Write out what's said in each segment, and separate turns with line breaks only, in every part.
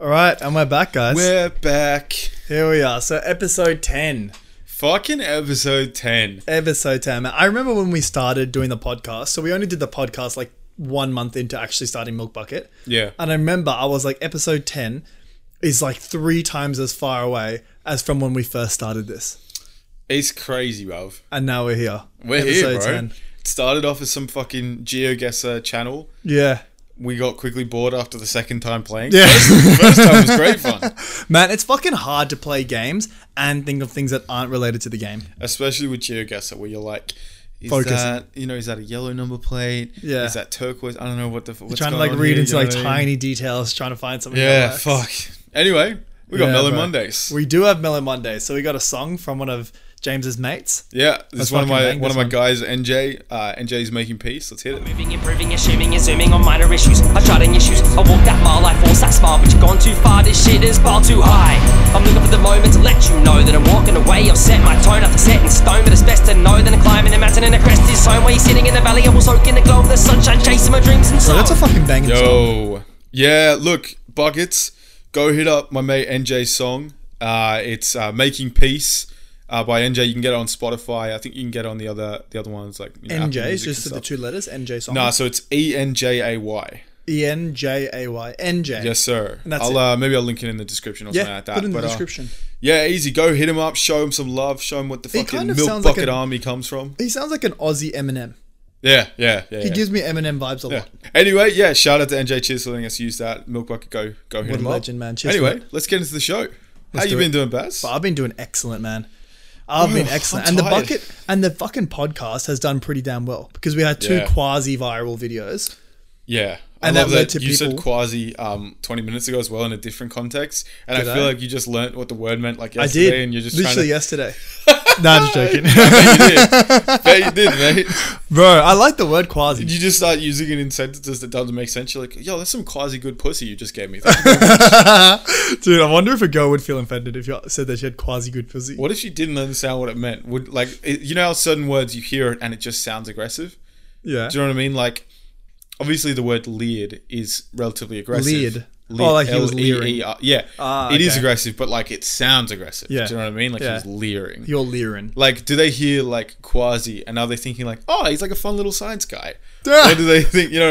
All right, am I back, guys?
We're back.
Here we are. So episode ten.
Fucking episode 10.
Episode ten. Man, I remember when we started doing the podcast. So we only did the podcast like one month into actually starting Milk Bucket.
Yeah.
And I remember I was like, episode ten is like three times as far away as from when we first started this.
It's crazy, bruv.
And now we're here.
We're here, bro. It started off as some fucking GeoGuessr channel.
Yeah.
We got quickly bored after the second time playing.
Yeah.
First time was great fun.
Man, it's fucking hard to play games and think of things that aren't related to the game.
Especially with GeoGuessr where you're like, is
Focus.
that, you know, is that a yellow number plate?
Yeah.
Is that turquoise? I don't know what the f- what's
trying to
going
like
on
read
here,
into
you know
like
what I mean?
tiny details, trying to find something. that
Yeah,
works.
fuck. Anyway, we got
Yeah,
Mellow
bro.
Mondays.
We do have Mellow Monday, so we got a song from one of James's mates.
yeah,
Let's
this is one of
fucking
my
bang
one
this
of my
one.
guys, NJ. Uh, NJ's making peace. Let's hit it.
Moving, improving, assuming, assuming on minor issues. I tried on your shoes. I walked that mile, I forced that smile, but you've gone too far. This shit is far too high. I'm looking for the moment to let you know that I'm walking away. I've set my tone, I've set in stone, but it's best to know that I'm climbing a mountain and a crest is home. Where you're sitting in the valley, I will soak in the glow of the sunshine, chasing my dreams and
So
so.
that's a fucking banging song.
Yo, yeah. Look, buckets. Go hit up my mate NJ's song. Uh, it's uh, "Making Peace" uh, by NJ. You can get it on Spotify. I think you can get it on the other the other ones like you know, Apple
NJ,
Music
just
and
the
stuff.
two letters, NJ song.
Nah, so it's E N J A Y.
E N J A Y. NJ.
Yes, sir.
And that's
I'll
it.
Uh, maybe I'll link it in the description or something
Yeah,
like that.
put it in the
But, uh,
description.
yeah, easy. Go hit him up. Show him some love. Show him what the
He
fucking
kind of
milk
sounds like
bucket
a-
army comes from.
He sounds like an Aussie Eminem.
Yeah, yeah, yeah.
He
yeah.
gives me Eminem vibes a
Yeah.
lot.
Anyway, yeah. Shout out to NJ Cheers for letting us use that milk bucket. Go, go hit
What a
him up.
legend, man. Cheers for
anyway,
that.
let's get into the show. How you
do
been
it.
doing, Baz?
But I've been doing excellent, man. I've been
Ugh,
excellent.
I'm
and the
tired.
bucket and the fucking podcast has done pretty damn well because we had two
Yeah.
quasi viral videos.
Yeah. I
And
love
that led
that,
to
you said
people-
quasi um, 20 minutes ago as well in a different context. And
Did
I feel
I?
like you just learnt what the word meant like
I
yesterday
did.
and you're just
literally
trying to...
yesterday. nah, just joking.
Yeah. Bet you did. Bet you did, mate.
Bro, I like the word quasi.
You just start using it in sentences that doesn't make sense. You're like, yo, that's some quasi good pussy you just gave me.
Dude, I wonder if a girl would feel offended if you said that she had quasi good pussy.
what if you didn't understand what it meant? Would like, it, you know how certain words you hear it and it just sounds aggressive?
Yeah.
Do you know what I mean? Like, obviously, the word leered is relatively aggressive.
Leered. Oh, like he was leering.
L-E-E-R. E Yeah,
Ah,
it is
okay.
aggressive, but like it sounds aggressive.
Yeah.
Do you know what I mean? Like
Yeah.
he was leering.
You're leering.
like, do they hear like quasi, and are they thinking like, oh, he's like a fun little science guy? or do they think you know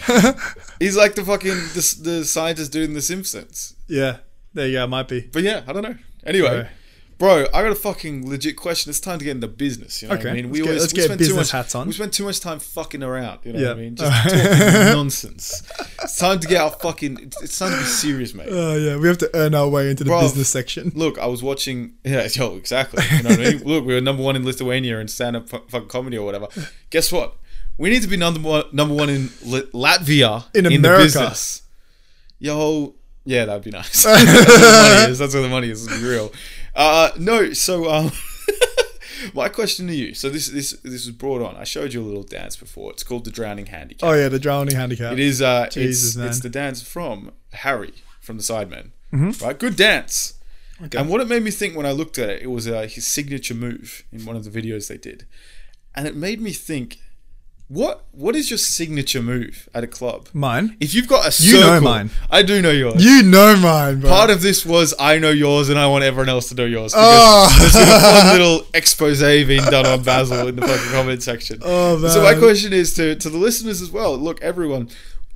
I mean? Or, he's like the fucking the, the scientist dude in The Simpsons.
Yeah. There you go. Might be.
But yeah, I don't know. Anyway. Bro, I got a fucking legit question. It's time to get into business. You know what
Okay,
I mean?
let's get- let's get
spend too
business
much-
hats on.
We spend too much time fucking around. You know
Yeah.
what I mean? Just talking nonsense. It's time to get our fucking. It's, it's time to be serious, mate.
Oh, yeah. We have to earn our way into the
Bruv.
business section.
Look, I was watching. Yeah, yo, exactly. You know what I mean? Look, we were number one in Lithuania in stand up fucking comedy or whatever. Guess what? We need to be number one, number one in Li- Latvia
In
the
America.
business. Yo, yeah, that'd be nice. That's where the money is. That's where the money is. Let's be real. Uh, no, so um, my question to you. So this this this was brought on. I showed you a little dance before. It's called the drowning handicap.
Oh, yeah. The drowning handicap.
It is. Uh,
Jesus,
it's,
man.
it's the dance from Harry from the Sidemen.
Mm-hmm.
Right, good dance. And what it made me think when I looked at it, it was uh, his signature move in one of the videos they did, and it made me think, what what is your signature move at a club?
Mine.
If you've got a
You
circle,
know mine.
I do know yours.
You know mine, bro.
Part of this was I know yours, and I want everyone else to know yours.
Oh.
Because There's been a fun little expose being done on Basil in the fucking comment section.
Oh, man.
So my question is to to the listeners as well. Look, everyone,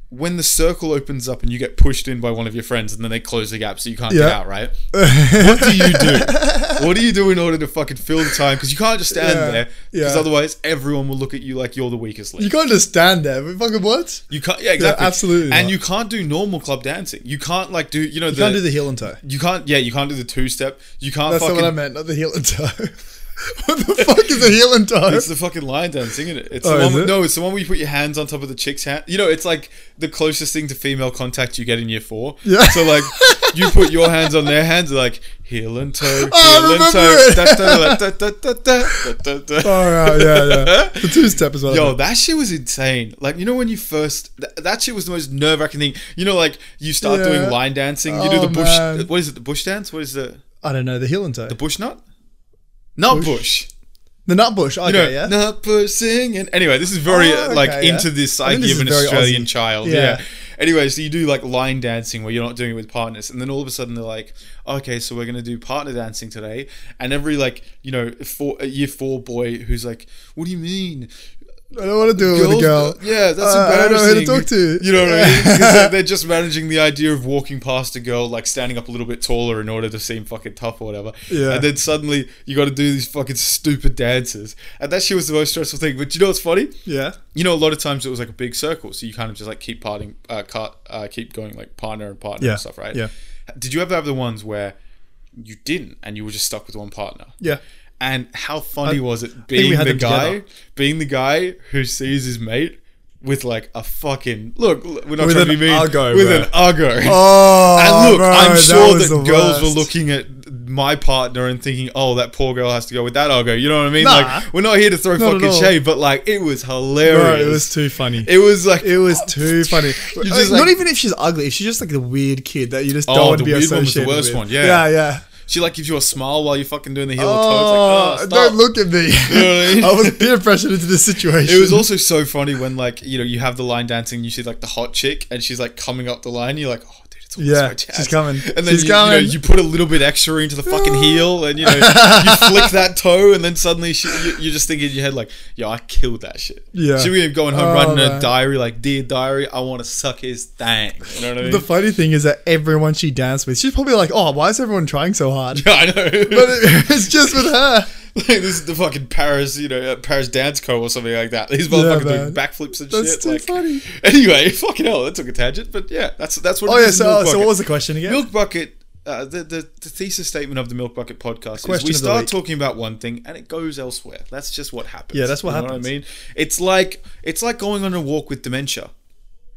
when the circle opens up and you get pushed in by one of your friends, and then they close the gap so you can't get
Yeah.
out, right? What do you do? What do you do in order to fucking fill the time? Because you can't just stand
Yeah.
there. Because
Yeah.
otherwly, everyone will look at you like you're the weakest link.
you can't just stand there. But fucking what?
You can't, yeah, exactly,
absolutely
And
not.
you can't do normal club dancing. You can't like do, you know,
You can't do the heel and toe.
you can't. Yeah, you can't do the two step. You can't
That's
fucking.
not what I meant. Not the heel and toe. what the fuck is a heel and toe?
It's the fucking lion dance, isn't it? It's
Oh,
the
is
one.
it?
No, it's the one where you put your hands on top of the chick's hand. You know, it's like the closest thing to female contact you get in year four.
Yeah.
So like, you put your hands on their hands, like heel and toe, heel
Oh, I
and toe.
remember
da, da, da, da, da, da, da.
All right. Yeah, yeah. The two step is what I
Yo,
meant.
that shit was insane. Like, you know, when you first, th- that shit was the most nerve wracking thing. You know, like, you start
Yeah.
doing line dancing, you do
Oh,
the bush,
man.
what is it, the bush dance? What is the,
I don't know. The heel and toe.
the bush nut? Not
Bush.
bush.
The nut bush. Okay,
you know,
yeah.
not pushing. And anyway, this is very
Oh,
uh, like
okay, yeah.
into this
I think
psyche
this
of
is
an
very
Australian
Aussie.
child.
Yeah.
Yeah. Anyway, so you do like line dancing where you're not doing it with partners, and then all of a sudden they're like, okay, so we're gonna do partner dancing today, and every like you know four, year four boy who's like, what do you mean?
I don't want to do it with a girl.
Girls- Yeah, that's
Uh,
embarrassing.
I don't know who to talk to.
You know what I mean? 'Cause they're- they're just managing the idea of walking past a girl, like standing up a little bit taller in order to seem fucking tough or whatever.
Yeah.
And then suddenly you got to do these fucking stupid dances, and that shit was the most stressful thing. But you know what's funny?
Yeah.
You know, a lot of times it was like a big circle, so you kind of just like keep parting, uh, cut, uh, keep going like partner and partner
Yeah,
and stuff, right?
yeah.
Did you ever have the ones where you didn't and you were just stuck with one partner?
Yeah.
And how funny was it
we
being
had
the
them
guy,
together.
being the guy who sees his mate with like a fucking look. l- We're not
With
trying to
an
be mean.
argo,
with
bro.
an argo.
Oh,
and look,
bro,
I'm
that
sure
was
that,
the
girls were
worst.
looking at my partner and thinking, "Oh, that poor girl has to go with that argo." You know what I mean?
Nah.
like, we're not here to throw
Not at
fucking
all.
shade, but like, it was hilarious.
Bro, it was too funny.
It was like
It was too funny.
You just,
Not
like-
even if she's ugly, if she's just like the weird kid that you just don't
Oh,
want to
the
be
weird one was the
associated
worst
with.
one, yeah.
yeah, yeah.
she like gives you a smile while you're fucking doing the heel
Oh,
of toe. It's like, oh, stop.
don't look at me.
what I mean?
I was peer pressured into this situation.
It was also so funny when like you know you have the line dancing, you see like the hot chick, and she's like coming up the line. You're like, oh dude, it's almost
Yeah,
my jazz.
she's coming.
And then
She's
you, you know,
coming.
you put a little bit extra into the fucking heel, and you know you flick that toe, and then suddenly she, you, you're just thinking in your head like, yo, I killed that shit.
Yeah.
She be going home
Oh,
writing a
man.
diary like, dear diary, I want to suck his thang. You know what I mean?
the funny thing is that everyone she danced with, she's probably like, "Oh, why is everyone trying so hard?"
I know.
But it, it's just with her.
like, this is the fucking Paris, you know, uh, Paris Dance Co or something like that. These
Yeah,
motherfuckers doing
man.
backflips and
That's
shit.
too
like,
funny.
Anyway, fucking hell, that took a tangent, but yeah, that's that's what.
Oh
it
yeah.
is,
So,
Milk
so
Bucket.
what was the question again?
Milk Bucket? Uh, the, the the thesis statement of the Milk Bucket podcast is
question
we
of the
start
week.
talking about one thing and it goes elsewhere. That's just what happens.
Yeah, that's what
You know
happens.
I mean, it's like it's like going on a walk with dementia.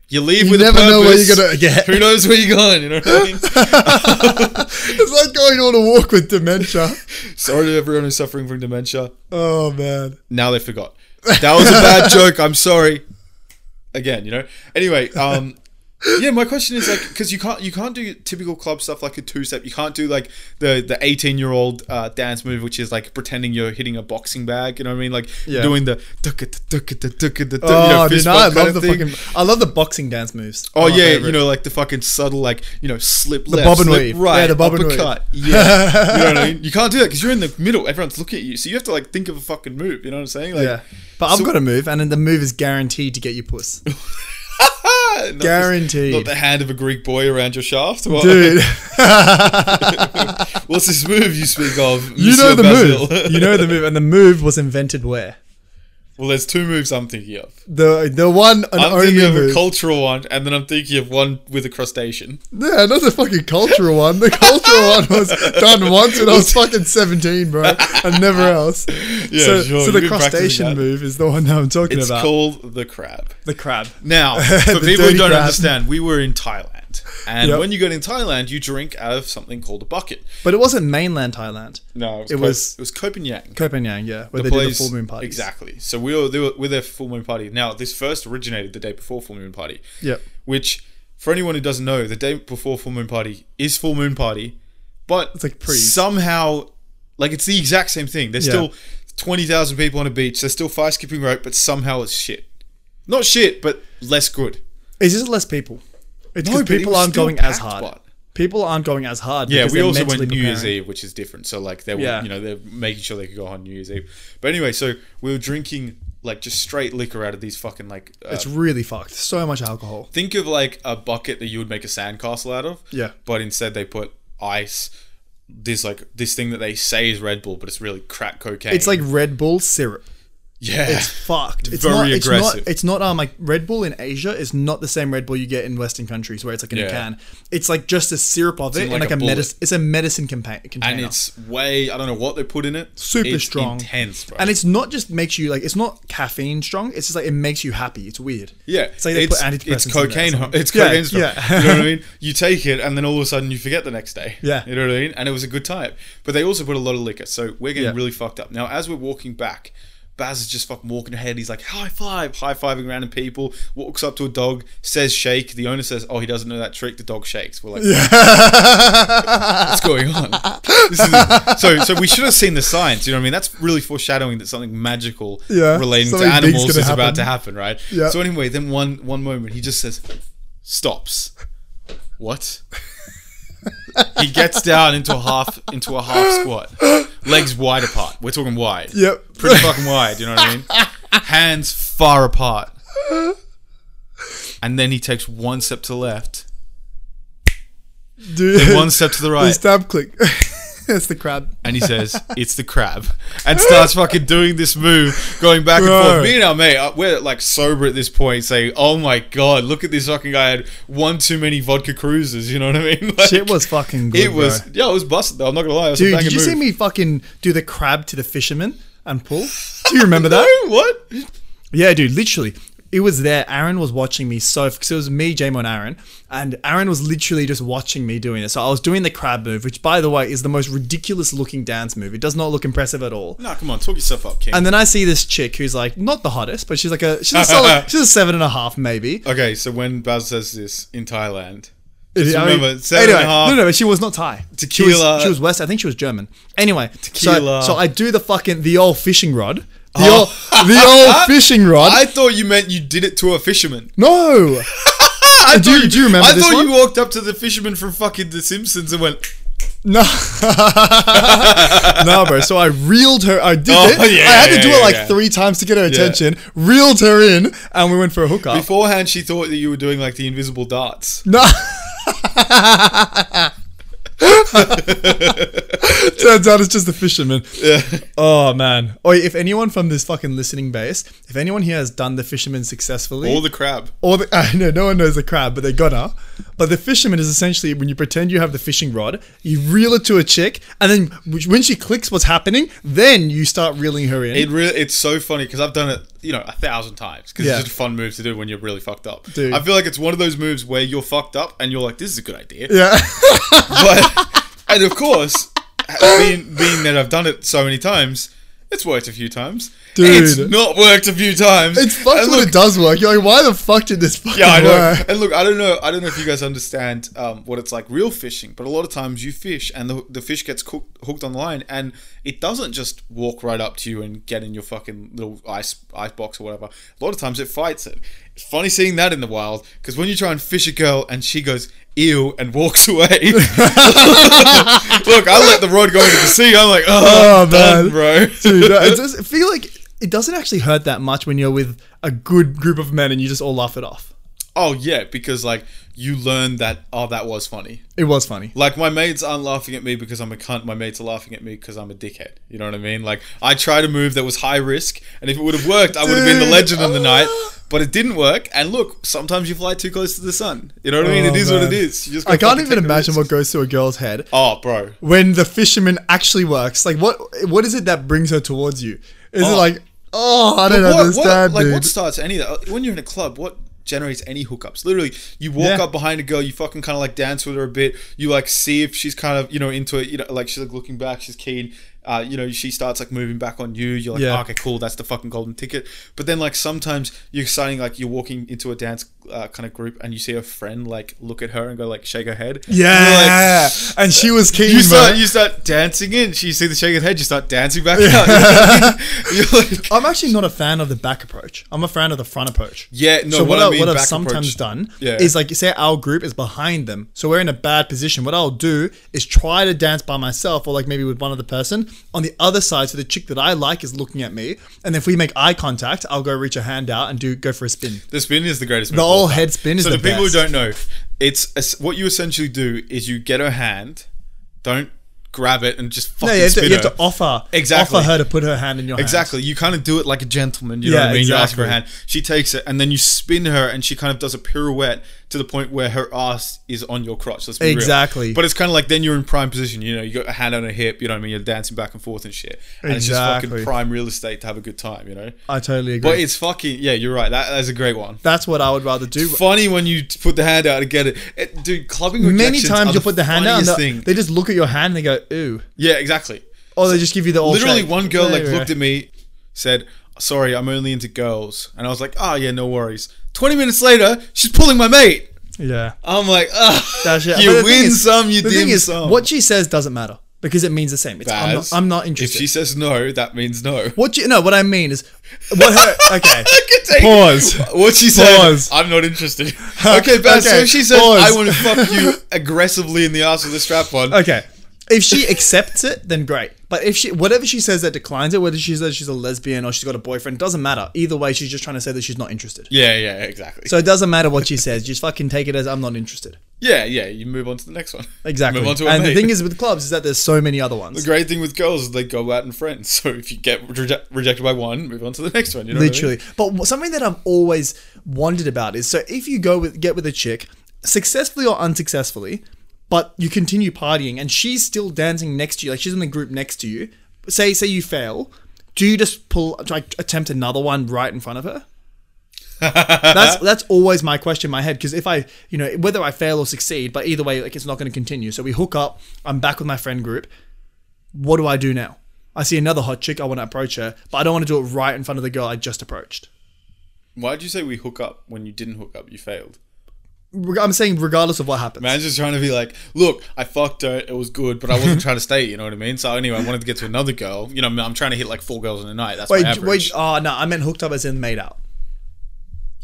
You leave
You
with
never
a
know where
purpose.
you're gonna get.
Who knows where you're going? You know what I mean?
it's like going on a walk with dementia.
Sorry to everyone who's suffering from dementia.
Oh man.
Now they forgot. That was a bad joke. I'm sorry. Again, you know. Anyway, um, yeah. My question is like, because you can't you can't do typical club stuff like a two step. You can't do like the the 18 year old uh, dance move, which is like pretending you're hitting a boxing bag. You know what I mean? Like
Yeah.
doing the tukka tukka tukka tukka.
Oh,
you know,
dude,
fist
no,
bump
I
kind
love
of
the
thing.
fucking. I love the boxing dance moves.
Oh
They're my
yeah,
favorite.
you know, like the fucking subtle, like you know, slip the
bob and
slip
weave.
right,
Yeah, the bob and weave.
uppercut. Yeah, you know what I mean. You can't do that because you're in the middle. Everyone's looking at you, so you have to like think of a fucking move. You know what I'm saying? Like,
Yeah. But I've
So-
got to move, and then the move is guaranteed to get you puss.
Ah, not the-
Guaranteed.
not the hand of a Greek boy around your shaft. What,
Dude,
What's this move you speak of?
you know
Monsieur
the
Basil?
move. You know the move, and the move was invented where
well, there's two moves I'm thinking of.
the the one and
I'm
only
thinking of
move.
a cultural one, and then I'm thinking of one with a crustacean.
yeah, not the fucking cultural one. The cultural one was done once when I was fucking seventeen, bro, and never else.
Yeah,
so,
sure,
so
you've
the
been practicing
crustacean
that.
move is the one that I'm talking
It's
about.
called the crab.
the crab.
Now, for
The
people who
dirty
don't
crab.
understand, we were in Thailand, and
Yep.
when you go in Thailand, you drink out of something called a bucket.
But it wasn't mainland Thailand.
No, it was
It
Ko-
was-
it was Copenhagen.
Copenhagen, yeah, where they did the full moon party.
Exactly. So we were, they were we're there for full moon party. Now this first originated the day before full moon party.
Yep.
Which, for anyone who doesn't know, the day before full moon party is full moon party, but it's
like pre.
somehow, like it's the exact same thing. There's
Yeah.
still twenty thousand people on a beach. There's still fire skipping rope, but somehow it's shit. Not shit, but less good.
It's just less people. It's
No,
because
but it
people
was
aren't
still
going as
packed,
hard.
but-
People aren't going as hard.
Yeah,
because
we
they're
also went
mentally
New Year's
preparing.
Eve, which is different. So like they were,
Yeah.
you know, they're making sure they could go on New Year's Eve. But anyway, so we were drinking like just straight liquor out of these fucking like. Uh,
It's really fucked. So much alcohol.
think of like a bucket that you would make a sandcastle out of.
Yeah.
But instead they put ice. This like this thing that they say is Red Bull, but it's really crack cocaine.
It's like Red Bull syrup.
yeah,
It's fucked. It's
Very
not, It's
aggressive.
not, it's not um like Red Bull in Asia is not the same Red Bull you get in Western countries where it's like in
Yeah.
a can. It's like just a syrup of it
in
and
like
like
a
a,
bullet.
medicine. It's a medicine compa- container.
and it's way I don't know what they put in it.
super
It's
strong,
intense, bro.
And it's not just makes you like it's not caffeine strong. It's just like it makes you happy. It's weird.
Yeah,
it's like they put antidepressants.
It's
in there or
cocaine.
something.
It's cocaine.
Yeah,
stuff.
yeah.
you know what I mean. You take it, and then all of a sudden you forget the next day.
Yeah.
you know what I mean. And it was a good time, but they also put a lot of liquor, so we're getting
Yeah.
really fucked up. Now, as we're walking back, Baz is just fucking walking ahead. He's like high five, high fiving random people. Walks up to a dog, says shake. The owner says, "Oh, he doesn't know that trick." The dog shakes. We're like, what's going on? This is, so, so we should have seen the signs. You know what I mean? That's really foreshadowing that something magical
Yeah,
relating to
something big's
animals is
gonna
about
happen.
to happen, right?
Yeah.
So anyway, then one one moment he just says, stops. What? he gets down into a half into a half squat, legs wide apart. We're talking wide.
Yep.
Pretty fucking wide. You know what I mean? Hands far apart. And then he takes one step to the left,
Dude,
one step to the
the
right,
stab click. That's the crab.
and he says, "It's the crab," and starts fucking doing this move, going back and
Bro.
forth. Me and our mate, uh, we're like sober at this point, saying, "Oh my god, look at this fucking guy had one too many vodka cruises." You know what I mean? Like,
Shit was fucking good.
It was
bro.
yeah, it was busted though. I'm not gonna lie. It was a
Dude,
banger
did you see
move.
me fucking do the crab to the fisherman and pull? Do you remember that?
No, what?
Yeah, dude, literally. It was there. Aaron was watching me so because it was me, Jamo, and Aaron, and Aaron was literally just watching me doing it. So I was doing the crab move, which, by the way, is the most ridiculous-looking dance move. It does not look impressive at all.
No, come on, talk yourself up, King.
And then I see this chick who's like not the hottest, but she's like a she's a solid, she's a seven and a half maybe.
okay, so when Baz says this in Thailand,
If- I mean-
remember, seven and a half.
No, no, but she was not Thai. She
Tequila.
was, she was West. I think she was German. Anyway,
Tequila. Oh.
So, so I do the fucking the old fishing rod. The old the old fishing rod.
I thought you meant you did it to a fisherman.
no. do, you, do you remember
I
this
thought
one?
you walked up to the fisherman from fucking The Simpsons and went,
No, no, bro. So I reeled her. I did
Oh,
it.
yeah,
I had
yeah,
to do
yeah,
it like
yeah.
three times to get her attention. Reeled her in, and we went for a hookup.
Beforehand, she thought that you were doing like the invisible darts.
no. Turns out it's just the fisherman. Oh man. Oh, if anyone from this fucking listening base, if anyone here has done the fisherman successfully,
All the crab.
or the, I know no one knows the crab, but they gotta. But the fisherman is essentially when you pretend you have the fishing rod, you reel it to a chick, and then which- when she clicks what's happening, then you start reeling her in.
It really, it's so funny because I've done it, you know, a thousand times because
Yeah.
it's just a fun move to do when you're really fucked up.
Dude.
I feel like it's one of those moves where you're fucked up and you're like, this is a good idea.
yeah,
But, and of course, being, being that I've done it so many times, it's worked a few times.
Dude.
It's not worked a few times.
it's fucked
And
when
look-
it does work. You're like, why the fuck did this fucking
Yeah, I know.
work?
And look, I don't know. I don't know if you guys understand um, what it's like real fishing, but a lot of times you fish and the, the fish gets cooked, hooked on the line, and it doesn't just walk right up to you and get in your fucking little ice ice box or whatever. A lot of times it fights it. It's funny seeing that in the wild because when you try and fish a girl and she goes ew and walks away. look, I let the rod go into the sea. I'm like, oh,
Oh,
done,
man.
bro.
Dude, no, it does, I feel like it doesn't actually hurt that much when you're with a good group of men and you just all laugh it off.
oh yeah, because like you learn that. Oh, that was funny.
It was funny.
Like my mates aren't laughing at me because I'm a cunt. My mates are laughing at me because I'm a dickhead. You know what I mean? Like I tried a move that was high risk, and if it would have worked, I would have been the
Dude,
legend of the
ah.
night. But it didn't work. And look, sometimes you fly too close to the sun. You know what I mean?
Oh,
It is what
man.
it is. You just
I
gotta
can't
fucking
even
take the
imagine what
risks.
goes through a girl's head
Oh, bro.
when the fisherman actually works. Like, what what is it that brings her towards you? Is
Oh.
it like, oh, I don't
what,
understand,
what, like
dude.
what starts any of that? When you're in a club, what generates any hookups? Literally, you walk
Yeah.
up behind a girl, you fucking kind of like dance with her a bit. You like see if she's kind of you know into it. You know, like she's like looking back, she's keen. Uh, you know, she starts like moving back on you. You're like,
Yeah.
"Oh, okay, cool, that's the fucking golden ticket. But then like sometimes you're starting like you're walking into a dance uh, kind of group and you see a friend like look at her and go like shake her head. And you're like,
yeah, and she was keen.
you start
bro.
you start dancing in. She see the shake of the head. You start dancing back out. You know what I mean? You're like,
I'm actually not a fan of the back approach. I'm a fan of the front approach.
Yeah, no,
So
what
what,
I
I,
mean
what I've
back
sometimes
approach-
done
Yeah.
is like, say our group is behind them, so we're in a bad position. What I'll do is try to dance by myself, or like maybe with one other person on the other side, so the chick that I like is looking at me, and if we make eye contact, I'll go reach a hand out and do go for a spin.
The spin is the greatest.
The whole head spin is
so
the
the people
best.
who don't know, it's es- what you essentially do is you get her hand, don't grab it and just fucking
No, you have,
spin
to, you have
her.
to offer
Exactly.
offer her to put her hand in your hand.
Exactly, you kind of do it like a gentleman. You know
Yeah,
what I mean? You ask for her hand,
exactly.
she takes it, and then you spin her, and she kind of does a pirouette to the point where her ass is on your crotch. Let's be real.
Exactly.
But it's kind of like then you're in prime position. You know, you got a hand on her hip. You know what I mean? You're dancing back and forth and shit. And it's just fucking
Exactly.
prime real estate to have a good time. You know.
I totally agree.
but it's fucking yeah. You're right. That, that's a great one.
That's what I would rather do.
funny when you t- put the hand out to get it. It- dude, clubbing
Many
rejections are
times you put the hand out and
funniest
they-
thing.
they just look at your hand and they go, ooh.
yeah, exactly.
Or they just give you the old
Literally,
shake.
one girl like
Yeah, yeah.
looked at me, said, "Sorry, I'm only into girls," and I was like, "Ah, yeah, no worries." Twenty minutes later, she's pulling my mate.
Yeah.
I'm like, "Ah,
That's it. But
you
the thing
win
is-
some, you
the thing
dim
is,
some."
What she says doesn't matter. because it means the same. It's, I'm,
Baz,
not, I'm not
If
interested.
she says no, that means no.
what do you no? What I mean is, what her? Okay,
I can take
Pause.
What she said.
Pause.
I'm not interested. Okay, Baz. So
Okay,
if she says
pause.
I want to fuck you aggressively in the ass with a strap on.
okay. If she accepts it, then great. But if she, whatever she says that declines it, whether she says she's a lesbian or she's got a boyfriend, doesn't matter. Either way, she's just trying to say that she's not interested.
Yeah, yeah, exactly.
So it doesn't matter what she says. Just fucking take it as I'm not interested.
yeah, yeah. You move on to the next one.
Exactly.
Move on to
and the
mate.
thing is with clubs is that there's so many other ones.
The great thing with girls is they go out in friends. So if you get reje- rejected by one, move on to the next one. You know what I mean?
literally. But w- something that I've always wondered about is so if you go with get with a chick successfully or unsuccessfully, but you continue partying and she's still dancing next to you, like she's in the group next to you. Say say you fail, do you just pull like attempt another one right in front of her? that's that's always my question in my head because if I you know whether I fail or succeed, but either way like it's not going to continue. So we hook up. I'm back with my friend group. What do I do now? I see another hot chick. I want to approach her, but I don't want to do it right in front of the girl I just approached.
Why did you say we hook up when you didn't hook up? You failed.
Reg- I'm saying regardless of what happens.
Man's just trying to be like, look, I fucked her. It was good, but I wasn't trying to stay. You know what I mean? So anyway, I wanted to get to another girl. You know, I'm trying to hit like four girls in a night. That's my
wait,
average.
wait. Oh no, I meant hooked up as in made out.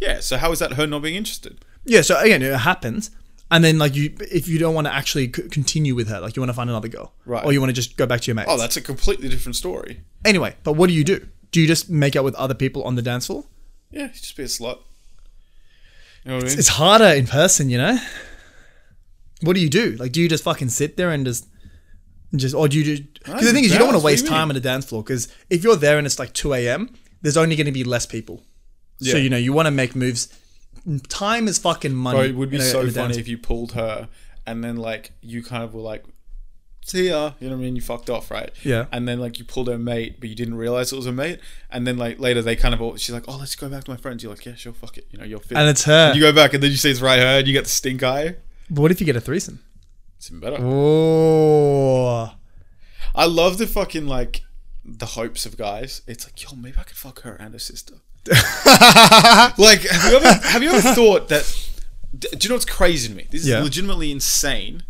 Yeah. So how is that her not being interested?
Yeah. So again, it happens, and then like you, if you don't want to actually c- continue with her, like you want to find another girl,
Right.
Or you want to just go back to your mates.
Oh, that's a completely different story.
anyway. But what do you do? Do you just make out with other people on the dance floor?
Yeah, just be a slut. You know what I mean?
It's harder in person, you know. What do you do? Like, do you just fucking sit there and just, and just, or do you? Because the
you
thing is, you don't want
bounce,
to
what do
waste
you
time
mean?
on a dance floor. Because if you're there and it's like two a.m., there's only going to be less people. So
Yeah.
you know you want to make moves. Time is fucking money.
Bro, it would be
in a- in
so
a dance
funny if you pulled her and then like you kind of were like, see ya, you know what I mean? You fucked off, right?
Yeah.
And then like you pulled her mate, but you didn't realize it was her mate. And then like later they kind of all, she's like, oh, let's go back to my friends. You're like, yeah, sure, fuck it. You know, you're fit.
And it's her.
you go back and then you see it's right her and you get the stink eye.
But what if you get a threesome?
It's even better.
Oh,
I love the fucking like the hopes of guys. It's like, yo, maybe I could fuck her and her sister. like, have you ever have you ever thought that? d- Do you know what's crazy to me? This is
Yeah.
legitimately insane.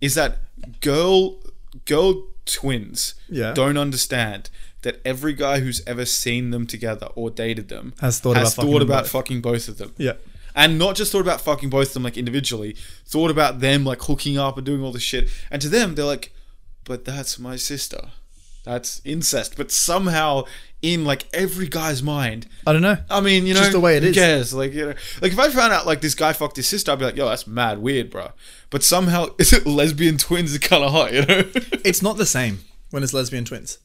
Is that girl girl twins
Yeah.
don't understand that every guy who's ever seen them together or dated them
Has thought about fucking
thought
them
about
both.
fucking both of them.
Yeah.
And not just thought about fucking both of them like individually, thought about them like hooking up and doing all this shit. And to them, they're like, but that's my sister. That's incest. But somehow in like every guy's mind,
I don't know.
I mean, you know,
Just the way it
who
is.
cares? Like, you know, like if I found out like this guy fucked his sister, I'd be like, yo, that's mad weird, bro. But somehow lesbian twins are kind of hot, you know?
It's not the same when it's lesbian twins.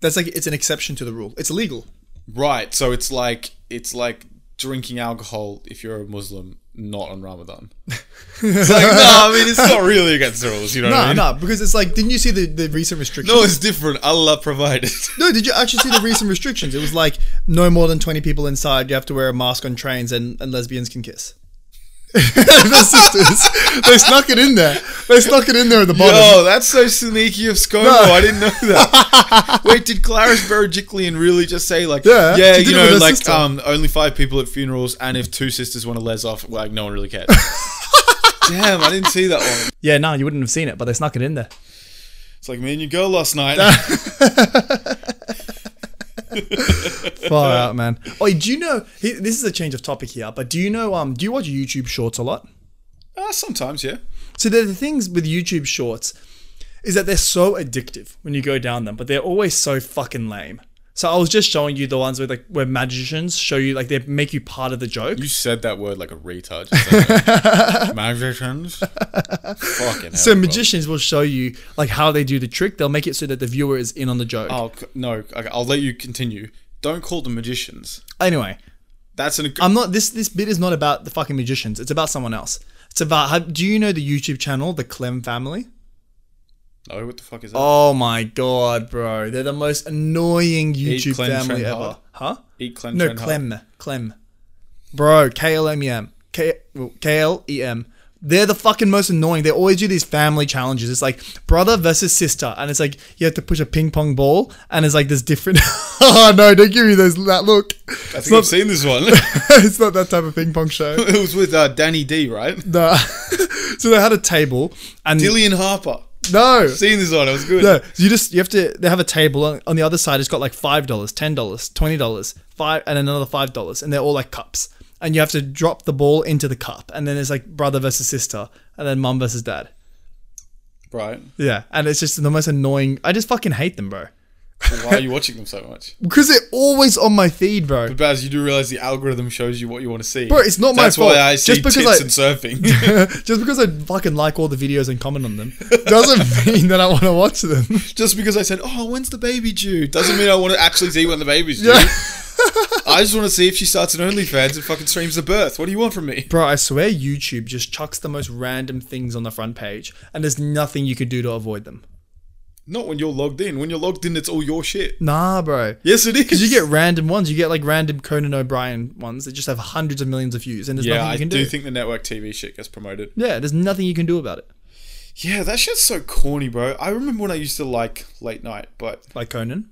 That's like it's an exception to the rule. It's illegal.
right. So it's like, it's like drinking alcohol if you're a Muslim, not on Ramadan. it's like, no, I mean, it's not really against the rules, you know what I
No,
mean?
no, because it's like, didn't you see the, the recent restrictions?
No, it's different. Allah provided.
No, did you actually see the recent restrictions? It was like no more than twenty people inside. You have to wear a mask on trains, and, and lesbians can kiss. the sisters, they snuck it in there. They snuck it in there at the bottom.
Yo, that's so sneaky of ScoMo. I didn't know that. Wait, did Clarice Berejiklian really just say like,
Yeah,
yeah,
she
you
did it with
know,
her
like
sister.
um, only five people at funerals, and if two sisters want to les off, like no one really cares. Damn, I didn't see that one.
Yeah, no, you wouldn't have seen it, but they snuck it in there.
It's like me and your girl last night.
Far out, man. Oh, do you know? he- This is a change of topic here, but do you know? Um, do you watch YouTube Shorts a lot?
Ah, sometimes, yeah.
So the the things with YouTube Shorts is that they're so addictive when you go down them, but they're always so fucking lame. So I was just showing you the ones where like where magicians show you like they make you part of the joke.
You said that word like a retard. Just like, Magicians. Fucking hell.
So
bro.
magicians will show you like how they do the trick. They'll make it so that the viewer is in on the joke.
Oh c- no, okay, I'll let you continue. Don't call them magicians.
Anyway,
That's an.
I'm not this. This bit is not about the fucking magicians. It's about someone else. It's about. How, do you know the YouTube channel, the Clem Family?
no, what the fuck is that?
Oh my god, bro! They're the most annoying YouTube
Clem
family
Trenhard.
ever, huh?
Eat Clem
No,
Trenhard.
Clem, Clem, bro. K L M E M, K well, K L E M. They're the fucking most annoying. They always do these family challenges. It's like brother versus sister, and it's like you have to push a ping pong ball, and it's like this different. oh no! Don't give me those that look.
I
It's
think
not,
I've seen this one.
it's not that type of ping pong show. Mm.
it was with uh, Danny D, right?
No. so they had a table, and
Dillian Harper.
No.
Seen this one. It was good.
No, you just you have to. They have a table on, on the other side. It's got like five dollars, ten dollars, twenty dollars, five, and another five dollars, and they're all like cups. And you have to drop the ball into the cup, and then there's like brother versus sister, and then mum versus dad.
Right.
Yeah, and it's just the most annoying. I just fucking hate them, bro.
Why are you watching them so much?
Because they're always on my feed, bro.
But Baz, you do realize the algorithm shows you what you want to see.
Bro, it's not my
That's
fault.
why I see
Just because
tits
I-
and surfing.
just because I fucking like all the videos and comment on them doesn't mean that I want to watch them.
just because I said, "Oh, when's the baby due?" doesn't mean I want to actually see when the baby's due. I just want to see if she starts an OnlyFans and fucking streams the birth. What do you want from me?
Bro, I swear YouTube just chucks the most random things on the front page, and there's nothing you could do to avoid them.
Not when you're logged in. When you're logged in, it's all your shit.
Nah, bro.
Yes, it is.
Because you get random ones. You get like random Conan O'Brien ones that just have hundreds of millions of views, and there's
Yeah,
nothing you
I do,
can do.
think the network TV shit gets promoted.
yeah, there's nothing you can do about it.
Yeah, that shit's so corny, bro. I remember when I used to like late night, but
Like Conan.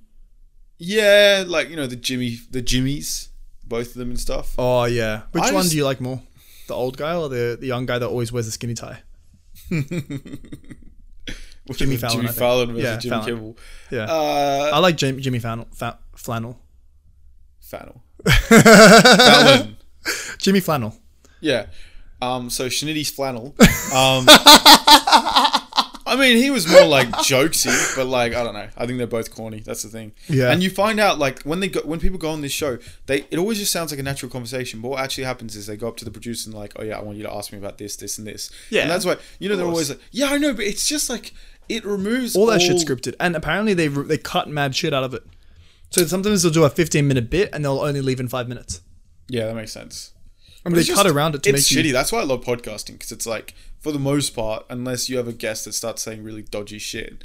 yeah, like you know the Jimmy, the Jimmys, both of them and stuff.
Oh yeah. Which
I
one
just-
do you like more? The old guy or the, the young guy that always wears a skinny tie? Jimmy Fallon, I
Jimmy
think.
Fallon versus
Yeah,
Jimmy
Fallon.
Kimmel.
Yeah.
Uh,
I like Jim, Jimmy Fannel, fa- Flannel.
Fallon. Fallon.
Jimmy Flannel.
Yeah. Um, so Shanitty's flannel. Um, I mean, he was more like jokesy, but like I don't know. I think they're both corny. That's the thing.
Yeah.
And you find out like when they go, when people go on this show, they it always just sounds like a natural conversation. But what actually happens is they go up to the producer and like, oh yeah, I want you to ask me about this, this, and this.
Yeah,
And that's why you know they're always like, yeah, I know, but it's just like it removes
All that shit's scripted, and apparently they re- they cut mad shit out of it. So sometimes they'll do a 15 minute bit, and they'll only leave in five minutes.
Yeah, that makes sense.
I mean, they
It's
cut
just-
around it to
it's
make
shitty.
you.
That's why I love podcasting because it's like for the most part, unless you have a guest that starts saying really dodgy shit,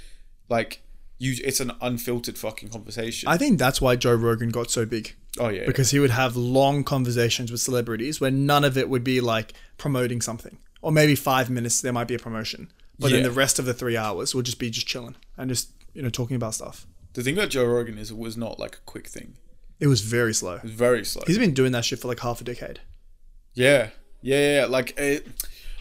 like you, it's an unfiltered fucking conversation.
I think that's why Joe Rogan got so big.
oh yeah,
because he would have long conversations with celebrities where none of it would be like promoting something or maybe five minutes there might be a promotion but then
Yeah.
the rest of the three hours will just be just chilling and just you know talking about stuff
the thing about Joe Rogan is it was not like a quick thing.
it was very slow
It was very slow.
he's been doing that shit for like half a decade
Yeah, yeah, yeah. Like, it,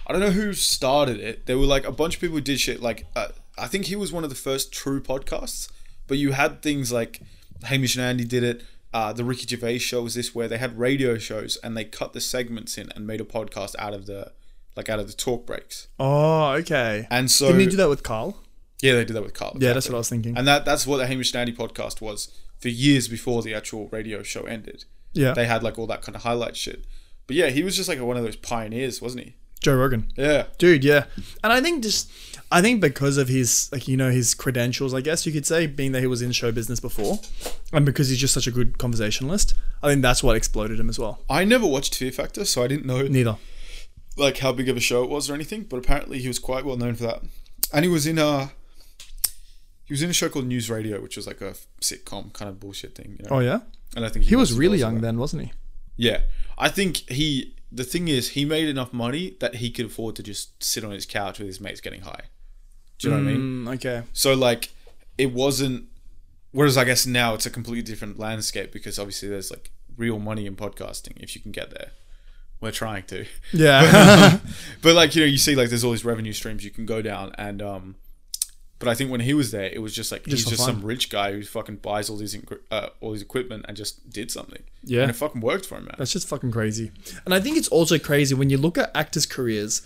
I don't know who started it. There were like a bunch of people who did shit. Like, uh, I think he was one of the first true podcasts. But you had things like Hamish and Andy did it. Uh, the Ricky Gervais show was this where they had radio shows and they cut the segments in and made a podcast out of the like out of the talk breaks.
oh okay
And so
didn't he do that with carl
yeah, they did that with Carl.
yeah that's what i was thinking
And that that's what the Hamish and Andy podcast was for years before the actual radio show ended.
yeah
They had like all that kind of highlight shit. But yeah, he was just like one of those pioneers, wasn't he?
joe rogan
Yeah.
dude yeah and i think just i think because of his like you know his credentials i guess you could say being that he was in show business before and because he's just such a good conversationalist i think that's what exploded him as well
I never watched Fear Factor, so I didn't know
neither
like how big of a show it was or anything. But apparently, he was quite well known for that, and he was in a he was in a show called News Radio, which was like a sitcom kind of bullshit thing. You know?
oh yeah
and I think
He was
lost
really
because of
young
that.
then, wasn't he?
Yeah, I think he. The thing is, he made enough money that he could afford to just sit on his couch with his mates getting high. Do you know
Mm.
what I mean?
okay.
So like it wasn't whereas I guess now it's a completely different landscape because obviously there's like real money in podcasting if you can get there. We're trying to.
Yeah.
But like, you know, you see like there's all these revenue streams you can go down and um but I think when he was there, it was just like
Just for
he's just
fun.
some rich guy who fucking buys all these inc- uh, all these equipment and just did something.
Yeah.
and it fucking worked for him, man.
That's just fucking crazy. And I think it's also crazy when you look at actors' careers,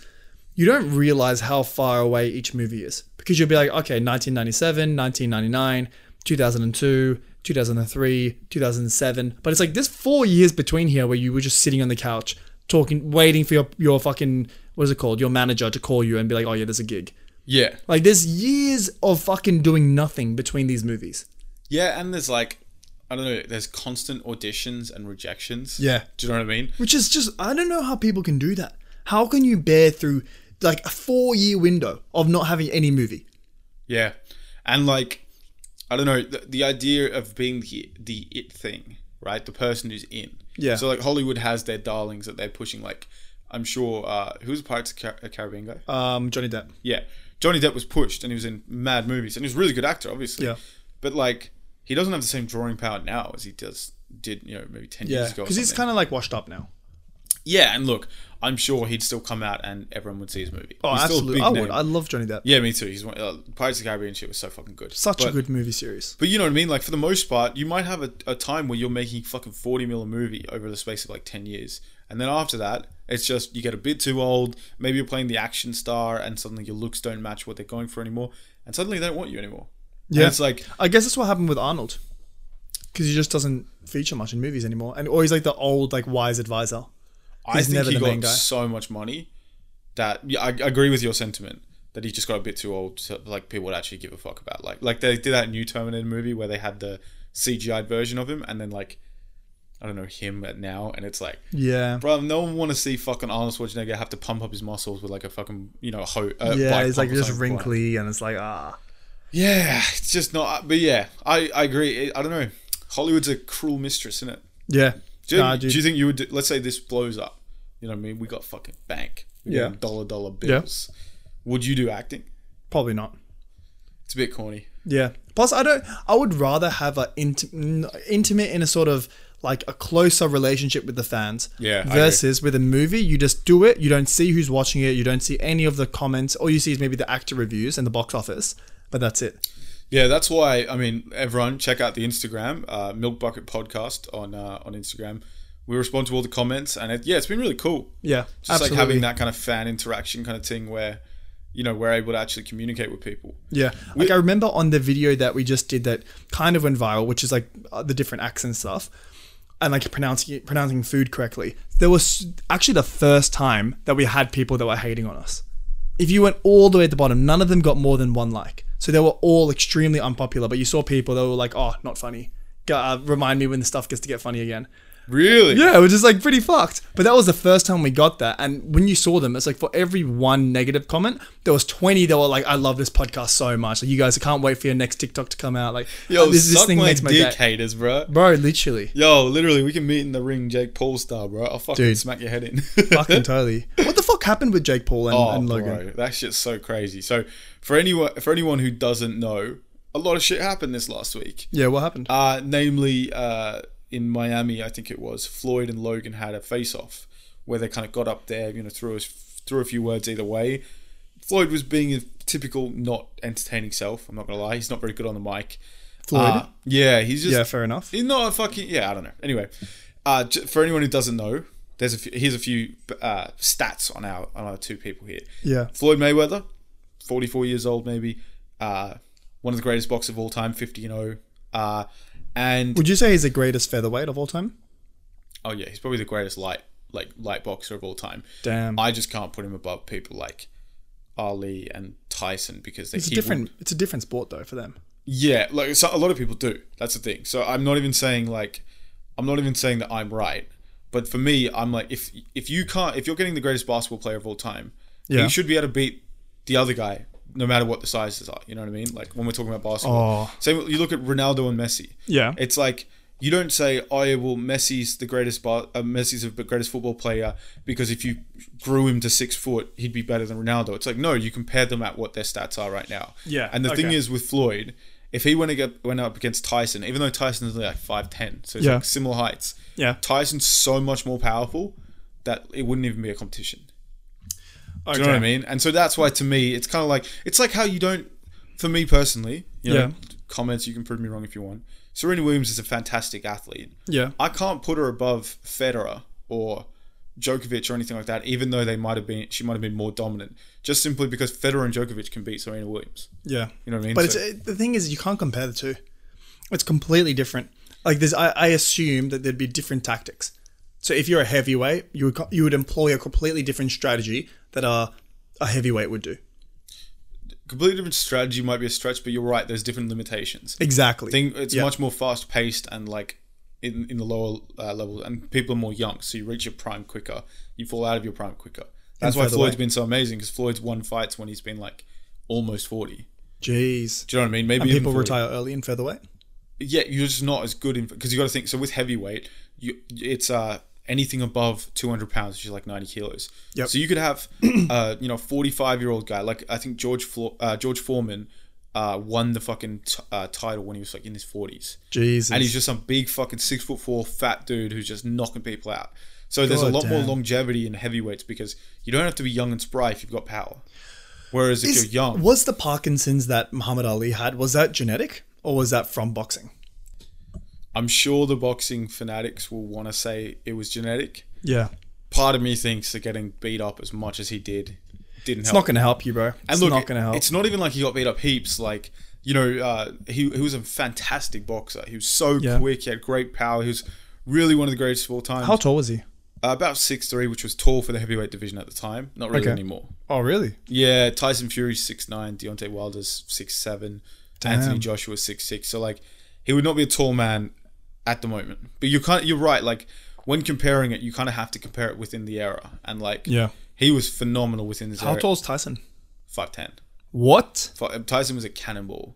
you don't realize how far away each movie is because you'll be like, okay, 1997, 1999, 2002, 2003, 2007. But it's like there's four years between here where you were just sitting on the couch talking, waiting for your, your fucking, what is it called? Your manager to call you and be like, oh yeah, there's a gig.
yeah,
Like there's years of fucking doing nothing between these movies.
yeah, and there's like. I don't know. There's constant auditions and rejections.
Yeah.
do you know what I mean?
Which is just, I don't know how people can do that. How can you bear through like a four year window of not having any movie?
Yeah, and like I don't know the, the idea of being the the it thing, right? The person who's in.
Yeah.
So like Hollywood has their darlings that they're pushing. Like I'm sure uh, who's Pirates of Car- Caribbean guy?
Um, Johnny Depp.
yeah, Johnny Depp was pushed and he was in mad movies and he was a really good actor, obviously.
Yeah.
But like he doesn't have the same drawing power now as he does did you know maybe ten
Yeah.
years ago.
Because he's kind of like washed up now.
of Yeah, and look, I'm sure he'd still come out and everyone would see his movie.
Oh,
He's still a
absolutely.
big
I would.
name.
I love Johnny Depp.
yeah, me too. He's one, uh, Pirates of the Caribbean shit was so fucking good.
Such a
But-
good movie series.
But you know what I mean? Like for the most part, you might have a, a time where you're making fucking forty mil a movie over the space of like ten years, and then after that, it's just you get a bit too old. Maybe you're playing the action star, and suddenly your looks don't match what they're going for anymore, and suddenly they don't want you anymore. And
Yeah.
it's like
I guess that's what happened with Arnold, because he just doesn't feature much in movies anymore, and or he's like the old like wise advisor.
I
He's
think
never
he
the main
got
guy.
so much money that yeah, I, I agree with your sentiment that he just got a bit too old to like people would actually give a fuck about. Like like they did that new Terminator movie where they had the CGI version of him, and then like I don't know him at now, and it's like.
Yeah.
Bro, no one want to see fucking Arnold Schwarzenegger have to pump up his muscles with like a fucking you know ho- uh,
Yeah,
bike
he's
pump
like
or
just
something.
wrinkly, and it's like ah.
Yeah, it's just not. uh, But yeah, I I agree. It- I don't know. Hollywood's a cruel mistress, isn't it?
Yeah.
Do you,
Nah,
do
dude.
you think you would? Do, let's say this blows up. You know what I mean? We got fucking bank. We
Yeah.
got dollar dollar bills. Would you do acting?
Probably not.
It's a bit corny.
Yeah. Plus, I don't. I would rather have a int- n- intimate in a sort of like a closer relationship with the fans.
Yeah, I agree.
Versus with a movie, you just do it. You don't see who's watching it. You don't see any of the comments. All you see is maybe the actor reviews and the box office. But that's it.
Yeah, that's why. I mean, everyone, check out the Instagram, uh, Milk Bucket Podcast on uh, on Instagram. We respond to all the comments, and it, yeah, it's been really cool.
Yeah.
just like having that kind of fan interaction kind of thing where you know we're able to actually communicate with people
Yeah. Like I remember on the video that we just did that kind of went viral, which is like uh, the different accent stuff and like pronouncing pronouncing food correctly. There was actually the first time that we had people that were hating on us. If you went all the way at the bottom, none of them got more than one like. So they were all extremely unpopular, but you saw people that were like, "Oh, not funny. Go- Uh, remind me when the stuff gets to get funny again."
really
Yeah, which is like pretty fucked. But that was the first time we got that. And when you saw them, it's like for every one negative comment, there was 20 that were like, I love this podcast so much. Like, you guys, I can't wait for your next TikTok to come out. Like,
yo
this, this
suck
thing
my
makes my day.
dick haters bro
Bro, literally.
yo literally we can meet in the ring jake paul style bro i'll fucking
Dude.
smack your head in
Fucking totally. What the fuck happened with Jake Paul and,
oh
and Logan?
bro that shit's so crazy so for anyone for anyone who doesn't know a lot of shit happened this last week
Yeah, what happened?
uh namely uh in miami i think it was floyd and logan had a face off where they kind of got up there you know threw us threw a few words either way Floyd was being his typical not entertaining self. I'm not gonna lie, he's not very good on the mic.
Floyd?
Uh, yeah, he's just
yeah, fair enough.
he's not a fucking yeah. I don't know. Anyway, uh, j- for anyone who doesn't know, there's a few, here's a few uh, stats on our on our two people here.
Yeah.
Floyd Mayweather, 44 years old, maybe uh, one of the greatest boxers of all time, 50 and 0. Uh, and
Would you say he's the greatest featherweight of all time?
oh yeah, he's probably the greatest light like light boxer of all time.
Damn.
I just can't put him above people like Ali and Tyson because they
It's a
he would-
different. It's a different sport though for them.
Yeah, like so a lot of people do. That's the thing. So I'm not even saying like I'm not even saying that I'm right. But for me, I'm like if if you can't if you're getting the greatest basketball player of all time, then
Yeah.
you should be able to beat the other guy no matter what the sizes are. You know what I mean? Like when we're talking about basketball.
Oh.
Same you look at Ronaldo and Messi.
Yeah.
It's like you don't say, "Oh, yeah, well, Messi's the greatest. Bar- uh, Messi's the greatest football player because if you grew him to six foot, he'd be better than Ronaldo." It's like no, you compare them at what their stats are right now.
Yeah,
And the thing
okay.
is with Floyd, if he went ag- went up against Tyson, even though Tyson is only like five ten, so it's
Yeah.
like similar heights.
Yeah.
Tyson's so much more powerful that it wouldn't even be a competition.
Okay.
Do you know what I mean? And so that's why to me it's kind of like it's like how you don't for me personally, you know,
Yeah.
comments you can prove me wrong if you want. Serena Williams is a fantastic athlete.
Yeah.
I can't put her above Federer or Djokovic or anything like that even though they might have been she might have been more dominant just simply because Federer and Djokovic can beat Serena Williams.
Yeah.
You know what I mean?
But
So-
it's, it, the thing is, you can't compare the two. It's completely different. Like there's, I, I assume that there'd be different tactics. So if you're a heavyweight, you would co- you would employ a completely different strategy that a a heavyweight would do.
completely different strategy might be a stretch, but you're right. There's different limitations.
Exactly.
Thing- It's
Yeah.
much more fast paced and like in in the lower uh, level, and people are more young, so you reach your prime quicker. You fall out of your prime quicker. That's why
further
Floyd's
away.
been so amazing because Floyd's won fights when he's been like almost forty.
Jeez.
Do you know what I mean? Maybe even
People
40.
retire early in featherweight.
Yeah, you're just not as good in because you got to think. So with heavyweight, you it's uh anything above 200 pounds, which is like 90 kilos.
Yep.
So you could have uh you know 45 year old guy like I think George Flo- uh, George Foreman uh won the fucking t- uh, title when he was like in his 40s.
Jesus.
And he's just some big fucking six foot four fat dude who's just knocking people out. So there's a
God
lot more
damn.
longevity in heavyweights because you don't have to be young and spry if you've got power. Whereas if
Is-
you're young,
Was the Parkinson's that Muhammad Ali had, was that genetic or was that from boxing?
I'm sure the boxing fanatics will want to say it was genetic.
Yeah.
Part of me thinks that getting beat up as much as he did didn't
It's
help.
not going to help you, bro. It's
And look,
not going to help.
It's not even like he got beat up heaps. Like you know, uh, he he was a fantastic boxer. He was so
Yeah.
quick. He had great power. He was really one of the greatest of all time.
How tall was he?
Uh, about six three, which was tall for the heavyweight division at the time. Not really
Okay.
anymore.
Oh, really?
Yeah, Tyson Fury's six nine, Deontay Wilder's six seven, Anthony Joshua's six six. So like, he would not be a tall man at the moment. But you can't. You're right. Like when comparing it, you kind of have to compare it within the era. And like,
Yeah.
he was phenomenal within this
How
era.
tall's Tyson?
Five ten.
What?
Fu- Tyson was a cannonball.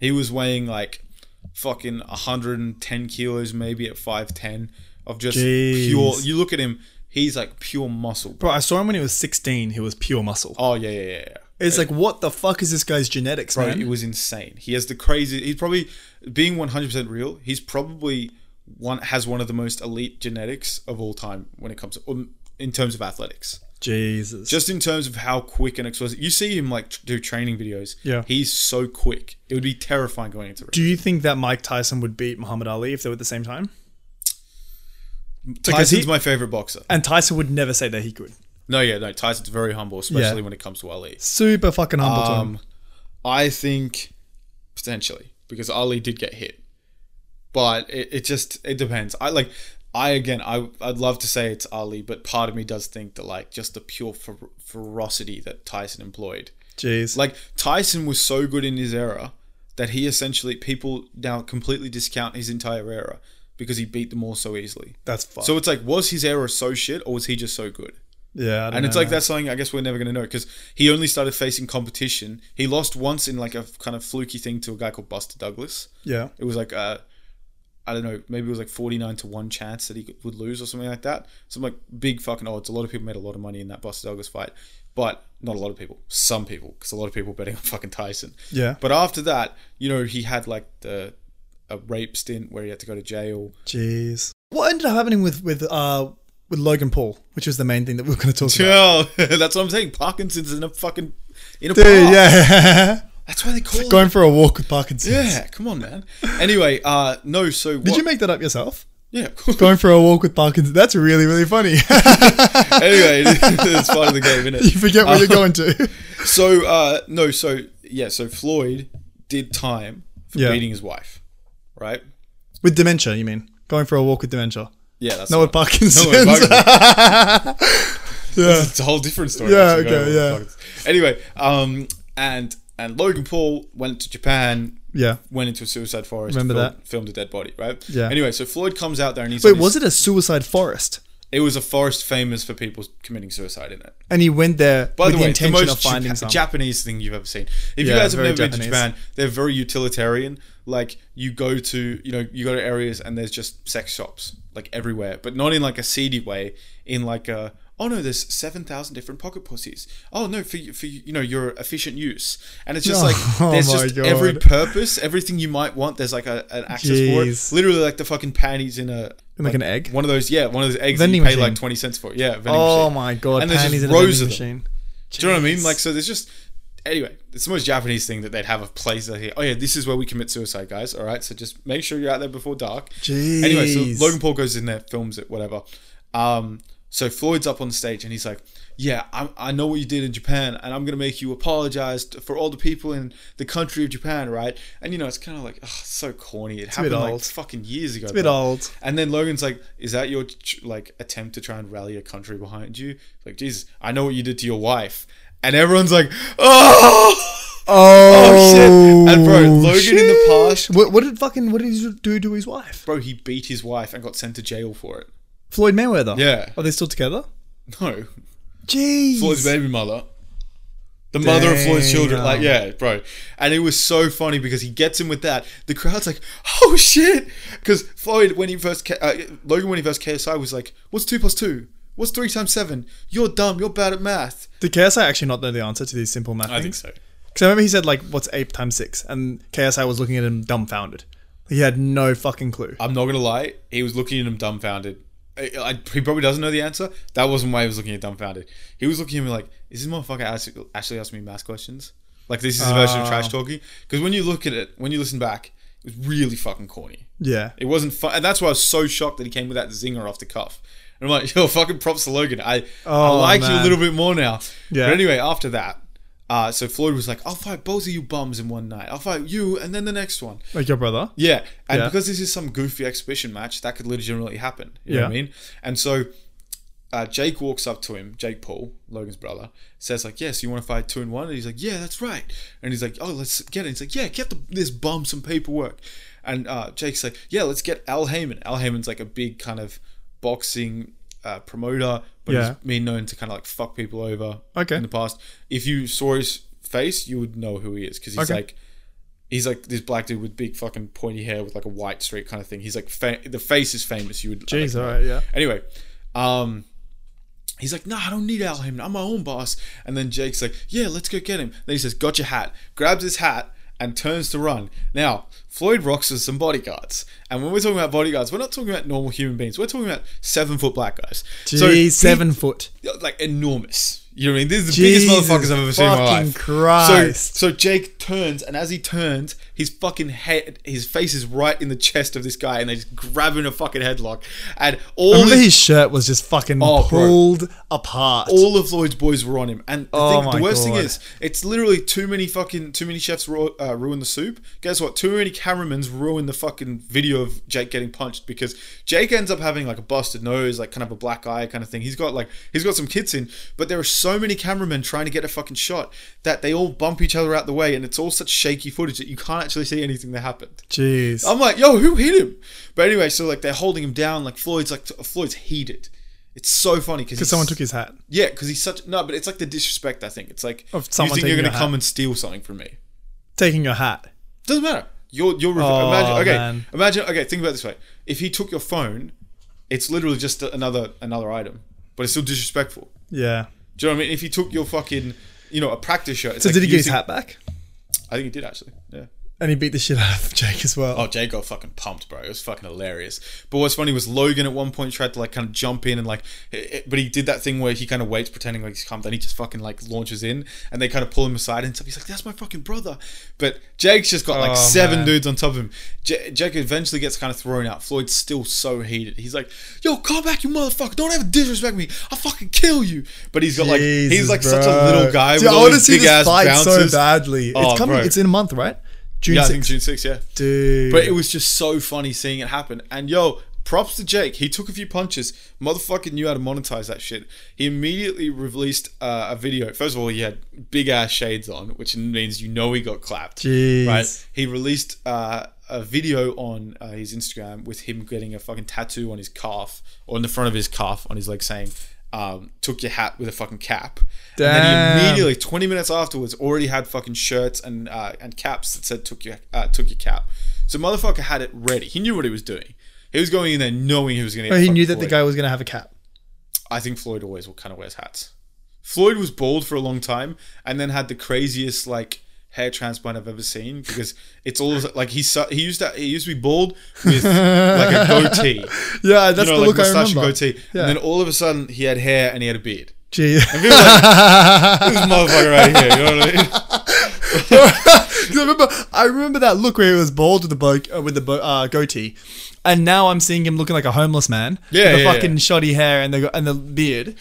He was weighing like fucking 110 kilos, maybe at 5'10 of just
Jeez.
pure. You look at him, he's like pure muscle.
Bro, I saw him when he was 16. He was pure muscle.
Oh, yeah, yeah, yeah. yeah.
It's like, what the fuck is this guy's genetics,
Bro,
man?
it was insane. He has the crazy. He's probably, being 100% real, he's probably one has one of the most elite genetics of all time when it comes to, um, in terms of athletics.
Jesus.
Just in terms of how quick and explosive. You see him like tr- do training videos.
Yeah.
He's so quick. It would be terrifying going into
Do you think that Mike Tyson would beat Muhammad Ali if they were at the same time? Because
Tyson's
he-
my favorite boxer.
And Tyson would never say that he could.
No, yeah, no. Tyson's very humble, especially
Yeah.
when it comes to Ali.
Super fucking humble to him.
Um, I think potentially because Ali did get hit, but it, it just it depends. I like I again I I'd love to say it's Ali, but part of me does think that like just the pure fer- ferocity that Tyson employed.
Jeez.
Like Tyson was so good in his era that he essentially people now completely discount his entire era because he beat them all so easily.
that's fucked.
So it's like was his era so shit or was he just so good?
yeah. I don't
And it's
know,
like
man.
that's something I guess we're never going to know because he only started facing competition. He lost once in like a kind of fluky thing to a guy called Buster Douglas.
Yeah.
It was like uh, I don't know, maybe it was like forty nine to one chance that he would lose or something like that. Some like big fucking odds. A lot of people made a lot of money in that Buster Douglas fight, but not a lot of people. Some people, because a lot of people betting on fucking Tyson.
Yeah.
But after that, you know, he had like the a rape stint where he had to go to jail.
Jeez. What ended up happening with with uh with Logan Paul, which was the main thing that we were going to talk about?
Yo, that's what I'm saying. Parkinson's in a fucking in a
Dude,
park.
yeah.
That's why they call it
Going for a walk with Parkinson's.
Yeah, come on, man. Anyway, uh, no. So
Did you make that up yourself?
Yeah.
Going for a walk with Parkinson's. That's really, really funny.
anyway, it's part of the game, isn't it?
you forget where you're
Uh,
going to.
So uh, no. So yeah. So Floyd did time for
Yeah.
beating his wife, right?
With dementia, you mean? Going for a walk with dementia.
Yeah. That's
Not with Parkinson's.
No, with
yeah.
it's a whole different story.
Yeah,
actually,
okay,
going on
yeah.
with Anyway, um, and and Logan Paul went to Japan.
Yeah.
Went into a suicide forest.
Remember
filmed,
that?
Filmed a dead body, right?
Yeah.
Anyway, so Floyd comes out there and he's.
Wait, was it a suicide forest?
It was a forest famous for people committing suicide in it.
And he went there
By
with
the
the
way, it's
intention
the most
of finding
Jap-
some.
Japanese thing you've ever seen. If
Yeah,
you guys have
very
never been to
Japanese.
Japan, they're very utilitarian. Like you go to, you know, you go to areas and there's just sex shops like everywhere, but not in like a seedy way. In like a oh no, there's seven thousand different pocket pussies. Oh no, for you- for you you know your efficient use, and it's just
No.
like
Oh
there's
my
just every
God.
purpose, everything you might want. There's like a, an access
Jeez.
for it. Literally like the fucking panties in a
Like an egg?
One of those, yeah, one of those eggs.
Vending
that you pay
machine.
like twenty cents for. Yeah, vending
oh
machine.
my god!
And there's
panties in
just
a
rows
vending
of them.
machine.
Do you know what I mean? Like, so there's just anyway, it's the most Japanese thing that they'd have a place that here. Oh yeah, this is where we commit suicide, guys. All right, so just make sure you're out there before dark. Anyway,
Jeez.
so Logan Paul goes in there, films it, whatever. Um, so Floyd's up on stage and he's like, "Yeah, I, I know what you did in Japan, and I'm gonna make you apologize t- for all the people in the country of Japan, right?" And you know, it's kind of like, oh, so corny. It
a bit
happened like
old.
fucking years ago. It's
a bit old.
and then Logan's like, "Is that your ch- like attempt to try and rally a country behind you?" Like, Jesus, I know what you did to your wife, and everyone's like, "Oh,
oh, oh
shit. And bro, Logan in the past-
What, what did fucking what did he do to his wife?
bro, he beat his wife and got sent to jail for it."
Floyd Mayweather.
Yeah.
Are they still together?
No,
Jeez.
Floyd's baby mother, the mother of Floyd's children.
Damn.
Like, yeah, bro. And it was so funny because he gets him with that. The crowd's like, "Oh shit!" Because Floyd, when he first ca- uh, Logan, when he first KSI, was like, "What's two plus two? What's three times seven? You're dumb. You're bad at math."
Did KSI actually not know the answer to these simple math things? Because I remember he said like, "What's eight times six? and KSI was looking at him dumbfounded. He had no fucking clue.
Uh, I'm not gonna lie, he was looking at him dumbfounded. I, I, he probably doesn't know the answer. That wasn't why he was looking at dumbfounded. He was looking at me like, "Is this motherfucker actually, actually asking me math questions?" Like this is a version of
Oh.
trash talking. Because when you look at it, when you listen back, it was really fucking corny.
Yeah.
It wasn't fun, and that's why I was so shocked that he came with that zinger off the cuff. And I'm like, yo, fucking props to Logan. I, I
Oh,
like you a
man.
little bit more now.
Yeah.
But anyway, after that, uh, so Floyd was like, I'll fight both of you bums in one night. I'll fight you and then the next one.
Like your brother?
Yeah, and
Yeah.
because this is some goofy exhibition match, that could legitimately happen. You know what I
Yeah.
mean? And so uh, Jake walks up to him, Jake Paul, Logan's brother, says like, "Yes, you want to fight two and one?" And he's like, "Yeah, that's right." And he's like, "Oh, let's get it." He's like, "Yeah, get the, this bum some paperwork." And uh, Jake's like, "Yeah, let's get Al Heyman." Al Heyman's like a big kind of boxing uh, promoter, but
Yeah.
he's been known to kind of like fuck people over
Okay.
in the past. If you saw his face, you would know who he is because he's
Okay.
like he's like this black dude with big fucking pointy hair with like a white streak kind of thing. He's like fa- the face is famous. You would
Jeez,
like,
all right, yeah.
Anyway, um, he's like, nah, I don't need Al Heyman. I'm my own boss. And then Jake's like, yeah, let's go get him. Then he says, got your hat. Grabs his hat and turns to run. Now Floyd rocks with some bodyguards, and when we're talking about bodyguards, we're not talking about normal human beings. We're talking about seven foot black guys. So
Jeez,
he-
seven foot.
like enormous. You know what I mean? This is the
Jesus
biggest motherfuckers I've ever seen in my
fucking
life.
Christ.
So, so Jake turns, and as he turns, his fucking head, his face is right in the chest of this guy, and they just grab him in a fucking headlock. And all
Remember
his-
his shirt was just fucking
Oh, bro.
pulled apart.
all of Lloyd's boys were on him. And the,
Oh
thing,
my
the worst
God.
thing is, it's literally too many fucking too many chefs ru- uh, ruin the soup. Guess what? Too many cameramen ruin the fucking video of Jake getting punched because Jake ends up having like a busted nose, like kind of a black eye kind of thing. He's got like he's got some kits in, but there are so many cameramen trying to get a fucking shot that they all bump each other out the way, and it's all such shaky footage that you can't actually see anything that happened.
Jeez.
I'm like, yo, who hit him? But anyway, so like they're holding him down. Like Floyd's like Floyd's heated. It's so funny because
Because someone took his hat.
yeah, because he's such no, but it's like the disrespect. I think it's like
Of
you
someone
think you're
taking
going
your
to come
hat.
and steal something from me.
Taking your hat.
Doesn't matter. You're you're rev-
Oh,
imagine okay
man.
imagine okay think about it this way. If he took your phone, it's literally just another another item, but it's still disrespectful.
Yeah.
Do you know what I mean? If he took your fucking you know a practice shirt, it's
So
like
did he get his
using-
hat back?
I think he did actually. Yeah.
And he beat the shit out of Jake as well.
Oh, Jay got fucking pumped, bro. It was fucking hilarious. But what's funny was Logan at one point tried to like kind of jump in and like, it- it- but he did that thing where he kind of waits, pretending like he's come, then he just fucking like launches in, and they kind of pull him aside and stuff. He's like, "That's my fucking brother." But Jake's just got like
Oh,
seven
man.
dudes on top of him. J- Jake eventually gets kind of thrown out. Floyd's still so heated. He's like, "Yo, come back, you motherfucker! Don't ever disrespect me. I'll fucking kill you." But he's got like, he's
Jesus,
like such a
bro.
little guy.
Dude,
with
I
all
wanna
these
see
big
this
ass
fight
bouncers.
so badly.
Oh,
it's coming.
bro.
It's in a month, right? June
yeah, I think
6th.
June 6th, yeah.
Dude.
But it was just so funny seeing it happen. And yo, props to Jake. He took a few punches. Motherfucker knew how to monetize that shit. He immediately released uh, a video. First of all, he had big ass shades on, which means you know he got clapped.
Jeez.
Right? He released uh, a video on uh, his Instagram with him getting a fucking tattoo on his calf or in the front of his calf on his leg saying, um, took your hat with a fucking cap. And then he
Damn.
immediately, 20 minutes afterwards, already had fucking shirts and uh, and caps that said took your uh, took your cap. So motherfucker had it ready. He knew what he was doing. He was going in there knowing he was going to.
But Oh, he knew that the guy was going to have a cap.
I think Floyd always will kind of wears hats. Floyd was bald for a long time and then had the craziest like hair transplant I've ever seen because it's all like he su- he used to he used to be bald with like a goatee.
Yeah, that's
You know,
the
like
look I
mustache and
remember.
goatee.
Yeah.
And then all of a sudden he had hair and he had a beard.
Gee.
People were like, this motherfucker right here, you know what I mean?
'Cause I remember, I remember that look where he was bald with the bo- uh, with the bo- uh, goatee, and now I'm seeing him looking like a homeless man.
Yeah,
with the
yeah,
fucking
yeah.
shoddy hair and the go- and the beard.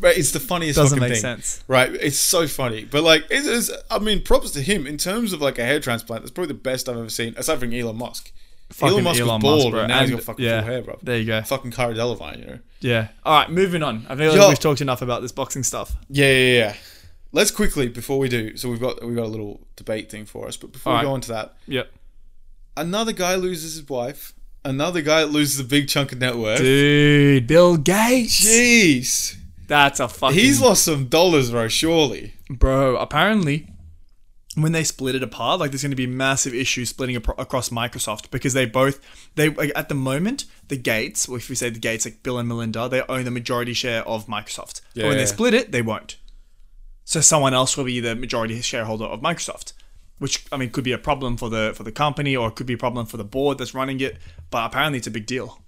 But it's the funniest
Doesn't
fucking
make
thing.
sense.
Right. It's so funny. But like it is I mean, props to him in terms of like a hair transplant, that's probably the best I've ever seen, aside from Elon Musk.
Fucking
Elon Musk
Elon Musk,
was bald
bro,
and now he's
and-
got fucking
yeah,
full hair, bro.
there you go.
Fucking Cara Delevingne, you know.
Yeah. All right, moving on. I feel like
Yo.
we've talked enough about this boxing stuff.
Yeah, yeah, yeah. Let's quickly before we do, so we've got we've got a little debate thing for us, but before we
Alright.
go on to that,
Yep.
another guy loses his wife, another guy loses a big chunk of net worth.
Dude, Bill Gates.
Jeez.
That's a fucking.
He's lost some dollars, bro, surely.
Bro, apparently, when they split it apart, like there's going to be massive issues splitting apro- across Microsoft because they both they like, at the moment the Gates, well, if we say the Gates, like Bill and Melinda, they own the majority share of Microsoft. But when
Yeah.
they split it, they won't. So someone else will be the majority shareholder of Microsoft, which I mean could be a problem for the for the company or it could be a problem for the board that's running it. But apparently, it's a big deal.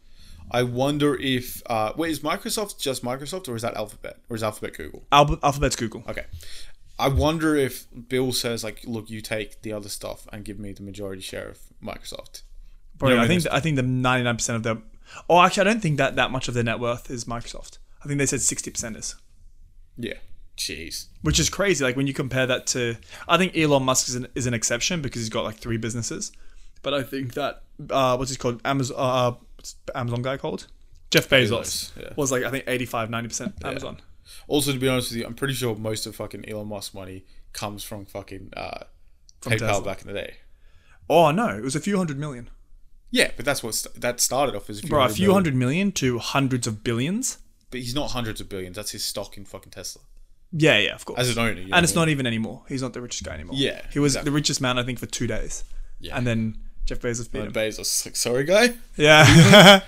I wonder if uh, wait is Microsoft just Microsoft or is that Alphabet or is Alphabet Google?
Alpha- Alphabet's Google.
Okay. I wonder if Bill says like, look, you take the other stuff and give me the majority share of Microsoft.
Probably,
Yeah,
I think I think the ninety nine percent of their. Oh, actually, I don't think that that much of their net worth is Microsoft. I think they said sixty percent is,
Yeah. Jeez.
which is crazy. Like when you compare that to, I think Elon Musk is an, is an exception because he's got like three businesses, but I think that uh, what's he called Amazon uh, what's Amazon guy called Jeff Bezos,
Bezos, yeah.
was like I think 85 90 percent Amazon.
Also, to be honest with you, I'm pretty sure most of fucking Elon Musk money comes from fucking uh, PayPal
Tesla.
back in the day.
Oh no, it was a few hundred million.
Yeah, but that's what st- that started off as a few,
Bro, a
hundred
few
million.
hundred million to hundreds of billions.
But he's not hundreds of billions. That's his stock in fucking Tesla
Yeah, yeah, of course.
as an owner. You know
and it's
what I
not even anymore. He's not the richest guy anymore.
Yeah,
he was
exactly.
the richest man I think for two days. Yeah, and then Jeff Bezos beat him.
mean? Bezos. is Like, sorry, guy.
yeah,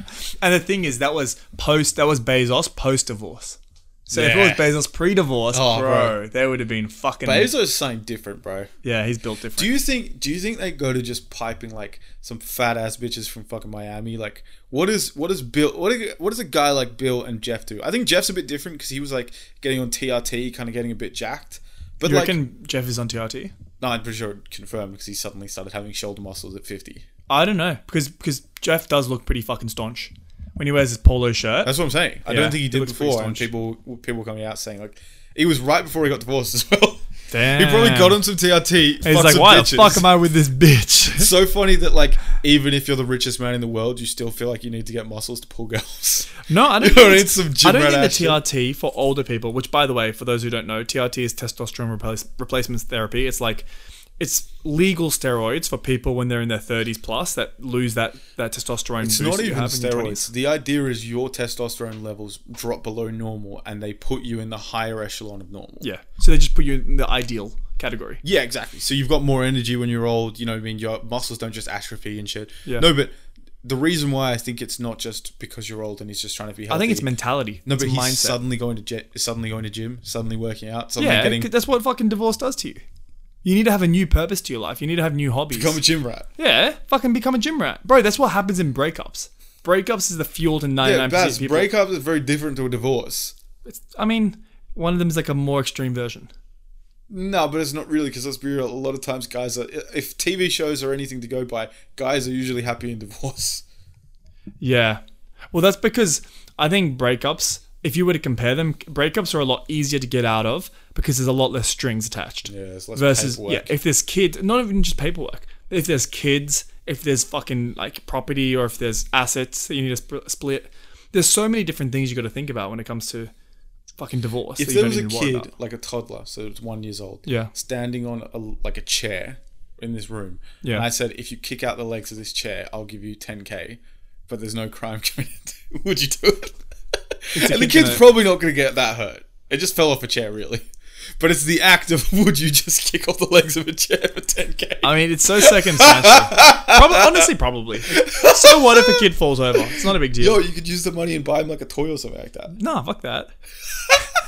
and the thing is, that was post. That was Bezos post divorce. So if
Yeah.
it was Bezos pre divorce,
Oh,
bro,
bro.
they would have been fucking.
Bezos is something different, bro.
yeah, he's built different.
Do you think? Do you think they go to just piping like some fat ass bitches from fucking Miami? Like, what is what is Bill? What do- what does a guy like Bill and Jeff do? I think Jeff's a bit different because he was like getting on TRT, kind of getting a bit jacked. But
You
like,
reckon Jeff is on TRT?
no, I'm pretty sure it confirmed because he suddenly started having shoulder muscles at 50.
I don't know because because Jeff does look pretty fucking staunch when he wears his polo shirt.
That's what I'm saying. I
Yeah,
don't think he
he
did
looks pretty
before, and
staunch.
people people were coming out saying like it was right before he got divorced as well. he
Damn.
probably got on some TRT.
he's
fucked
like,
some
why the
bitches."
fuck am I with this bitch?
It's so funny that like even if you're the richest man in the world, you still feel like you need to get muscles to pull girls.
No, I
You
don't.
need
Think it's,
some
I don't
Jim
think the
Radashian.
TRT for older people, which by the way, for those who don't know, TRT is testosterone replace, replacement therapy. It's like it's legal steroids for people when they're in their 30s plus that lose that that testosterone.
It's not even steroids. The idea is your testosterone levels drop below normal, and they put you in the higher echelon of normal.
Yeah, so they just put you in the ideal category.
Yeah, exactly. So you've got more energy when you're old. You know, what I mean, your muscles don't just atrophy and shit.
Yeah.
No, but the reason why I think it's not just because you're old and he's just trying to be healthy.
I think it's mentality.
No, but
it's
he's
mindset.
suddenly going to gy- suddenly going to gym, suddenly working out, suddenly
yeah,
getting
that's what fucking divorce does to you. You need to have a new purpose to your life. You need to have new hobbies.
become a gym rat.
yeah, fucking become a gym rat, bro. That's what happens in breakups. Breakups is the fuel to 99%
Yeah, Baz,
of people.
breakup is very different to a divorce.
I mean, one of them is like a more extreme version.
No, but it's not really because let's be real. A lot of times, guys are if TV shows are anything to go by, guys are usually happy in divorce.
Yeah. Well, that's because I think breakups, if you were to compare them, breakups are a lot easier to get out of because there's a lot less strings attached. Yeah,
there's less
versus
paperwork.
yeah, if there's kids, not even just paperwork. If there's kids, if there's fucking like property or if there's assets that you need to sp- split, there's so many different things you got to think about when it comes to fucking divorce.
If
that you
there
don't
was a
even worry
kid,
about.
like a toddler, so it's one years old,
Yeah.
standing on a, like a chair in this room,
Yeah.
and I said, if you kick out the legs of this chair, I'll give you 10k, but there's no crime committed, would you do it? and the
kid
kid's
gonna-
probably not going to get that hurt. It just fell off a chair, really. But it's the act of would you just kick off the legs of a chair for 10k?
I mean, it's so circumstantial. Prob- honestly, probably. So what if a kid falls over? It's not a big deal.
Yo, you could use the money and buy him like a toy or something like that.
Nah, fuck that.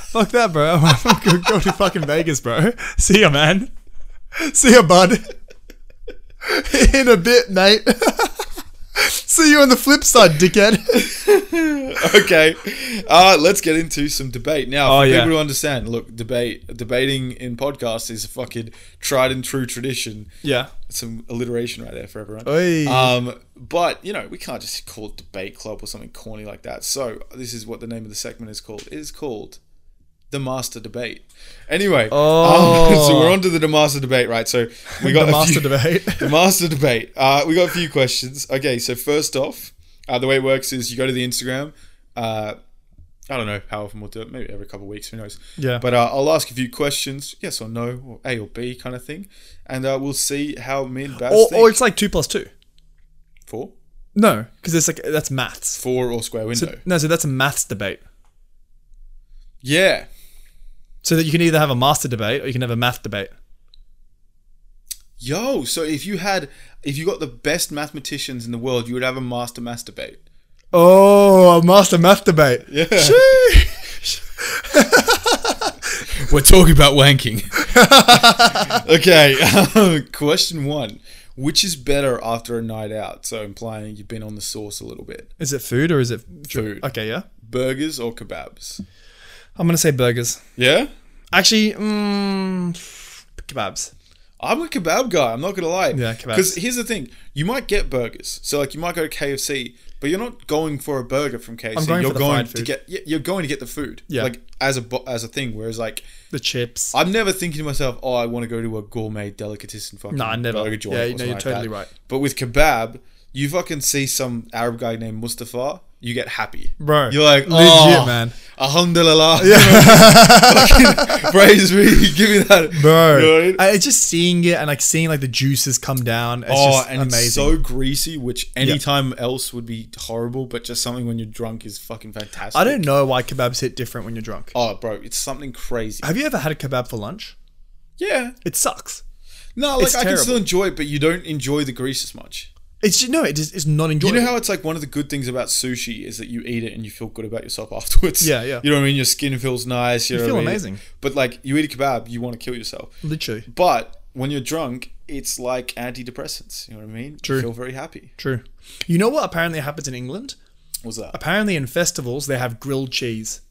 fuck that, bro. I'm gonna go to fucking Vegas, bro. See ya, man.
See ya, bud. in a bit, mate. See you on the flip side, dickhead.
okay. Uh, let's get into some debate. Now,
Oh,
for
yeah.
people to understand, look, debate debating in podcasts is a fucking tried and true tradition.
Yeah.
Some alliteration right there for everyone.
Oi.
Um, but you know, we can't just call it debate club or something corny like that. So this is what the name of the segment is called. It is called the Master Debate. Anyway, um, so we're on to the Master Debate, right? So we
Oh. The
got a
master
few-
debate.
the master debate. Uh, we got a few questions. Okay, so first off, uh, the way it works is you go to the Instagram. Uh, I don't know how often we'll do it. Maybe every couple of weeks. Who knows?
Yeah.
But uh, I'll ask a few questions, yes or no, or A or B kind of thing, and uh, we'll see how me and Baz
Or,
think.
or it's like two plus two.
four,
No, because it's like that's maths.
four or square window.
No, so that's a maths debate.
yeah.
So that you can either have a master debate or you can have a math debate.
Yo. So if you had, if you got the best mathematicians in the world, you would have a master math debate.
Oh, a master math debate.
Yeah. We're talking about wanking. okay. um, Question one which is better after a night out? So implying you've been on the sauce a little bit.
Is it food or is it
Food.
Okay, yeah.
Burgers or kebabs?
I'm gonna say burgers.
Yeah,
Actually, mm, kebabs.
I'm a kebab guy. I'm not gonna lie.
Yeah, kebabs.
Because here's the thing: you might get burgers. So like, you might go to KFC, but you're not going for a burger from KFC.
going
you're
for the
going
fried
to
food.
get. yeah, You're going to get the food.
Yeah.
Like as a bo- as a thing. Whereas like,
The chips.
I'm never thinking to myself, "Oh, I want to go to a gourmet delicatessen fucking
Nah, never.
burger joint."
Yeah, no,
or
you're
something like
totally
that.
right.
But with kebab, you fucking see some Arab guy named Mustafa, you get happy,
Bro,
You're like,
legit,
"Oh,
man."
alhamdulillah." Fucking praise me, give me that,
Bro,
You know what I mean?
I- it's just seeing it and like seeing like the juices come down. It's
Oh,
just
and
amazing.
it's so greasy, which anytime else would be horrible, but just something when you're drunk is fucking fantastic.
I don't know why kebabs hit different when you're drunk.
Oh, bro, it's something crazy.
Have you ever had a kebab for lunch?
Yeah.
It sucks.
No, like
It's
I can
terrible.
still enjoy it, but you don't enjoy the grease as much.
It's just, no, it is, it's not
You
enjoyable.
know how it's like one of the good things about sushi is that you eat it and you feel good about yourself afterwards.
Yeah, yeah.
You know what I mean? Your skin feels nice. You, know
feel
what I mean?
amazing.
But like you eat a kebab, you want to kill yourself.
Literally.
But when you're drunk, it's like antidepressants. You know what I mean?
True.
You feel very happy.
True. You know what apparently happens in England?
What's that?
Apparently in festivals they have grilled cheese.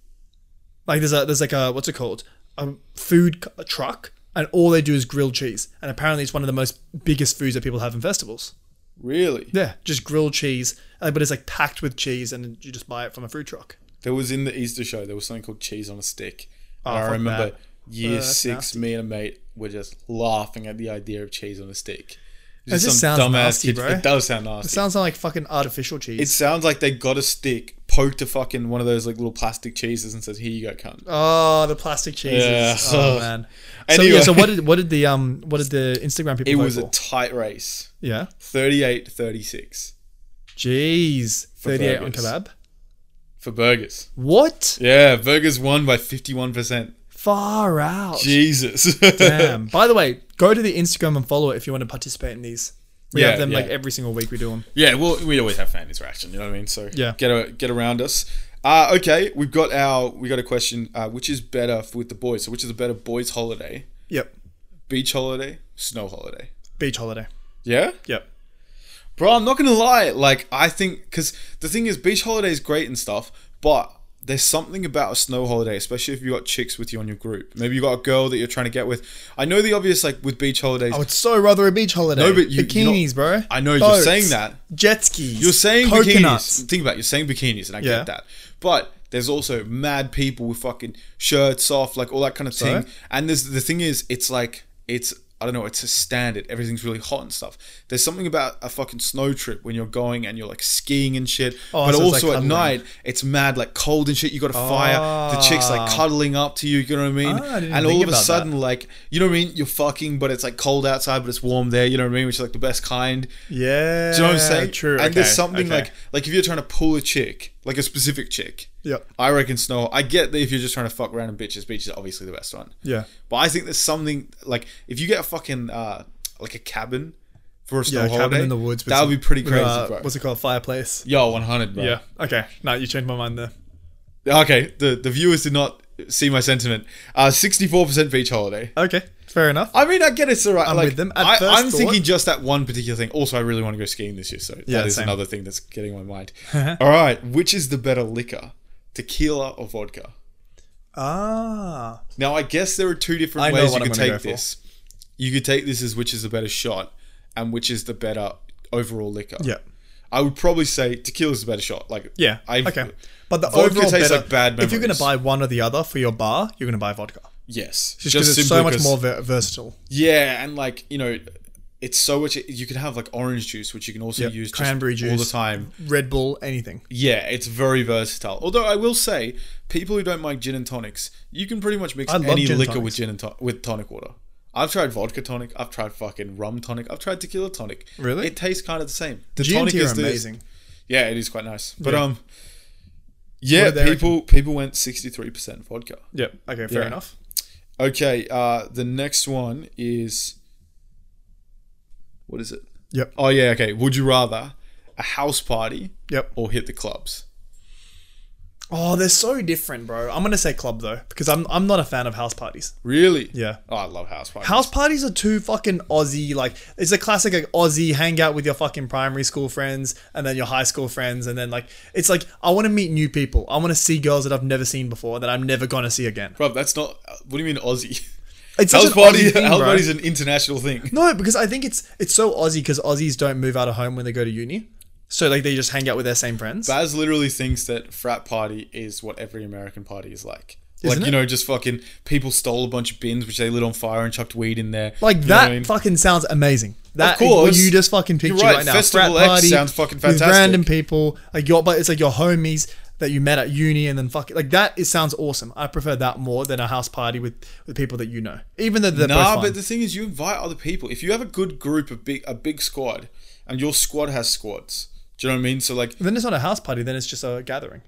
Like there's a there's like a what's it called? A food c- truck and all they do is grilled cheese. And apparently it's one of the most biggest foods that people have in festivals.
Really?
Yeah, just grilled cheese, uh, but it's like packed with cheese and you just buy it from a food truck.
There was in the Easter show. There was something called cheese on a stick. And I
Oh, fuck
remember
that. Oh,
year
that's
six, me and a mate were just laughing at the idea of cheese on a stick.
That just sounds nasty,
kid-
bro.
It does sound nasty.
It sounds like fucking artificial cheese.
it sounds like they got a stick, poked a fucking one of those like little plastic cheeses, and says, "Here you go, cunt."
oh, the plastic cheeses.
Yeah.
Oh man. So,
Anyway.
yeah, so what did what did the um what did the Instagram people
it
vote
was a
for?
tight race,
yeah.
38-36
Jeez. 38 on
burgers.
kebab.
for burgers.
What?
Yeah, burgers won by fifty-one percent.
Far out.
Jesus.
Damn. By the way, go to the Instagram and follow it if you want to participate in these. We
Yeah,
have them like
yeah.
every single week we do them.
Yeah, well, we always have fan interaction. You know what I mean? So
Yeah.
get a, get around us. Uh, okay, we've got our we got a question. Uh, which is better for, with the boys? So which is a better boys' holiday?
Yep.
Beach holiday, snow holiday?
Beach holiday.
Yeah,
Yep.
bro. I'm not gonna lie. Like I think because the thing is, beach holiday is great and stuff, but there's something about a snow holiday, especially if you got chicks with you on your group. Maybe you got a girl that you're trying to get with. I know the obvious, like with beach holidays.
I would Oh, so rather a beach holiday.
No, but you- you're not-
bikinis, bro.
I know you're saying that.
Jet skis.
You're saying
coconuts.
bikinis. Think about it, you're saying bikinis, and I
Yeah.
get that. But there's also mad people with fucking shirts off, like all that kind of thing. And there's the thing is, it's like it's I don't know, it's a standard. Everything's really hot and stuff. There's something about a fucking snow trip when you're going and you're like skiing and shit.
Oh, so
but
it's like
also at
cuddling.
night, it's mad like cold and shit. You got a fire, the chicks like cuddling up to you. You know what I mean?
Ah, I didn't
and
think
all of a
about that.
sudden, like you know what I mean? You're fucking, but it's like cold outside, but it's warm there. You know what I mean? Which is like the best kind.
Yeah.
Do you know what I'm saying?
True.
And there's something like
okay.
like if you're trying to pull a chick, like a specific chick.
Yep.
I reckon snow. I get that if you're just trying to fuck random bitches, beach is obviously the best one.
Yeah.
But I think there's something like if you get a fucking uh like a cabin for a snow
Yeah,
holiday,
cabin in the woods. with
that would
some-
be pretty
with,
crazy,
uh,
bro.
What's it called? Fireplace.
Yo, 100, bro.
Yeah. Okay. No, you changed my mind there.
Okay, the the viewers did not see my sentiment. Uh 64% beach holiday.
Okay. Fair enough.
I mean, I get it's the right.
I'm
like,
with them. At
I,
first
I'm
thought-
thinking just that one particular thing. Also, I really want to go skiing this year, so
Yeah,
that is
same. Uh-huh.
another thing that's getting my mind. All right, which is the better liquor, tequila or vodka?
ah.
Now, I guess there are two different
I know
ways you
what I'm
could
gonna
take
go for.
this. You could take this as which is the better shot, and which is the better overall liquor.
Yeah.
I would probably say tequila is the better shot. Like,
Yeah.
I
okay. But the
vodka
overall
tastes
better,
like bad
If you're gonna
memories.
buy one or the other for your bar, you're gonna buy vodka.
yes,
Just because it's so
simply
much
'cause-
more ver- versatile.
Yeah, and like you know, it's so much. You can have like orange juice, which you can also
Yep,
use just
cranberry
all the
juice.
time.
Red Bull, anything.
Yeah, it's very versatile. Although I will say, people who don't like gin and tonics, you can pretty much mix
I love
any
gin and
liquor
tonics.
with gin and ton- with tonic water. I've tried vodka tonic. I've tried fucking rum tonic. I've tried tequila tonic.
Really?
It tastes kind of the same. The
G&T are
the-
amazing.
yeah, it is quite nice. But
Yeah.
um,
What
yeah,
do they
people people went sixty three percent vodka.
Yep. Okay. Fair
Yeah.
enough.
Okay, uh, the next one is what is it?
Yep.
Oh yeah, okay. Would you rather a house party
Yep.
or hit the clubs?
Oh, they're so different, bro. I'm gonna say club though, because I'm I'm not a fan of house parties.
Really?
Yeah.
Oh, I love house parties.
House parties are too fucking Aussie. Like it's a classic like Aussie hang out with your fucking primary school friends and then your high school friends and then like it's like I want to meet new people. I want to see girls that I've never seen before that I'm never gonna see again.
Bro, that's not. What do you mean Aussie?
It's such
House
an
party.
Aussie thing,
house
bro.
party's an international thing.
No, because I think it's it's so Aussie because Aussies don't move out of home when they go to uni. So like they just hang out with their same friends.
Baz literally thinks that frat party is what every American party is like.
Isn't
like
it?
you know, just fucking people stole a bunch of bins which they lit on fire and chucked weed in there.
like
You know
that
what I mean?
fucking sounds amazing. That is
course.
what you just fucking
You're
picture
right.
right, now.
Festival
Frat
X
party
sounds fucking
With
fantastic.
random people, like your but it's like your homies that you met at uni and then fuck like that. It sounds awesome. I prefer that more than a house party with with people that you know, even though they're
Nah,
both
but
fun.
the thing is, you invite other people. If you have a good group, a big, a big squad, and your squad has squads, do you know what I mean? So like,
then it's not a house party. Then it's just a gathering.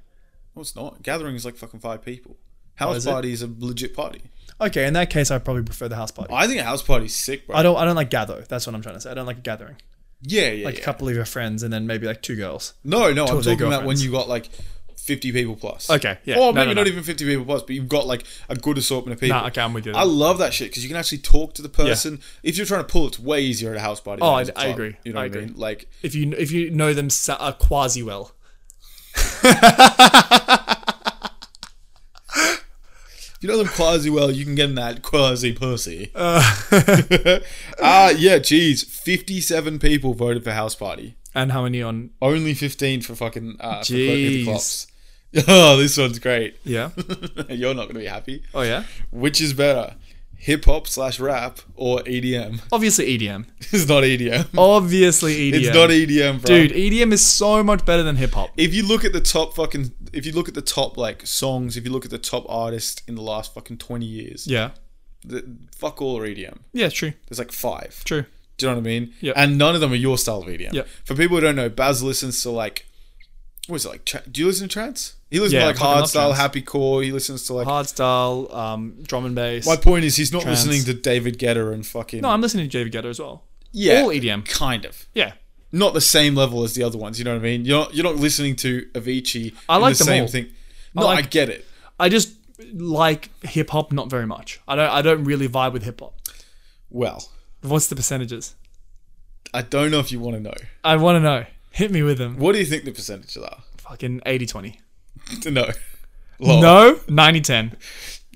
no, it's not. Gathering is like fucking five people. House
Oh, is it?
party is a legit party.
Okay, in that case, I probably prefer the house party. I,
I think a house party's sick, bro.
don't. I don't like gather. That's what I'm trying to say. I don't like a gathering.
yeah, yeah,
Like
yeah.
a couple of your friends and then maybe like two girls.
No, no, I'm
of their
talking about when
girlfriends.
you got like 50 people plus.
Okay, yeah.
Or
No,
maybe
no, no.
not even 50 people plus, but you've got like a good assortment of people.
Nah, okay, I'm with you
I
then.
love that shit because you can actually talk to the person. If you're trying to pull, it's way easier at a house party.
Oh,
than
I-
it is at a
I
club,
agree.
You know
I
what I
agree.
mean? Like,
If you if you know them sa- uh, quasi well.
if you know them quasi well, you can get in that quasi pussy.
Uh.
Ah, yeah, geez. 57 people voted for house party.
And how many on?
Only 15 for fucking uh, for Clerk of the
Jeez.
Clops. Oh, this one's great.
Yeah.
You're not going to be happy.
Oh yeah.
Which is better, hip hop slash rap or EDM?
E
Obviously EDM.
It's not EDM.
Obviously EDM.
It's not EDM, bro.
E Dude, EDM is so much better than hip hop.
if you look at the top fucking, if you look at the top like songs, if you look at the top artists in the last fucking twenty years,
Yeah.
the, fuck all are EDM.
Yeah. True.
There's like five.
True.
Do you know what I mean?
Yeah.
And none of them are your style of EDM.
Yeah.
For people who don't know, Baz listens to like, what is it like? Tra- do you listen to trance? He listens
Yeah,
to
I
like
fucking love
hard style,
trance.
happy core. He listens to like.
Hardstyle, um, drum and bass.
my point is, he's not
Trance.
listening to David Guetta and fucking.
No, I'm listening to JV Ghetto as well.
yeah,
all E EDM.
Kind of.
Yeah.
not the same level as the other ones. You know what I mean? You're not, you're not listening to Avicii.
I
and
like
the
them
same
all.
thing. No, I,
like-
get it.
I just like hip hop not very much. I don't I don't really vibe with hip hop.
Well,
What's the percentages?
I don't know if you want to know.
I want to know. Hit me with them.
What do you think the percentages are?
Fucking 80-20.
No, Lol.
No, 90-10.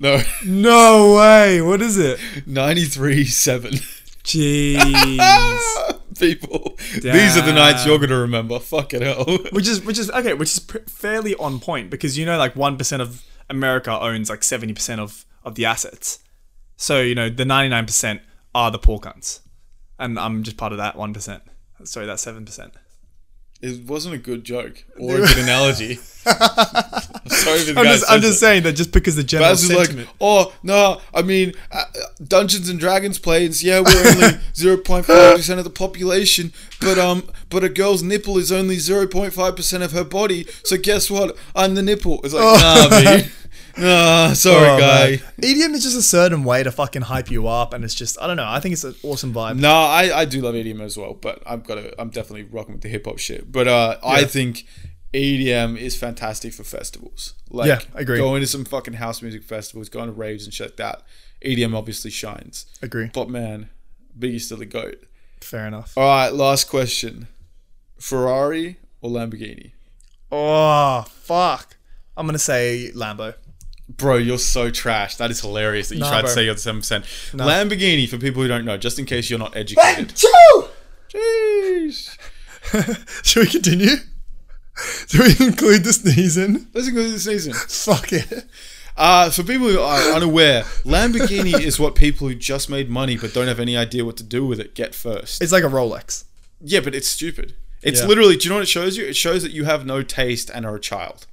no,
Oh. No way. What is it?
ninety-three seven
Jeez.
people. These are the nights you're gonna remember. Fucking hell.
which is which is okay, which is pr- fairly on point because you know like 1% of America owns like 70% of of the assets. So, you know, the 99% are the poor cunts. And I'm just part of that 1%. Sorry, that 7%.
It wasn't a good joke or a good analogy. I'm sorry for the
I'm
guy
just,
who
I'm just
says that.
saying that just because the general
Baz is
sentiment.
like, oh no! I mean, uh, uh, Dungeons and Dragons players, yeah, we're only zero point five percent of the population, but um, but a girl's nipple is only zero point five percent of her body. So guess what? I'm the nipple. It's like, nah, B. nah, sorry,
Oh,
guy.
man. EDM is just a certain way to fucking hype you up, and it's just I don't know. I think it's an awesome vibe.
Nah, I, I do love EDM as well, but I've got to, I'm definitely rocking with the hip hop shit. But uh, I think EDM is fantastic for festivals. Like,
Yeah, I agree.
Going to some fucking house music festivals, going to raves and shit like that. EDM obviously shines.
Agree.
But man, Biggie's still a goat.
Fair enough.
All right, last question: Ferrari or Lamborghini?
Oh fuck! I'm gonna say Lambo.
Bro, you're so trash. That is hilarious that you
Nah,
tried to
bro.
say you're the seven percent. Lamborghini for people who don't know, just in case you're not educated. Jeez.
Should we continue? Do we include the sneeze in?
Let's go this season.
Fuck it.
Uh, for people who are unaware, Lamborghini is what people who just made money but don't have any idea what to do with it get first.
It's like a Rolex.
yeah, but it's stupid. It's
Yeah.
literally, do you know what it shows you? It shows that you have no taste and are a child.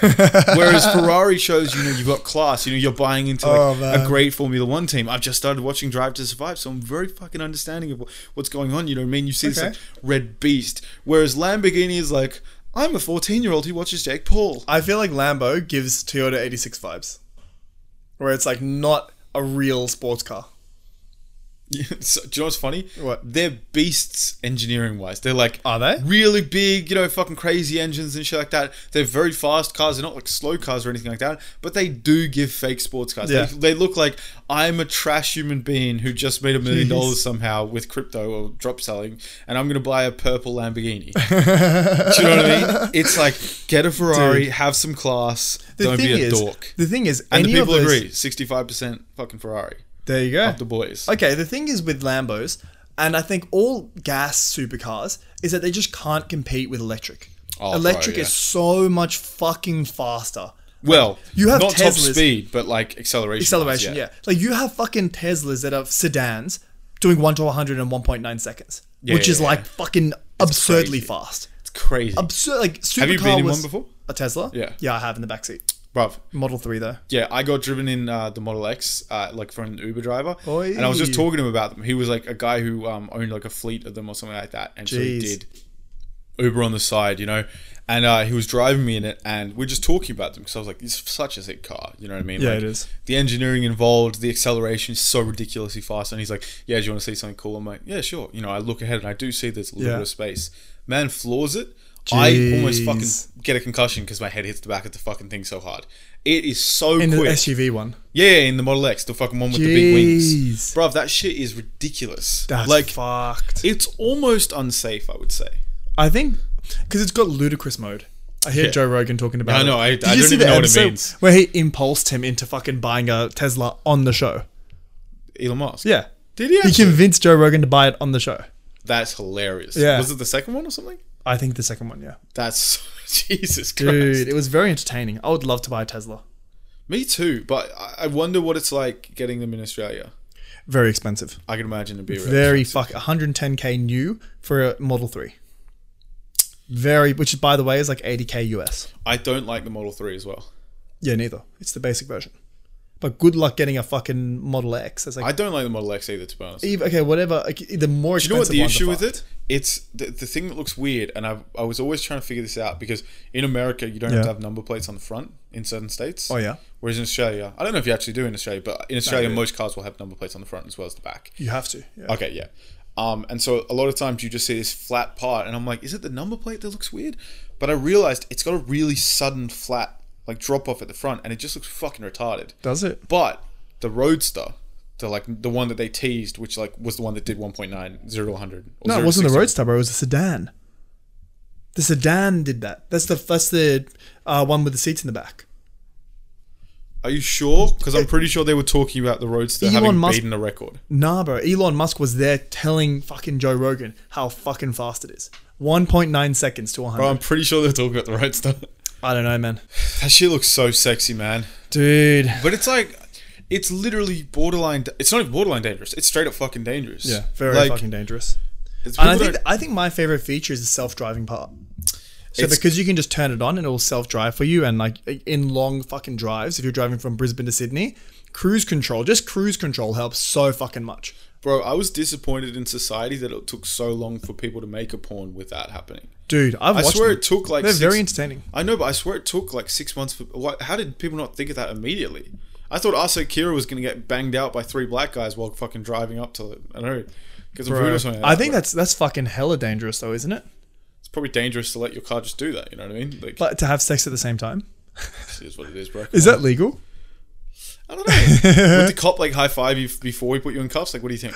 Whereas Ferrari shows you know you've got class, you know you're buying into like,
Oh, man.
a great Formula One team. I've just started watching Drive to Survive, so I'm very fucking understanding of wh- what's going on. You know what I mean? You see this
Okay.
like red beast. Whereas Lamborghini is like, I'm a 14 year old who watches Jake Paul.
I feel like Lambo gives Toyota 86 vibes, where it's like not a real sports car.
So, do you know what's funny?
What?
They're beasts engineering wise. They're like
Are they?
really big, you know, fucking crazy engines and shit like that. They're very fast cars. They're not like slow cars or anything like that. But they do give fake sports cars.
Yeah.
They, they look like I'm a trash human being who just made a million
Jeez.
dollars somehow with crypto or drop selling, and I'm gonna buy a purple Lamborghini. do you know what I mean? It's like get a Ferrari, have some class,
The
don't
thing
be a
is,
dork.
the thing is,
And
any
the people
of those,
agree. Sixty-five percent fucking Ferrari.
There you go.
The boys.
Okay, the thing is with Lambos, and I think all gas supercars, is that they just can't compete with electric.
Oh,
electric
bro, yeah.
is so much fucking faster.
Well,
You have
not top
Teslas.
speed, but like acceleration.
Acceleration, yeah. Like you have fucking Teslas that are sedans doing 1 to 100 in 1.9 seconds, which
yeah,
is
yeah.
like fucking absurdly
crazy.
fast.
It's crazy,
Absurd, like supercar
you been in
was
one before?
A Tesla?
Yeah.
Yeah, I have in the backseat.
bruv.
Model 3 though.
Yeah, I got driven in uh, the Model X, uh, like for an Uber driver,
Oi.
and I was just talking to him about them. He was like a guy who um, owned like a fleet of them or something like that, and so he
Jeez.
did Uber on the side, you know. And uh, he was driving me in it, and we're just talking about them because I was like, "This is such a sick car," you know what I mean?
Yeah,
Like,
it is.
The engineering involved, the acceleration is so ridiculously fast. And he's like, "Yeah, do you want to see something cool?" I'm like, "Yeah, sure." You know, I look ahead and I do see there's a little
Yeah.
bit of space. Man floors it. I almost
Jeez.
fucking get a concussion because my head hits the back of the fucking thing so hard. It is so
In
quick.
the SUV one.
Yeah, in the Model X, the fucking one with the big wings.
Jeez.
Bruv, that shit is ridiculous.
That's
like,
fucked.
it's almost unsafe, I would say.
I think because it's got ludicrous mode. I hear Joe Rogan talking about.
I know,
It.
I-
Did
I
you
don't
see
even
the
know what it
episode
means.
Where he impulsed him into fucking buying a Tesla on the show.
Elon Musk.
Yeah,
Did he
he
actually?
convinced Joe Rogan to buy it on the show.
That's hilarious.
Yeah.
Was it the second one or something?
I think the second one, yeah.
That's. Jesus Christ.
Dude, it was very entertaining. I would love to buy a Tesla.
Me too, but I I wonder what it's like getting them in Australia.
Very expensive.
I can imagine it'd be really
Very
expensive.
fuck 110k new for a Model 3. Very which by the way is like 80k US.
I don't like the Model 3 as well.
Yeah, neither. It's the basic version. But good luck getting a fucking Model X. It's like
I don't like the Model X either, to be honest.
Even- okay, whatever. Like, the more
you know what
expensive
the
ones
issue
are
with
fucked.
it? It's the, the thing that looks weird, and I, I was always trying to figure this out because in America you don't have
Yeah.
to have number plates on the front in certain states.
Oh, yeah.
Whereas in Australia, I don't know if you actually do in Australia, but in Australia
do.
most cars will have number plates on the front as well as the back.
You have to. Yeah.
Okay, yeah. Um, and so a lot of times you just see this flat part, and I'm like, is it the number plate that looks weird? But I realized it's got a really sudden flat like drop off at the front, and it just looks fucking retarded.
Does it?
But the Roadster, the like the one that they teased, which like was the one that did 1.9 0 to 100. or
No,
0
it
to
wasn't the
60.
Roadster, bro. It was the sedan. The sedan did that. That's the that's the uh, one with the seats in the back.
Are you sure? Because I'm pretty sure they were talking about the Roadster
Elon
having
Musk-
beaten a record.
Nah, bro. Elon Musk was there telling fucking Joe Rogan how fucking fast it is. 1.9 seconds to 100.
Bro, I'm pretty sure they're talking about the Roadster.
I don't know, man.
that shit looks so sexy, man.
Dude.
But it's like, it's literally borderline. It's not even borderline dangerous. It's straight up fucking dangerous.
Yeah, very
Like,
fucking dangerous.
It's,
And I
people
think
don't-
I think my favorite feature is the self-driving part. So
It's-
because you can just turn it on and it will self-drive for you, and like in long fucking drives, if you're driving from Brisbane to Sydney, cruise control, just cruise control helps so fucking much.
bro, I was disappointed in society that it took so long for people to make a porn with that happening.
Dude, I've
I
watched
swear
them.
it took like
They're
six-
very entertaining.
I know, but I swear it took like six months. For, what, how did people not think of that immediately? I thought Arso Kira was going to get banged out by three black guys while fucking driving up to it. I don't know. Get some food or something.
I think
that's
that's that's fucking hella dangerous though, isn't it?
it's probably dangerous to let your car just do that. You know what I mean? Like,
But to have sex at the same time.
it is what it is, bro.
Is that legal?
I don't know. Would the cop like high five you f- before we put you in cuffs? Like, what do you think?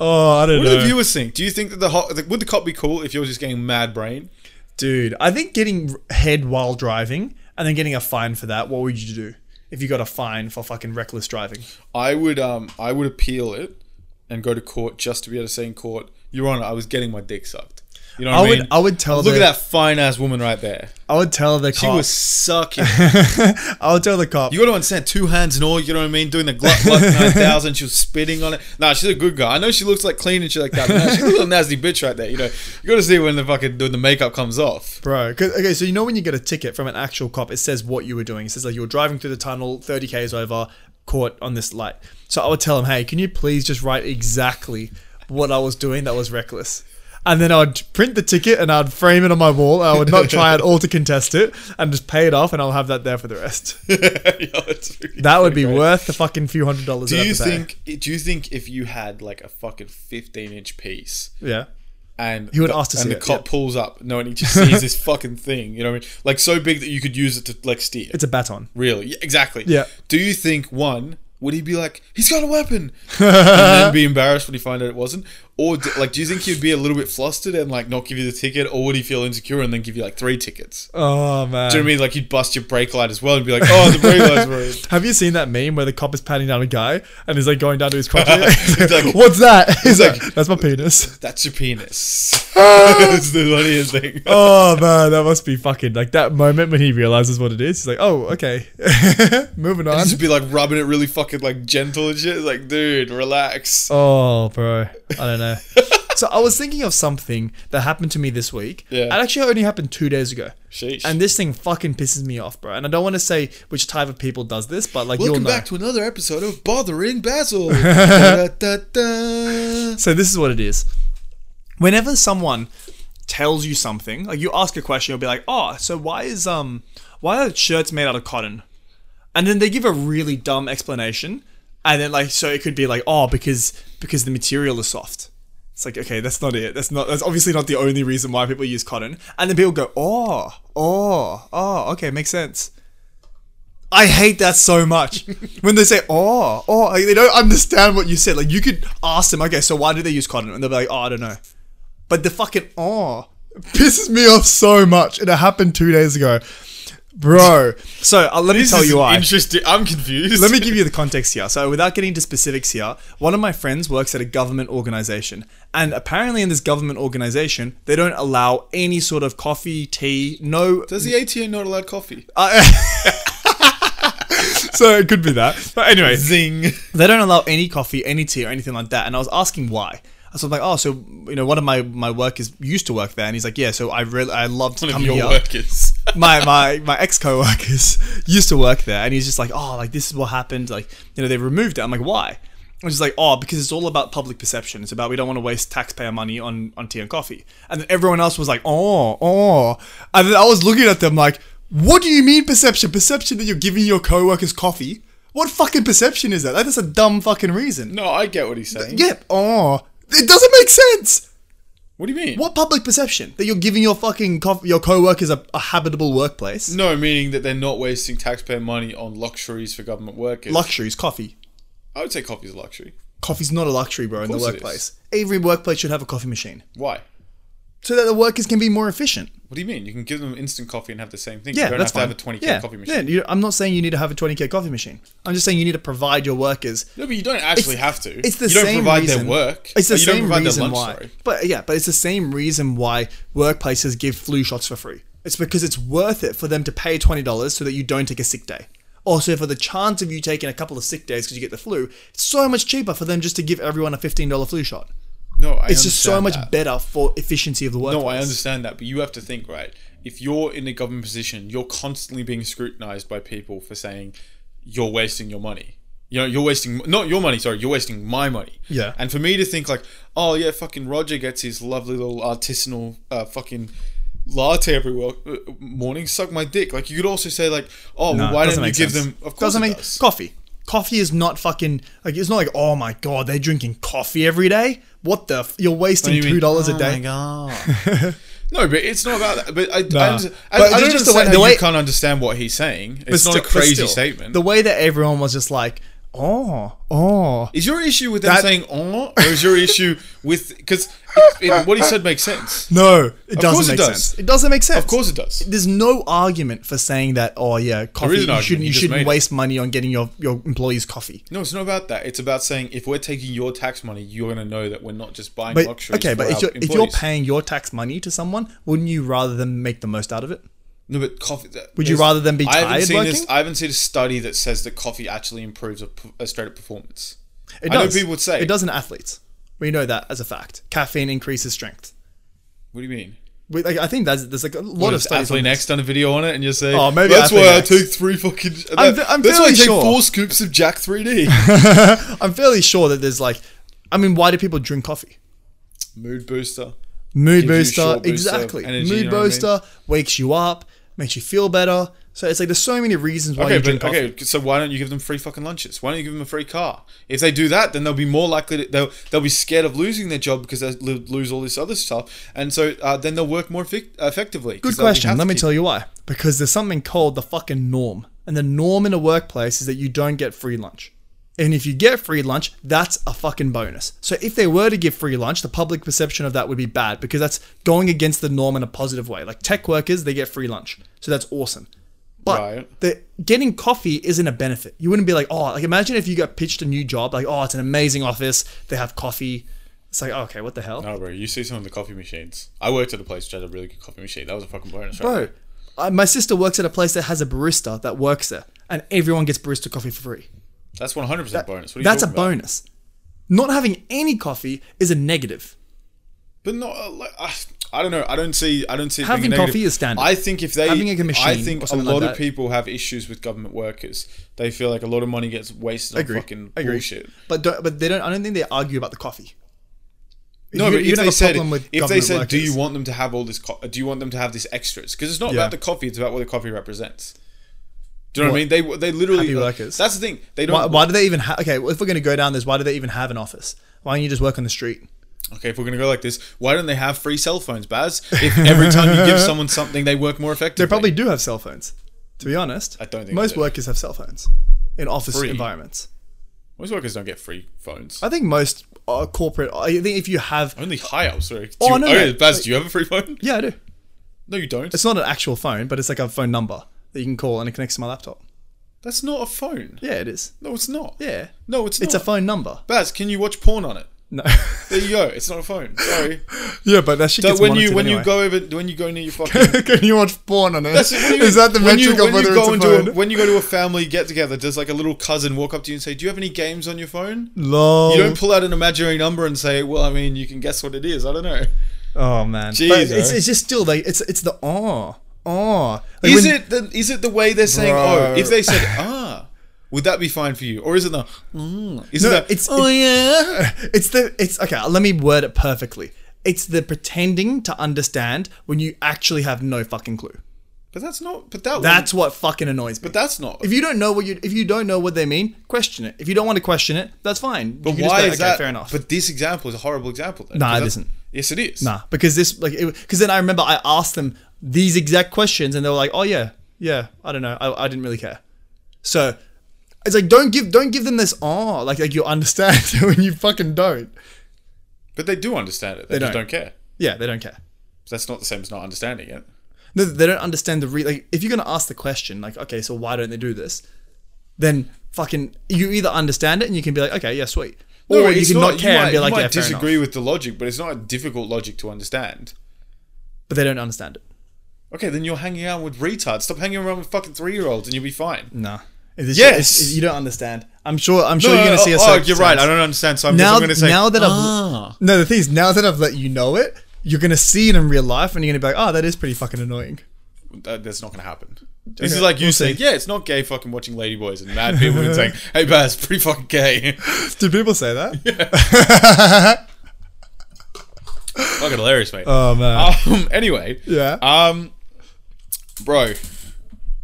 Oh, I don't
What do
know.
the viewers think? Do you think that the ho- like, would the cop be cool if you were just getting mad brain?
Dude, I think getting head while driving and then getting a fine for that, what would you do if you got a fine for fucking reckless driving?
I would um I would appeal it and go to court just to be able to say in court, Your Honor, I was getting my dick sucked. You know what I,
I would-
mean?
I would tell
Look
the- Oh.
at that fine ass woman right there.
I would tell the
She
cop.
was sucking.
I would tell the cop.
you got to understand, two hands and all. You know what I mean? Doing the glut glut nine thousand. She was spitting on it. Nah, she's a good girl. I know she looks like clean and shit like that. But nah, she's a little nasty bitch right there. You know, you got to see when the fucking when the makeup comes off.
Bro, 'cause- okay, so you know when you get a ticket from an actual cop, it says what you were doing. It says like you were driving through the tunnel, 30 k's over, caught on this light. So I would tell him, hey, can you please just write exactly what I was doing that was reckless? And then I would print the ticket and I'd frame it on my wall. I would not try at all to contest it and just pay it off and I'll have that there for the rest.
Yeah, that's really
That would be
great.
worth the fucking few hundred dollars.
Do
I'd
you
have to pay.
think? Do you think if you had like a fucking fifteen-inch piece,
Yeah.
and
would
the,
ask to
and
see
the
it,
cop
yeah.
pulls up, no, and he just sees this fucking thing, you know what I mean? Like so big that you could use it to like steer.
It's a baton.
really, yeah, exactly.
Yeah.
Do you think one? Would he be like, he's got a weapon, and then be embarrassed when he find out it wasn't, or do, like, do you think he'd be a little bit flustered and like not give you the ticket, or would he feel insecure and then give you like three tickets?
Oh, man.
Do you know what I mean? Like, he'd bust your brake light as well and be like, oh, the brake light's red.
Have you seen that meme where the cop is patting down a guy and he's like going down to his crotch?
He's like-
What's that? He's like,
like-
that's my penis.
That's your penis.
Uh,
it's the funniest thing.
Oh man, that must be fucking like that moment when he realizes what it is. He's like, oh, okay, moving on.
Just be like rubbing it really fucking like gentle and shit. It's Like, dude, relax.
Oh, bro, I don't know. so I was thinking of something that happened to me this week.
Yeah.
It actually only happened two days ago.
Sheesh.
And this thing fucking pisses me off, bro. And I don't want to say which type of people does this, but like
Welcome
you'll know.
back to another episode of Bothering Basil. Da-da-da-da.
So this is what it is. Whenever someone tells you something, like you ask a question, you'll be like, "Oh, so why is um why are shirts made out of cotton?" And then they give a really dumb explanation, and then like so it could be like, "Oh, because because the material is soft." It's like, okay, that's not it. That's not that's obviously not the only reason why people use cotton. And then people go, "Oh, oh, oh, okay, makes sense." I hate that so much. when they say, oh, oh, like, they don't understand what you said. Like, you could ask them, okay, so why do they use cotton? And they'll be like, oh, I don't know. But the fucking, oh, pisses me off so much. And it happened two days ago. Bro. So uh, let me
This
tell
is
you why.
Interesting. I'm confused.
Let me give you the context here. So, without getting into specifics here, one of my friends works at a government organization. And apparently, in this government organization, they don't allow any sort of coffee, tea, no
Does the ATO not allow coffee?
Uh, so it could be that. But anyway,
Zing.
they don't allow any coffee, any tea, or anything like that. And I was asking why. So I'm like, oh, so you know, one of my my workers used to work there, and he's like, yeah. So I really I loved
One of
coming
your
here
workers.
my my my ex coworkers used to work there, and he's just like, oh, like this is what happened. Like you know they removed it. I'm like, why? And he's like, oh, because it's all about public perception. It's about we don't want to waste taxpayer money on on tea and coffee. And then everyone else was like, oh, oh. And then I was looking at them like, what do you mean perception? Perception that you're giving your coworkers coffee? What fucking perception is that? Like, that's a dumb fucking reason.
No, I get what he's saying.
Yep. Oh, it doesn't make sense.
What do you mean?
What public perception that you're giving your fucking co- your coworkers a, a habitable workplace?
No, meaning that they're not wasting taxpayer money on luxuries for government workers.
luxuries, coffee.
I would say coffee's a luxury.
Coffee's not a luxury, bro, in the
course it
workplace. Every workplace should have a coffee machine
Why?
so that the workers can be more efficient.
What do you mean? You can give them instant coffee and have the same thing.
Yeah,
you don't
that's
have
fine.
to have a 20k
yeah.
coffee machine.
Yeah, you, I'm not saying you need to have a 20k coffee machine. I'm just saying you need to provide your workers.
No, but you don't actually
It's-
have to.
It's the
you don't
same
provide
reason.
their work.
It's the
you
same
don't provide
reason
their lunch,
why.
sorry.
But yeah, but it's the same reason why workplaces give flu shots for free. It's because it's worth it for them to pay twenty dollars so that you don't take a sick day. Also, for the chance of you taking a couple of sick days because you get the flu, it's so much cheaper for them just to give everyone a fifteen dollar flu shot.
No, I
It's just so
understand
much
that.
better for efficiency of the workplace.
No, I understand that, but you have to think, right? If you're in a government position, you're constantly being scrutinized by people for saying you're wasting your money. You know, you're wasting not your money, sorry, you're wasting my money.
Yeah.
And for me to think like, oh yeah, fucking Roger gets his lovely little artisanal uh, fucking latte every wo- uh, morning, suck my dick. Like you could also say like, oh, well, why don't you give them? Of course,
doesn't
it
make
does.
coffee. Coffee is not fucking like it's not like oh my god they're drinking coffee every day. What the? F- you're wasting
you mean? Oh
two dollars a day.
No, but it's not about that. But I, I, under- I,
But
I don't
just the
understand
way-
how
the way-
you can't understand what he's saying. It's
But
not
still-
a
but
crazy
still,
statement.
The way that everyone was just like oh oh
is your issue with them
That-
saying "oh" or is your issue with because what he said makes sense?
no, it
course
doesn't make
it does.
sense. It doesn't make sense.
Of course it does.
There's no argument for saying that. Oh yeah, coffee.
is an
You
argument,
shouldn't.
you
You
just
shouldn't
made it.
waste money on getting your your employees coffee.
No, it's not about that. It's about saying if we're taking your tax money, you're going to know that we're not just buying
But
luxuries.
okay,
for
but if
our
you're, if you're
employees.
paying your tax money to someone, wouldn't you rather than make the most out of it?
no, but coffee. that-
Would you
there's-
rather them be
I haven't
tired
seen this.
working?
I haven't seen a study that says that coffee actually improves a, p- a straight up performance.
It
I know people would say-
it does in athletes. We know that as a fact. Caffeine increases strength.
What do you mean?
We, like, I think that's there's like a lot
What
of
if
studies.
Athlete
on this.
X done a video on it and you say,
Oh, maybe
that's
Athlete
why
X."
I take three fucking.
I'm ve- I'm
that's why I
fairly
take
sure.
four scoops of Jack 3D.
I'm fairly sure that there's like, I mean, why do people drink coffee?
Mood booster.
mood
Gives
booster,
you a short booster,
exactly.
energy,
mood
you know what I mean?
booster wakes you up, makes you feel better. So it's like there's so many reasons why
Okay,
you drink
but
coffee.
okay. So why don't you give them free fucking lunches? Why don't you give them a free car? If they do that, then they'll be more likely to they'll they'll be scared of losing their job because they will lose all this other stuff, and so uh, then they'll work more effic- effectively.
Good question. Let me tell you why. Because there's something called the fucking norm. And the norm in a workplace is that you don't get free lunch. And if you get free lunch, that's a fucking bonus. So if they were to give free lunch, the public perception of that would be bad because that's going against the norm in a positive way. Like tech workers, they get free lunch. So that's awesome. But
Right.
the getting coffee isn't a benefit. You wouldn't be like, oh, like imagine if you got pitched a new job, like, oh, it's an amazing office. They have coffee. It's like, okay, what the hell?
Oh, bro, you see some of the coffee machines. I worked at a place which had a really good coffee machine. That was a fucking bonus,
Bro,
right?
I, my sister works at a place that has a barista that works there, and everyone gets barista coffee for free.
That's one hundred percent bonus. What are you
That's a
talking about?
bonus. Not having any coffee is a negative.
But not uh, like I, I don't know. I don't see. I don't see it
Having
being a negative.
coffee is standard.
I think if they,
Having a machine
I think
or
a
something
lot
like
of
that.
people have issues with government workers. They feel like a lot of money gets wasted on fucking bullshit.
But don't, but they don't. I don't think they argue about the coffee.
No,
You-
but
you
if
have
they
a
said,
problem with
if they
government
said, do you
workers."
want them to have all this? Co- do you want them to have this extras? Because it's not
Yeah.
about the coffee; it's about what the coffee represents. Do you know
What?
what I mean? They they literally
Happy workers.
That's the thing. They
Why,
don't.
why do they even have? Okay, well, if we're going to go down this, why do they even have an office? Why don't you just work on the street?
Okay, if we're gonna go like this, why don't they have free cell phones, Baz? If every time you give someone something, they work more effectively.
They probably do have cell phones. To be honest,
I don't think
most
they do.
workers have cell phones in office
Free.
environments.
most workers don't get free phones.
I think most uh, corporate. I think if you have,
Only high ups. Sorry. Do
Oh,
you,
no,
okay,
no.
Baz, do you have a free phone?
yeah, I do.
No, you don't.
It's not an actual phone, but it's like a phone number that you can call and it connects to my laptop.
That's not a phone.
Yeah, it is.
No, it's not.
Yeah.
No, it's not.
It's a phone number.
Baz, can you watch porn on it?
No.
There you go. It's not a phone. Sorry.
yeah, but that shit
So
gets
when you when
anyway.
you go over when you go near your fucking
Can you watch porn on it?
That's-
Is
what do you mean?
that the
When
metric
you-
of
when you
whether
go
it's a
into
phone?
when you go to a family get together, does like a little cousin walk up to you and say, "Do you have any games on your phone?"
Lol.
You don't pull out an imaginary number and say, "Well, I mean, you can guess what it is." I don't know.
oh man. But
Jesus.
it's, it's just still like it's it's the oh oh. Like
Is
when-
it the is it the way they're saying?
Bro.
Oh, if they said, "Ah, would that be fine for you?" Or is it the? Mm, is
No,
it that,
it's oh yeah. It's the it's okay. Let me word it perfectly. It's the pretending to understand when you actually have no fucking clue.
But that's not. But that.
That's
That's.
what fucking annoys me.
But that's not.
If you don't know what you if you don't know what they mean, question it. If you don't want to question it, that's fine.
but
You can
why
just be like,
is
okay,
that?
Fair enough.
But this example is a horrible example. Though,
Nah,
'cause
it
that's-
isn't.
Yes, it is.
nah, because this like because then I remember I asked them these exact questions and they were like, oh yeah, yeah, I don't know, I, I didn't really care. So it's like don't give don't give them this oh like like you understand when you fucking don't.
But they do understand it. They, just
don't.
don't care.
Yeah, they don't care.
That's not the same as not understanding it.
No, they don't understand the re like if you're gonna ask the question like okay, so why don't they do this? Then fucking you either understand it and you can be like okay, yeah, sweet.
No,
or you
it's
can not,
you
care
might-
and be like,
you might
yeah, fair enough.
disagree with the logic, but it's not a difficult logic to understand.
But they don't understand it.
Okay, then you're hanging out with retards. Stop hanging around with fucking three year olds, and you'll be fine.
No. Yes.
Yes!
you don't understand. I'm sure. I'm sure you're going to
oh,
see a
Oh,
circumstance.
you're right. I don't understand. So I'm,
Now,
just, I'm going to say
now that I've
Ah.
no, the thing is, now that I've let you know it, you're going to see it in real life, and you're going to be like, oh, that is pretty fucking annoying.
Uh, that's not going to happen. This
Okay,
is like you
we'll
saying,
see.
yeah, it's not gay fucking watching ladyboys and mad people and saying, hey, Baz, pretty fucking gay.
Do people say that?
fucking hilarious, mate.
Oh man.
um, anyway,
yeah.
um, bro,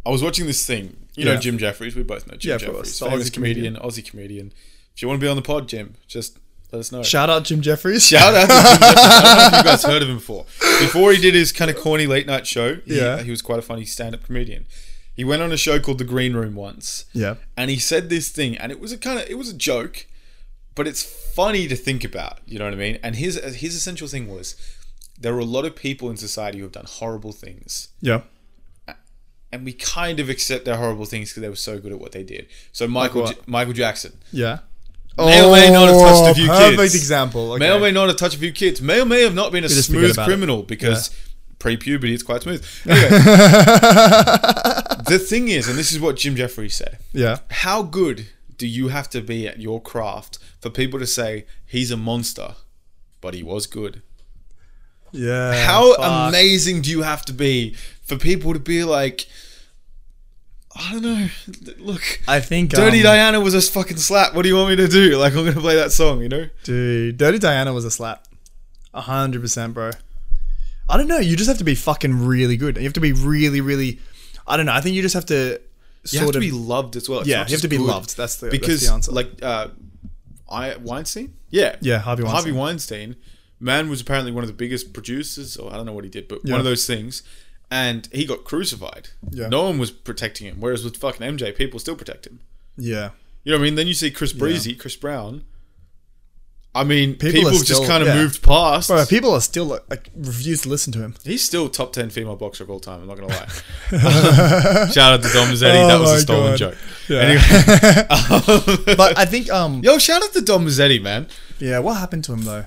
I was watching this thing. You know
Yeah.
Jim Jeffries. We both know Jim
Yeah, of course,
Jeffries,
the
famous
Aussie
comedian,
comedian.
Aussie comedian. If you want to be on the pod, Jim, just let us know.
Shout out Jim Jeffries.
Shout out to Jim Jeffries. I don't know if you guys heard of him before. Before he did his kind of corny late night show, he, uh,
Yeah.
he was quite a funny stand up comedian. He went on a show called The Green Room once.
Yeah.
And he said this thing, and it was a kind of it was a joke, but it's funny to think about. You know what I mean? And his uh, his essential thing was there are a lot of people in society who have done horrible things
Yeah.
and we kind of accept their horrible things because they were so good at what they did. So Michael
Like
J- Michael Jackson
Yeah. Oh,
may or may not have touched a few
perfect
kids.
example. Okay.
may or may not have touched a few kids. May or may have not been a
just forget
smooth
about it.
criminal because pre-puberty it's quite smooth. Anyway, the thing is, and this is what Jim Jeffries said:
Yeah.
How good do you have to be at your craft for people to say he's a monster, but he was good?
Yeah.
How
Fuck.
amazing do you have to be for people to be like? I don't know. Look,
I think
Dirty
um,
Diana was a fucking slap. What do you want me to do? Like, I'm gonna play that song, you know?
Dude, Dirty Diana was a slap. hundred percent, bro. I don't know. You just have to be fucking really good. You have to be really, really. I don't know. I think you just have to
You
sort
have to
of.
be loved as well. It's
Yeah,
not
you have to
just
be
good.
loved. That's the- that's
because
the answer.
like uh, I Weinstein. Yeah,
Yeah, Harvey
Harvey
Weinstein.
Weinstein. Man was apparently one of the biggest producers, or I don't know what he did, but
Yeah.
one of those things. And he got crucified.
Yeah.
No one was protecting him. Whereas with fucking MJ, people still protect him.
yeah.
You know what I mean? Then you see Chris Breezy, Chris Brown. I mean,
People are
people, have
still-
just kind of
yeah.
moved past.
Bro, people are still like, like refuse to listen to him.
He's still top ten female boxer of all time. I'm not gonna lie. Shout out to Dom Mazzetti. that
Oh
was
my
a stolen
God.
joke.
Yeah.
Anyway, um,
But I think um
yo, shout out to Dom Mazzetti, man.
yeah, what happened to him though?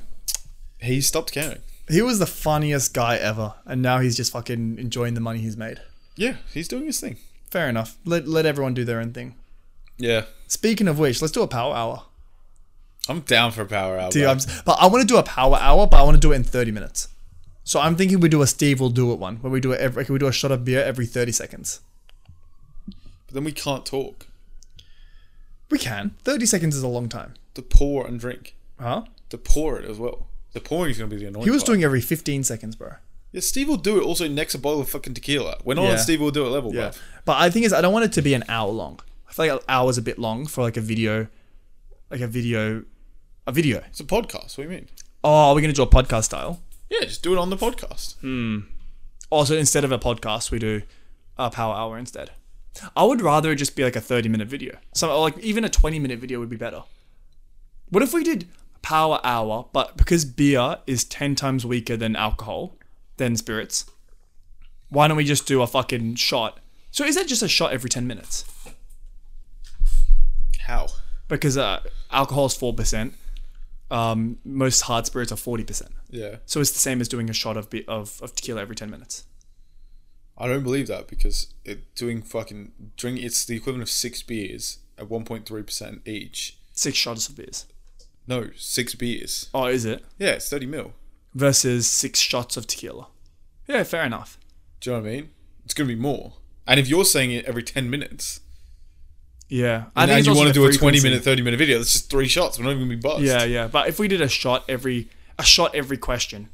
He stopped caring.
He was the funniest guy ever, and now he's just fucking enjoying the money he's made.
Yeah, he's doing his thing.
Fair enough. Let let everyone do their own thing.
Yeah,
Speaking of which, let's do a power hour.
I'm down for a power hour.
Dude,
bro.
I'm s- but I want to do a power hour, but I want to do it in 30 minutes. So I'm thinking we do a Steve will do it one where we do it every, like, we do a shot of beer every 30 seconds.
but then we can't talk.
We can. 30 seconds is a long time.
To pour and drink.
Huh?
To pour it as well. The pouring is gonna be the annoying.
He was
part.
doing every 15 seconds, bro.
Yeah, Steve will do it. Also, next a bottle of fucking tequila. We're not
Yeah.
on Steve will do it level, yeah.
But I think is I don't want it to be an hour long. I feel like an hour's a bit long for like a video like a video a video.
It's a podcast. What do you mean?
Oh, we're going to do a podcast style.
Yeah, just do it on the podcast.
Also, instead of a podcast, we do a power hour instead. I would rather it just be like a 30 minute video. So, or like, even a 20 minute video would be better. What if we did power hour, but because beer is 10 times weaker than alcohol, than spirits, why don't we just do a fucking shot? So, is that just a shot every 10 minutes?
How?
Because uh, alcohol is 4%, um, most hard spirits are 40%.
Yeah.
So, it's the same as doing a shot of, be- of, of tequila every 10 minutes.
I don't believe that because it, doing fucking drink it's the equivalent of six beers at one point three percent each.
Six shots of beers.
No, six beers.
Oh, is it?
Yeah, it's thirty mil.
versus six shots of tequila. Yeah, fair enough.
Do you know what I mean? It's gonna be more. And if you're saying it every ten minutes,
Yeah,
and,
it's
you
also
want to
the
do a twenty
frequency.
minute, thirty minute video, that's just three shots. We're not even gonna be buzzed.
Yeah,
Yeah, yeah, but if we did a shot every a shot every question.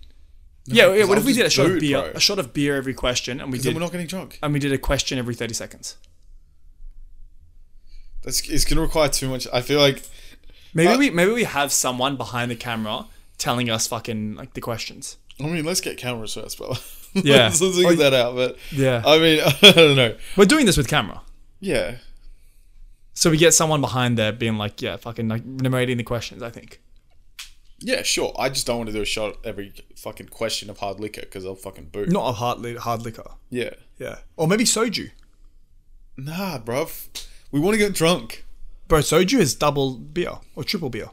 yeah, yeah. What
I'll
if we did a
just
shot
do
of
it,
beer,
bro.
a shot of beer every question, and we
Then
did
we're not getting drunk.
and we did a question every thirty seconds?
That's it's gonna require too much. I feel like
Maybe
Uh,
we maybe we have someone behind the camera telling us fucking like the questions.
I mean, let's get cameras first, brother.
Yeah.
let's, let's figure that out. But
Yeah.
I mean, I don't know.
Uh, We're doing this with camera.
Yeah,
So we get someone behind there being like, yeah, fucking like narrating the questions, I think.
yeah, sure. I just don't want to do a shot every fucking question of hard liquor because I'll fucking boot.
Not a hard li- hard liquor.
Yeah.
Yeah, or maybe soju.
Nah, bruv. We want to get drunk.
Bro, soju is double beer or triple beer.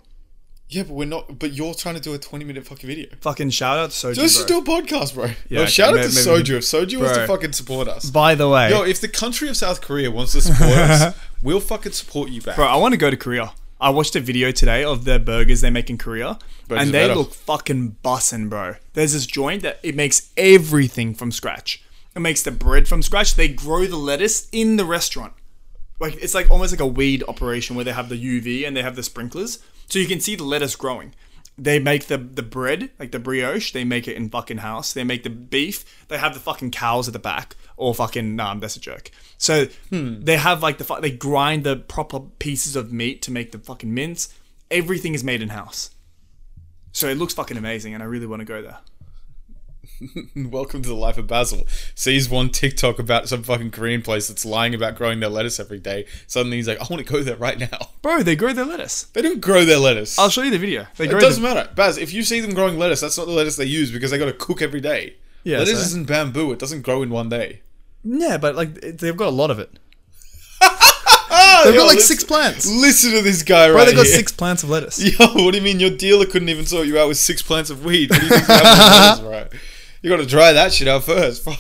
Yeah, but we're not. But you're trying to do a 20 minute fucking video.
Fucking shout out to soju.
Let's just do
bro.
a podcast, bro.
okay,
Yo, shout
may-
out to
maybe-
Soju. If Soju
Bro.
wants to fucking support us.
By the way,
Yo, if the country of South Korea wants to support us, we'll fucking support you back.
Bro, I want to go to Korea. I watched a video today of their burgers they make in Korea,
Burgers
and
are
they
better.
look fucking bussin', bro. There's this joint that it makes everything from scratch. It makes the bread from scratch. They grow the lettuce in the restaurant. Like it's like almost like a weed operation where they have the UV and they have the sprinklers, so you can see the lettuce growing. They make the the bread like the brioche. They make it in fucking house. They make the beef. They have the fucking cows at the back or fucking um. That's a joke. So they have like the fu- they grind the proper pieces of meat to make the fucking mince. Everything is made in house. So it looks fucking amazing, and I really want to go there.
Welcome to the life of Basil. Sees one TikTok about some fucking Korean place that's lying about growing their lettuce every day. Suddenly he's like, I want to go there right now.
Bro, they grow their lettuce.
They don't grow their lettuce.
I'll show you the video. They grow
It
the-
doesn't matter, Baz. If you see them growing lettuce, that's not the lettuce they use because they got to cook every day.
Yeah,
lettuce
so-
is in bamboo; it doesn't grow in one day.
yeah, but like it- they've got a lot of it. they've
yo,
got like
let's-
six plants.
Listen to this guy
Bro,
right
they got
here.
six plants of lettuce.
Yo, what do you mean your dealer couldn't even sort you out with six plants of weed? What do you think's happening with lettuce, right? You got to dry that shit out first. Fuck.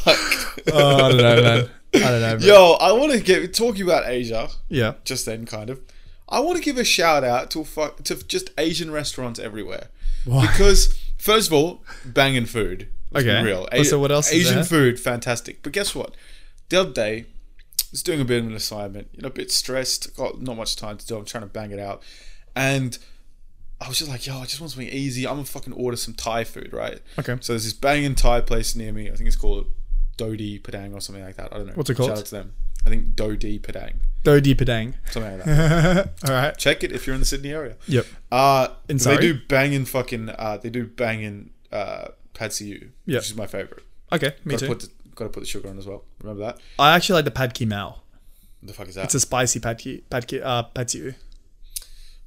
Oh, I don't know, man. I don't know. Bro.
Yo, I want to get talking about Asia.
Yeah.
Just then, kind of. I want to give a shout out to a fuck to just Asian restaurants everywhere. Because first of all, banging food. Let's be
Okay.
Real.
Well, so what else is
Asian
there?
food, fantastic. But guess what? The other day, I was doing a bit of an assignment. You know, a bit stressed. Got not much time to do. I'm trying to bang it out, and I was just like, yo, I just want something easy. I'm gonna fucking order some Thai food, right?
Okay.
So there's this banging Thai place near me. I think it's called Dodi Padang or something like that. I don't know.
What's it called?
Shout out to them. I think Dodi Padang,
Dodi Padang.
something like that.
All right.
Check it if you're in the Sydney area.
Yep.
Uh, they
Surrey?
do banging fucking. Uh, they do banging uh, pad see ew,
Yep.
which is my favorite.
Okay. Me
Gotta
too.
put, the, gotta put the sugar on as well. Remember that?
I actually like the pad ki mao.
The fuck is that?
It's a spicy pad ki pad ki uh pad see ew.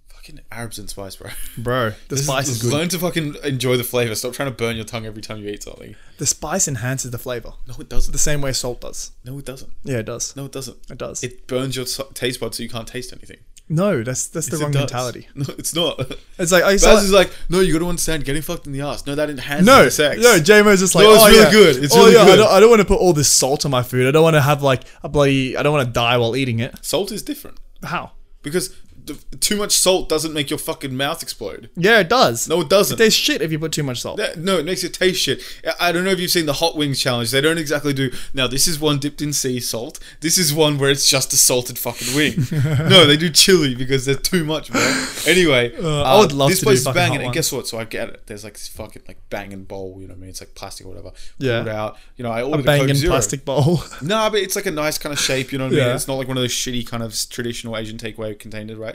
fucking Arabs and spice, bro.
Bro, the spice is good.
Learn to fucking enjoy the flavor. Stop trying to burn your tongue every time you eat something.
The spice enhances the flavor
No, it doesn't.
the same way salt does.
No, it doesn't.
Yeah, it does.
No, it doesn't.
It does.
It burns your so- taste buds so you can't taste anything.
no, that's that's the
Yes, it
wrong
does.
mentality.
No, it's not.
It's like I saw
Baz is like, no, you gotta understand, getting fucked in the ass. No, that enhances
no,
the sex.
no. JMO's just like,
No, it's
oh,
really
yeah.
good. It's
oh,
really
yeah, I
good."
don't, I don't want to put all this salt on my food. I don't want to have like a bloody. I don't want to die while eating it.
Salt is different
How?
because the, too much salt doesn't make your fucking mouth explode.
Yeah, it does.
No, it doesn't.
it tastes shit if you put too much salt.
That- no, it makes it taste shit. I- I don't know if you've seen the hot wings challenge. They don't exactly do. Now this is one dipped in sea salt. This is one where it's just a salted fucking wing. no, they do chili because there's too much, man. Anyway,
Uh, I would love
this
to do
place is
fucking
banging.
hot
And
ones.
guess what? So I get it. There's like this fucking like banging bowl. You know what I mean? It's like plastic or whatever.
Yeah.
Pulled out. You know, I ordered a,
Bang
Coke
in
Zero.
plastic bowl.
No, but it's like a nice kind of shape, you know what I
Yeah.
mean? It's not like one of those shitty kind of traditional Asian takeaway containers, right?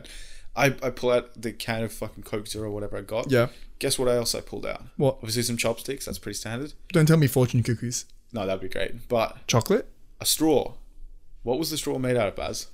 I, I pull out the can of fucking Coke Zero or whatever I got.
Yeah.
Guess what else I pulled out?
What?
Obviously some chopsticks, that's pretty standard.
don't tell me fortune cookies.
No, that'd be great. But
Chocolate?
a straw. What was the straw made out of, Baz?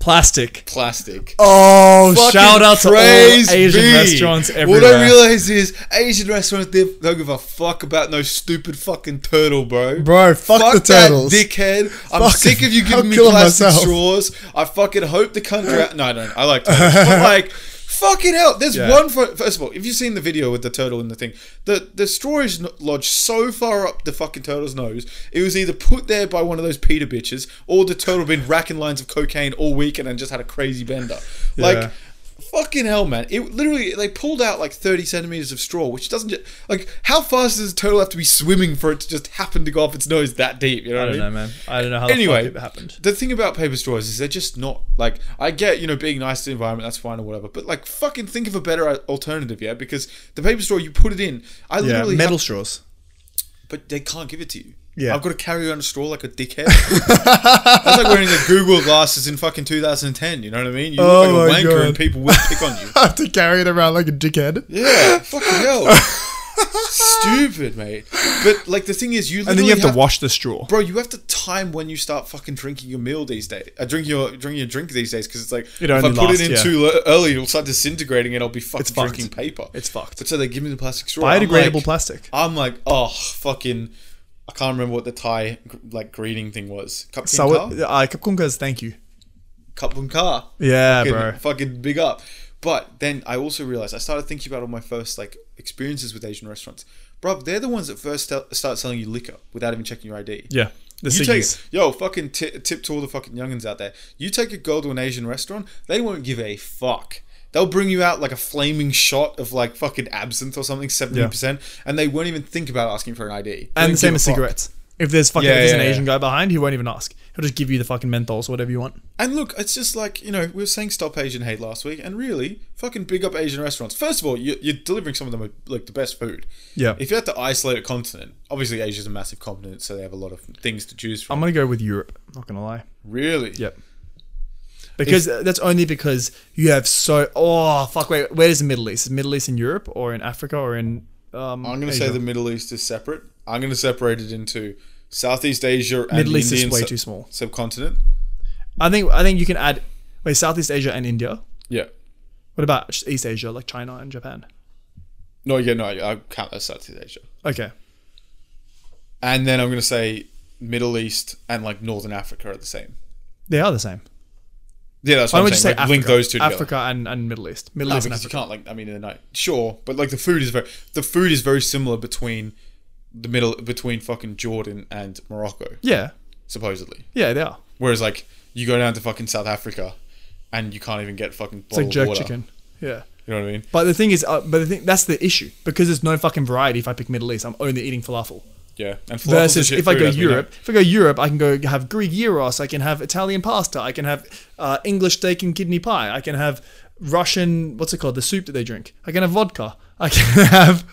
Plastic.
Plastic.
Oh,
Fucking
shout out to all
praise
Asian
me.
restaurants everywhere.
What I realize is Asian restaurants they don't give a fuck about no stupid fucking turtle, bro.
Bro, fuck the turtles.
that dickhead. I'm
Fuck,
sick of you
I'll
giving me
kill 'em
plastic
myself.
straws. I fucking hope the country. No, no, I like turtles, but like. Fucking hell! There's
Yeah.
one. fir- First of all, if you've seen the video with the turtle and the thing, the the straw is n- lodged so far up the fucking turtle's nose, it was either put there by one of those Peter bitches, or the turtle been racking lines of cocaine all weekend and just had a crazy bender.
Yeah.
Like, fucking hell, man! It literally they pulled out like thirty centimeters of straw, which doesn't just, like how fast does a turtle have to be swimming for it to just happen to go off its nose that deep? You know
I
what
don't
I
know,
mean?
man. I don't know how
anyway,
the fuck it happened.
the thing about paper straws is they're just not like I get you know being nice to the environment that's fine or whatever, but like fucking think of a better uh, alternative, yeah? Because the paper straw you put it in, I
Yeah,
literally
metal
have-
straws.
but they can't give it to you.
Yeah.
I've got to carry around a straw like a dickhead. That's like wearing the Google glasses in fucking 2010. You know what I mean? You look
Oh my
like a wanker
God.
and people will pick on you.
I have to carry it around like a dickhead.
Yeah, fucking hell. Stupid, mate. But like the thing is, you
And then you have, to
watch.
wash the straw.
Bro, you have to time when you start fucking drinking your meal these days. Uh, drinking your drinking your drink these days because it's like
It
if I
only
put
lasts,
it in
yeah.
too lo- early, it'll start disintegrating and I'll be fucking
fucked.
drinking paper.
It's fucked.
But so they give me the plastic straw. I'm
Biodegradable
like-
plastic.
I'm like, oh fucking, I can't remember what the Thai gr- like greeting thing was. Cup
So,
car,
uh, Kapkunkas, thank you.
cup and car.
Yeah,
fucking,
bro.
Fucking big up. But then I also realized I started thinking about all my first like experiences with Asian restaurants. Bro, they're the ones that first tell start selling you liquor without even checking your ID.
Yeah, the
You take,
ciggies.
yo, fucking ti tip to all the fucking youngins out there. You take a girl to an Asian restaurant, they won't give a fuck. They'll bring you out like a flaming shot of like fucking absinthe or something, 70%, and they won't even think about asking for an ID. They
And
don't
the same
give
as
a fuck.
cigarettes. If there's fucking
Yeah,
if there's
yeah,
an
yeah.
Asian guy behind, he won't even ask. He'll just give you the fucking menthols, whatever you want.
And look, it's just like, you know, we were saying stop Asian hate last week, and really, fucking big up Asian restaurants. First of all, you, you're delivering some of them like the best food.
Yeah.
If you had to isolate a continent, obviously Asia's a massive continent, so they have a lot of things to choose from.
I'm gonna go with Europe. Not gonna lie.
really?
Yep. Because that's only because you have so oh fuck wait where is the Middle East? Is the Middle East in Europe or in Africa or in um
I'm going to say the Middle East is separate. I'm going to separate it into Southeast Asia and
Middle East is
Indian
way
sub-
too small.
subcontinent.
I think I think you can add wait Southeast Asia and India.
Yeah.
What about just East Asia like China and Japan?
No, yeah, no, I count that as Southeast Asia.
Okay,
And then I'm going to say Middle East and like Northern Africa are the same.
they are the same.
Yeah, that's
Why don't
what I'm
we just say
saying. Like,
Africa,
link those two together.
Africa and, and Middle East. Middle
No,
East and
because you
Africa.
can't like I mean in the night. Sure, but like the food is very the food is very similar between the middle between fucking Jordan and Morocco
Yeah,
supposedly.
yeah, they are.
Whereas like you go down to fucking South Africa and you can't even get fucking
It's like
bottled
jerk
water.
chicken. Yeah.
You know what I mean?
But the thing is, uh, but the thing that's the issue because there's no fucking variety. If I pick Middle East, I'm only eating falafel.
Yeah. And falafel's
versus
legit
if I
food,
go
as we know.
Europe. If I go Europe, I can go have Greek gyros. I can have Italian pasta. I can have uh, English steak and kidney pie. I can have Russian what's it called? The soup that they drink. I can have vodka. I can have.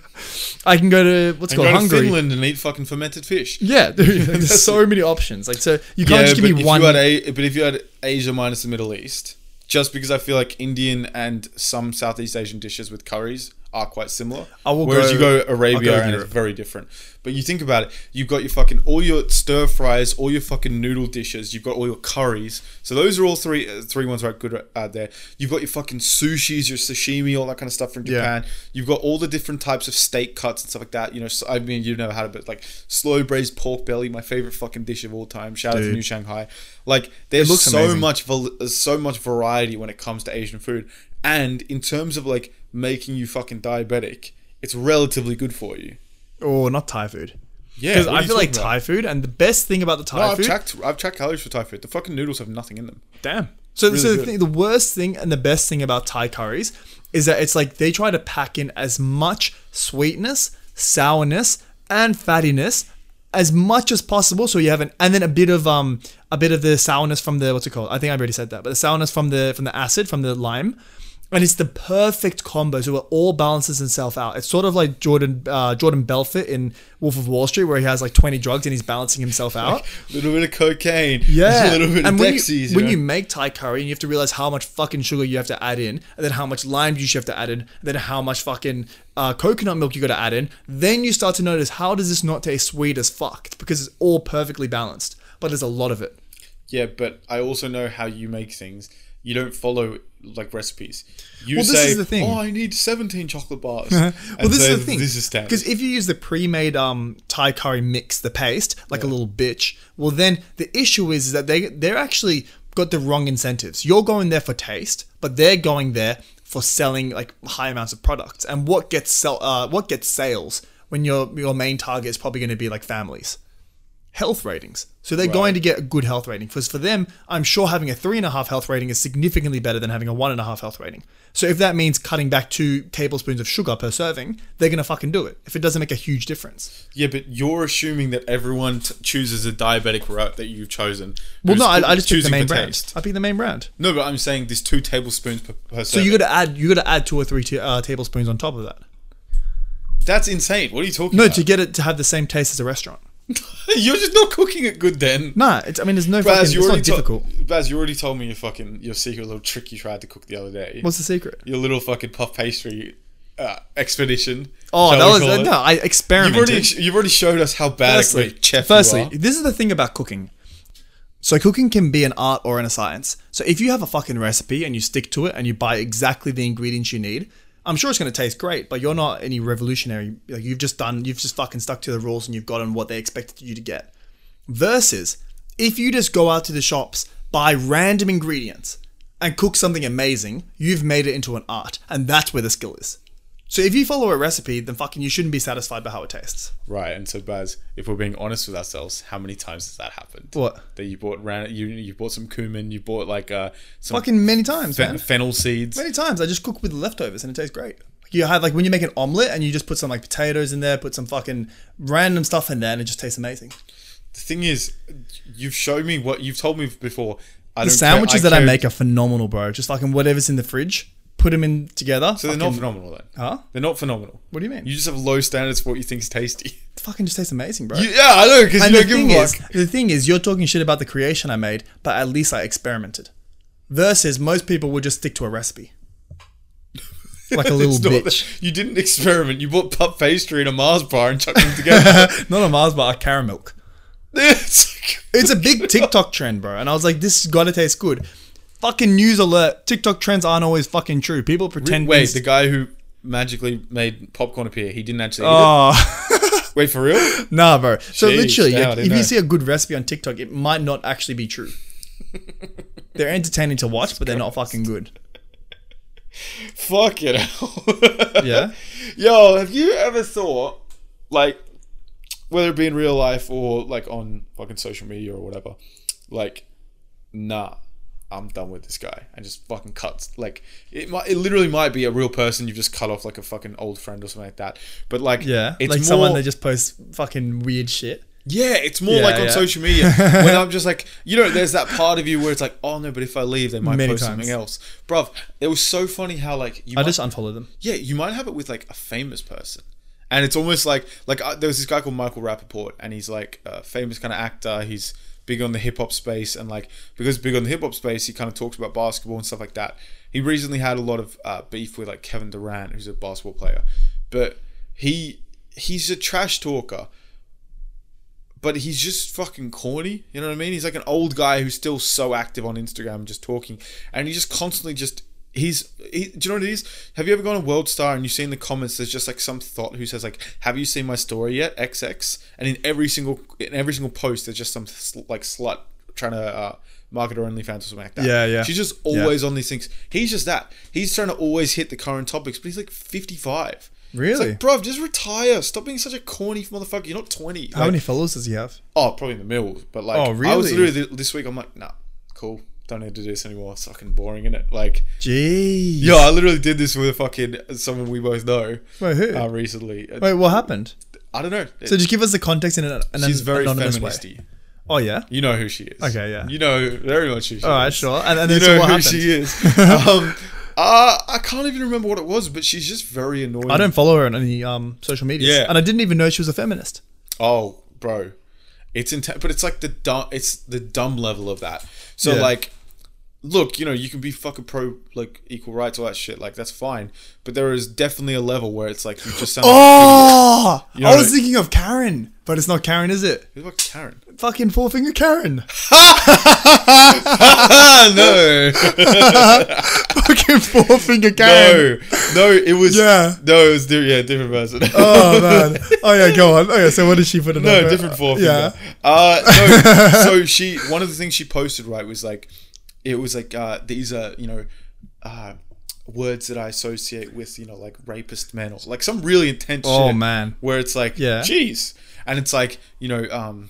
I can go to what's it
Go
called
to
Hungary.
Finland and eat fucking fermented fish.
Yeah, dude, there's so many options. Like so, you can't just
but
give me
if
one.
You had a, but if you had Asia minus the Middle East, just because I feel like Indian and some Southeast Asian dishes with curries are quite similar.
I will go-
Whereas you go Arabia
I'll go
and
Europe.
it's very different. But you think about it, you've got your fucking all your stir fries, all your fucking noodle dishes. You've got all your curries. So those are all three uh, three ones right good out there. You've got your fucking sushis, your sashimi, all that kind of stuff from Japan. You've got all the different types of steak cuts and stuff like that. You know, so, I mean, you've never had it, but like slow braised pork belly, my favorite fucking dish of all time. Shout out to
Dude.
New Shanghai. Like there's
looks
so
amazing.
much val- so much variety when it comes to Asian food, and in terms of like making you fucking diabetic, it's relatively good for you.
or not Thai food.
Yeah,
because
what are
I
you
feel like
talking
Thai
about?
food, and the best thing about the Thai
No, I've
food,
checked. I've checked calories for Thai food. The fucking noodles have nothing in them.
damn. So, so
Really
the,
good.
thing, the worst thing and the best thing about Thai curries is that it's like they try to pack in as much sweetness, sourness, and fattiness as much as possible. So you have an and then a bit of um a bit of the sourness from the what's it called? I think I already said that, but the sourness from the from the acid from the lime. And it's the perfect combo, so it all balances itself out. It's sort of like Jordan uh, Jordan Belfort in Wolf of Wall Street, where he has like twenty drugs and he's balancing himself out.
A little bit of cocaine.
Yeah,
A little bit
and
of
when,
Dexies.
you,
you
when
know?
you make Thai curry, and you have to realize how much fucking sugar you have to add in, and then how much lime juice you have to add in, and then how much fucking uh, coconut milk you got to add in. Then you start to notice how does this not taste sweet as fuck? It's because it's all perfectly balanced, but there's a lot of it.
Yeah, but I also know how you make things. You don't follow like recipes. You
Well,
say,
this is the thing.
"Oh, I need seventeen chocolate bars."
well, this is the thing.
This is standard.
Because if you use the pre-made um, Thai curry mix, the paste, like a little bitch, well, then the issue is that they they're actually got the wrong incentives. You're going there for taste, but they're going there for selling like high amounts of products. And what gets sell uh, what gets sales when your your main target is probably going to be like families. Health ratings, so they're going to get a good health rating. Because for them, I'm sure having a three and a half health rating is significantly better than having a one and a half health rating. So if that means cutting back two tablespoons of sugar per serving, they're gonna fucking do it. If it doesn't make a huge difference,
Yeah, but you're assuming that everyone t- chooses a diabetic route that you've chosen.
Well, no,
Who's
I, I just picked the
choosing
main
for
brand.
taste.
I picked the main brand.
No, but I'm saying there's two tablespoons per, per
So you got to add you got to add two or three ta- uh, tablespoons on top of that.
That's insane. What are you talking
No,
about?
to get it to have the same taste as a restaurant.
you're just not cooking it good then.
Nah, it's, I mean, there's no fucking.
Baz,
It's
you
not
already to-
difficult.
Baz, you already told me your fucking your secret little trick you tried to cook the other day.
What's the secret?
your little fucking puff pastry uh, expedition?
Oh,
shall
that
we
was
call
uh,
it.
no. I
You've
experimented.
already you've already showed us how bad a
firstly,
great chef
firstly,
you are.
this is the thing about cooking. So cooking can be an art or in a science. So if you have a fucking recipe and you stick to it and you buy exactly the ingredients you need, I'm sure it's going to taste great, but you're not any revolutionary. Like you've just done, you've just fucking stuck to the rules and you've gotten what they expected you to get. Versus if you just go out to the shops, buy random ingredients and cook something amazing, you've made it into an art. And that's where the skill is. So if you follow a recipe, then fucking you shouldn't be satisfied by how it tastes.
Right, and so Baz, if we're being honest with ourselves, how many times has that happened?
What?
that you bought ran you you bought some cumin, you bought like uh some
Fucking many times,
fe-
man.
fennel seeds.
Many times I just cook with leftovers and it tastes great. Like you have like when you make an omelet and you just put some like potatoes in there, put some fucking random stuff in there, and it just tastes amazing.
The thing is, you've shown me what you've told me before. I
The
don't
sandwiches
care,
that I
care-
make are phenomenal, bro. Just fucking whatever's in the fridge, put them in together.
so they're not phenomenal then.
Huh?
They're not phenomenal.
What do you mean?
You just have low standards for what you think's tasty.
fucking just tastes amazing, bro.
yeah, I know because
and
you
the
don't give
thing
a
is,
fuck.
the thing is, you're talking shit about the creation I made, but at least I experimented. Versus most people would just stick to a recipe, like a little
It's not-
bitch.
You didn't experiment. You bought puff pastry and a Mars bar and chucked them together.
Not a Mars bar, a caramel milk.
It's like-
It's a big TikTok trend, bro. And I was like, this has got to taste good. Fucking news alert. TikTok trends aren't always fucking true. People pretend.
Wait,
things-
the guy who magically made popcorn appear, he didn't actually. eat it?
Oh,
Wait for real?
nah, bro. So
Jeez,
literally,
damn, I
like,
didn't
if you
know.
see a good recipe on TikTok, it might not actually be true. they're entertaining to watch, but they're not fucking good.
Fuck it. hell.
Yeah.
Yo, have you ever thought, like, whether it be in real life or like on fucking social media or whatever, like, nah, I'm done with this guy, and just fucking cuts. Like it, might, it literally might be a real person. You've just cut off like a fucking old friend or something like that. But like,
Yeah,
it's
like
more,
someone that just posts fucking weird shit.
yeah, it's more
Yeah,
like on
yeah.
social media when I'm just like, you know, there's that part of you where it's like, oh no, but if I leave, they might
Many
post something
times.
else, bruv. It was so funny how like you
I
might-
just unfollow them.
yeah, you might have it with like a famous person. And it's almost like like uh, there was this guy called Michael Rappaport, and he's like a famous kind of actor. He's big on the hip hop space, and like because big on the hip hop space, he kind of talks about basketball and stuff like that. He recently had a lot of uh, beef with like Kevin Durant, who's a basketball player, but he he's a trash talker, but he's just fucking corny. You know what I mean? He's like an old guy who's still so active on Instagram and just talking, and he just constantly just he's. He, do you know what it is? Have you ever gone to World Star and you see in the comments there's just like some thought who says like, "Have you seen my story yet?" XX, and in every single in every single post there's just some sl- like slut trying to. Uh, Market or OnlyFans or something like that.
Yeah, yeah.
She's just always on these things. He's just that. He's trying to always hit the current topics, but he's like 55. It's
Really?
like, bruv, just retire. Stop being such a corny motherfucker. You're not 20.
How many followers does he have?
Oh, probably in the middle. But like,
Oh,
I
really?
was literally th- this week. I'm like, nah, cool. Don't need to do this anymore. It's fucking boring, is it? Like,
Jeez.
yo, I literally did this with a fucking someone we both know.
Wait, who?
Uh, recently.
Wait, what happened?
I don't know.
So just give us the context in an, an
she's very
anonymous
feministy.
way. Oh yeah.
You know who she is.
Okay, yeah.
You know very much who she
All
is.
right, sure. And, and
You
then so
know
what
who
happened?
she is. um, uh, I can't even remember what it was, but she's just very annoying.
I don't follow her on any um, social media.
Yeah.
And I didn't even know she was a feminist.
Oh, bro, it's intense, but it's like the dumb. It's the dumb level of that. So
Yeah.
like, look, you know, you can be fucking pro like equal rights all that shit. Like that's fine, but there is definitely a level where it's like you just sound.
Oh,
know
I was
what I-
thinking of Karen, but it's not Karen, is it?
Who the fuck's Karen?
Fucking four finger Karen.
Ah no,
Fucking four finger Karen.
no, no! It was
Yeah.
no, it was di- yeah, different person.
Oh man. Oh yeah, go on. Okay, so what did she put in?
no,
her-
different four
Yeah.
finger. Uh, no, so she one of the things she posted right was like, it was like uh, these are you know, uh, words that I associate with you know like rapist men or like some really intense.
Oh,
shit
man.
where it's like
Yeah.
jeez, and it's like you know um.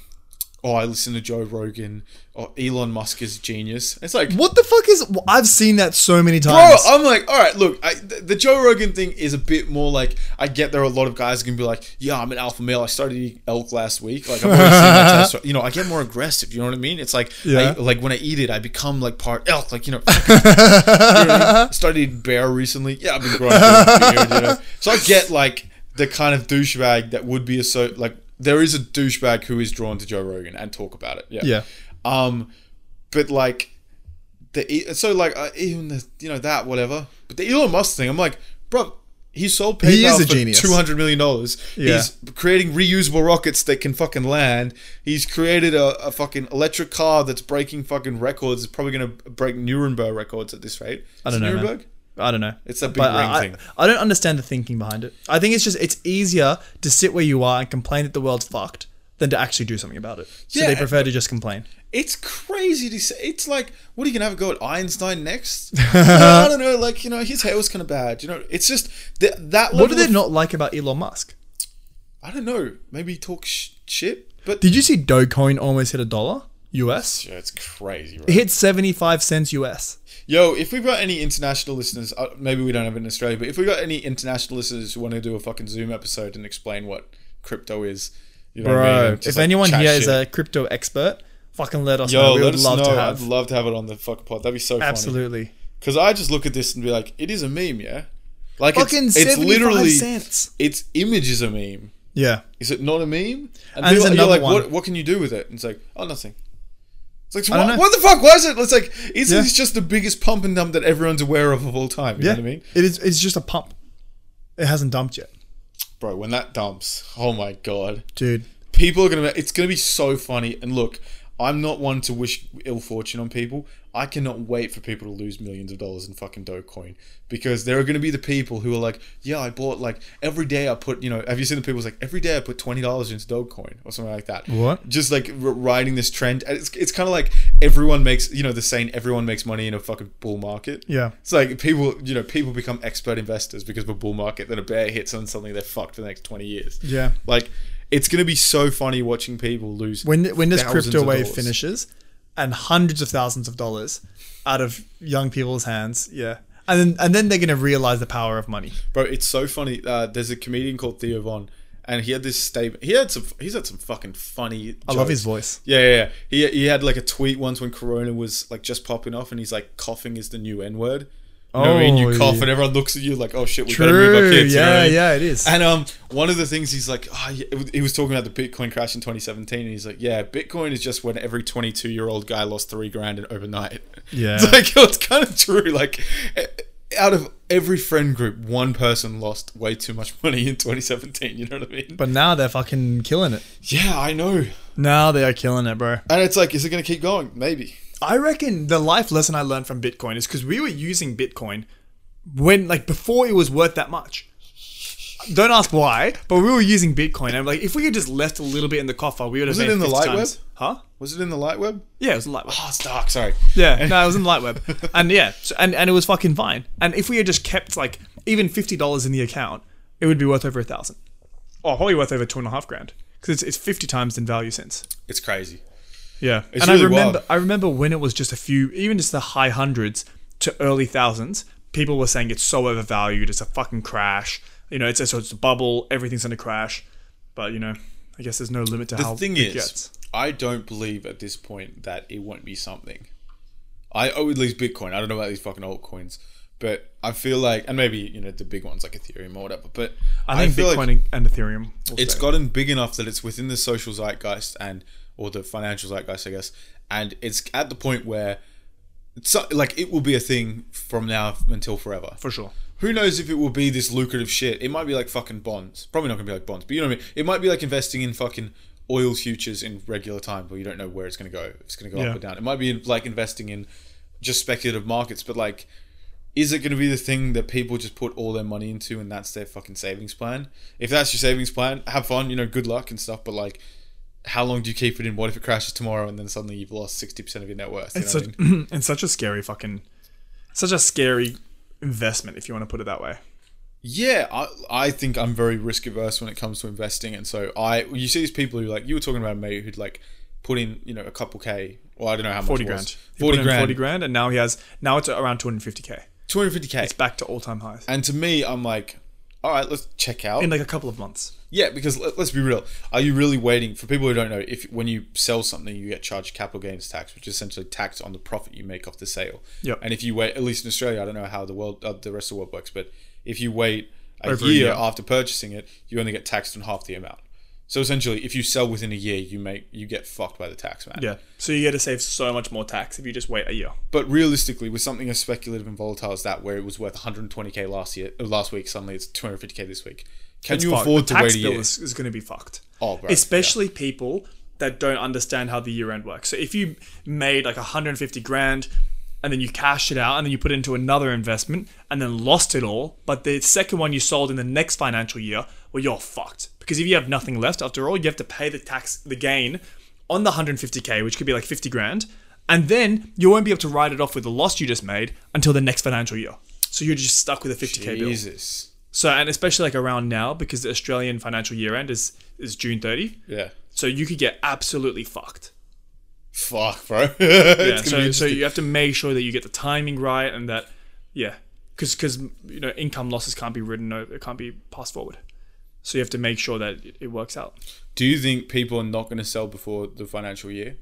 Oh, I listen to Joe Rogan or Elon Musk is a genius. It's like,
What the fuck is? well, I've seen that so many
Bro,
times.
I'm like, all right, look, I, the, the Joe Rogan thing is a bit more like, I get there are a lot of guys going to be like, yeah, I'm an alpha male. I started eating elk last week. Like, I've already seen my test. You know, I get more aggressive. You know what I mean? It's like,
Yeah.
I, like when I eat it, I become like part elk. Like, you know, fucking- you know what I mean? started eating bear recently. Yeah, I've been growing a beard, you know? So I get like the kind of douchebag that would be a so, like, there is a douchebag who is drawn to Joe Rogan and talk about it. Yeah.
Yeah.
Um, but like, the so like uh, even the you know that whatever. But the Elon Musk thing, I'm like, bro, he sold PayPal
He is a
for
genius.
two hundred million dollars.
Yeah.
He's creating reusable rockets that can fucking land. He's created a, a fucking electric car that's breaking fucking records. It's probably gonna break Nuremberg records at this rate.
I don't
Is it
know. man.
Nuremberg.
I don't know.
It's a big
But I-
ring
I,
thing.
I don't understand the thinking behind it. I think it's just it's easier to sit where you are and complain that the world's fucked than to actually do something about it. So
Yeah.
they prefer to just complain.
It's crazy to say. It's like, what are you gonna have a go at Einstein next? You know, I don't know. Like, you know, his hair was kind of bad. You know, it's just th- that. Level
What do they
of-
not like about Elon Musk?
I don't know. Maybe he talks sh- shit. But
Did you see Dogecoin almost hit a dollar US?
Yeah, it's crazy, right?
It hit 75 cents US.
Yo, if we've got any international listeners, uh, maybe we don't have it in Australia, but if we've got any international listeners who want to do a fucking Zoom episode and explain what crypto is, you know what I mean?
Bro,
Just,
if
like,
anyone
chat
here is
shit.
a crypto expert, fucking let us
Yo,
know. We
let
would
us
love
know.
to
I'd
have.
love to have it on the fucking pod. That'd be so funny.
Absolutely.
Because I just look at this and be like, it is a meme, yeah? Like,
Fucking
it's, it's
75
literally,
cents.
its image is a meme.
Yeah.
Is it not a meme? And,
there's
people, you're
another
like,
one.
what, what can you do with it? And it's like, oh, nothing. It's like, so
don't
what,
know.
what the fuck was it? It's like, it's,
Yeah.
it's just the biggest pump and dump that everyone's aware of of all time. You
Yeah.
know what I mean?
It is it's just a pump. It hasn't dumped yet.
Bro, when that dumps, oh my God.
Dude.
People are going to, it's going to be so funny. And look, I'm not one to wish ill fortune on people. I cannot wait for people to lose millions of dollars in fucking Dogecoin because there are going to be the people who are like, yeah, I bought like every day I put, you know, have you seen the people who's like every day I put twenty dollars into Dogecoin or something like that?
What?
Just like r- riding this trend. And It's it's kind of like everyone makes, you know, the saying everyone makes money in a fucking bull market.
Yeah.
It's like people, you know, people become expert investors because of a bull market. Then a bear hits on something, they're fucked for the next twenty years.
Yeah.
Like, it's gonna be so funny watching people lose
When when this
thousands
crypto
of
wave
dollars.
finishes, and hundreds of thousands of dollars out of young people's hands. Yeah. And then, and then they're going to realize the power of money.
Bro, it's so funny. Uh, there's a comedian called Theo Von, and he had this statement. He had some. He's had some fucking funny.
I love his voice.
Yeah, yeah, yeah. He, he had like a tweet once when Corona was like just popping off, and he's like, "Coughing is the new N word." You know what I mean?
Oh,
You cough,
yeah.
and everyone looks at you like, "Oh shit, we
True.
better move our kids." you know what
yeah,
I mean?
yeah, it is.
And um, one of the things he's like, oh, yeah, it was- he was talking about the Bitcoin crash in 2017, and he's like, "Yeah, Bitcoin is just when every 22 year old guy lost three grand in overnight."
Yeah.
it's like it's kind of true. Like, eh, out of every friend group, one person lost way too much money in 2017. You know what I mean?
but now they're fucking killing it.
yeah, I know.
Now they are killing it, bro.
And it's like, is it going to keep going? Maybe.
I reckon the life lesson I learned from Bitcoin is because we were using Bitcoin when, like, before it was worth that much. Don't ask why, but we were using Bitcoin, and like, if we had just left a little bit in the coffer, we would have
it
made
in the
50
light
times.
web?
Huh?
Was it in the light web?
Yeah, it was a light web.
Oh, it's dark. Sorry.
Yeah, no, it was in the light web, and yeah, so, and and it was fucking fine. And if we had just kept like even fifty dollars in the account, it would be worth over a thousand. Oh, probably worth over two and a half grand because it's, it's fifty times in value since.
It's crazy.
Yeah,
It's
and I
really
remember
wild.
I remember when it was just a few, even just the high hundreds to early thousands. People were saying it's so overvalued. It's a fucking crash. You know, it's a, so it's a bubble. Everything's gonna crash. But you know, I guess there's no limit to
The
how
thing
it
is,
gets.
I don't believe at this point that it won't be something. I owe at least Bitcoin. I don't know about these fucking altcoins, but I feel like, and maybe you know the big ones like Ethereum or whatever. But
I think
feel
Bitcoin
like
and Ethereum. will
it's
stay.
gotten big enough that it's within the social zeitgeist and or the financial zeitgeist, I guess. And it's at the point where, so, like, it will be a thing from now until forever.
for sure.
Who knows if it will be this lucrative shit? It might be like fucking bonds. Probably not gonna be like bonds, but you know what I mean. It might be like investing in fucking oil futures in regular time, where you don't know where it's gonna go. If it's gonna go
Yeah.
up or down. It might be like investing in just speculative markets, but like, is it gonna be the thing that people just put all their money into and that's their fucking savings plan? If that's your savings plan, have fun. You know, good luck and stuff. But like. How long do you keep it in? What if it crashes tomorrow and then suddenly you've lost sixty percent of your net worth? You know
It's
what I
such,
mean?
and such a scary fucking, such a scary investment if you want to put it that way.
Yeah, I, I think I'm very risk averse when it comes to investing, and so I you see these people who like you were talking about me who'd like put in you know a couple k well I don't know how
Forty
much it was.
grand. He put
forty
in
grand,
Forty grand, and now he has now it's around two hundred fifty k.
two hundred fifty k,
It's back to all time highs
and to me I'm like, all right, let's check out.
in like a couple of months.
yeah, because let, let's be real, are you really waiting for people who don't know if when you sell something you get charged capital gains tax, which is essentially tax on the profit you make off the sale.
Yep.
And if you wait, at least in Australia, I don't know how the world uh, the rest of the world works, but if you wait a
Over a
year
year.
after purchasing it, you only get taxed on half the amount. So essentially, if you sell within a year, you make you get fucked by the tax man.
Yeah, so you get to save so much more tax if you just wait a year.
But realistically, with something as speculative and volatile as that, where it was worth 120k last year, uh, last week, suddenly it's 250k this week. Can
It's
you
fucked.
afford
the
to
tax
wait a
bill
year?
is, is going to be fucked.
Oh, right,
Especially people that don't understand how the year end works. So if you made like 150 grand and then you cashed it out and then you put it into another investment and then lost it all, but the second one you sold in the next financial year, well, you're fucked. Because if you have nothing left, after all, you have to pay the tax, the gain on the 150K, which could be like 50 grand. And then you won't be able to write it off with the loss you just made until the next financial year. So you're just stuck with a 50K bill.
Jesus.
So and especially like around now because the Australian financial year end is is June 30.
Yeah.
So you could get absolutely fucked.
Fuck, bro. It's
Yeah,
gonna
so
be
so
interesting.
you have to make sure that you get the timing right and that yeah, cuz cuz you know income losses can't be written over, it can't be passed forward. So you have to make sure that it, it works out.
Do you think people are not going to sell before the financial year?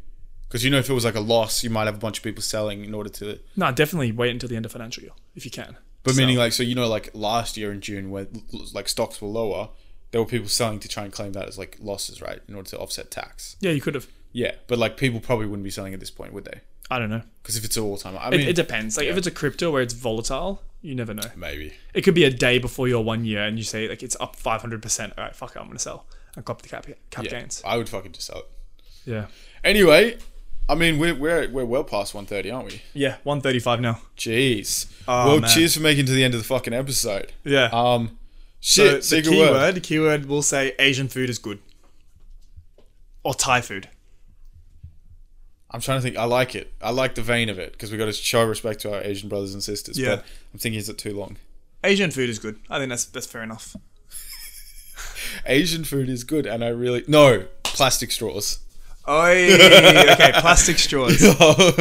Because you know, if it was like a loss, you might have a bunch of people selling in order to.
No, definitely wait until the end of financial year if you can.
But meaning, like, so you know, like last year in June, when like stocks were lower, there were people selling to try and claim that as like losses, right, in order to offset tax.
Yeah, you could have
Yeah, but like people probably wouldn't be selling at this point, would they?
I don't know.
Because if it's an all time, I
It,
mean,
it depends. Like if it's a crypto where it's volatile, you never know.
maybe.
It could be a day before your one year and you say like it's up 500%. All right, fuck it, I'm going to sell and cop the cap cap
Yeah,
gains.
I would fucking just sell it.
Yeah.
Anyway, I mean, we're we're, we're well past one thirty, aren't we?
Yeah, 135 now.
Jeez.
Aw,
well,
Oh, man.
cheers for making it to the end of the fucking episode.
Yeah.
Um,
So
shit.
the
secret
keyword,
word.
the keyword will say Asian food is good. Or Thai food.
I'm trying to think. I like it. I like the vein of it because we got to show respect to our Asian brothers and sisters.
Yeah.
But I'm thinking, is it too long?
Asian food is good. I think that's that's fair enough.
Asian food is good, and I really no plastic straws.
Oh, okay. Plastic straws.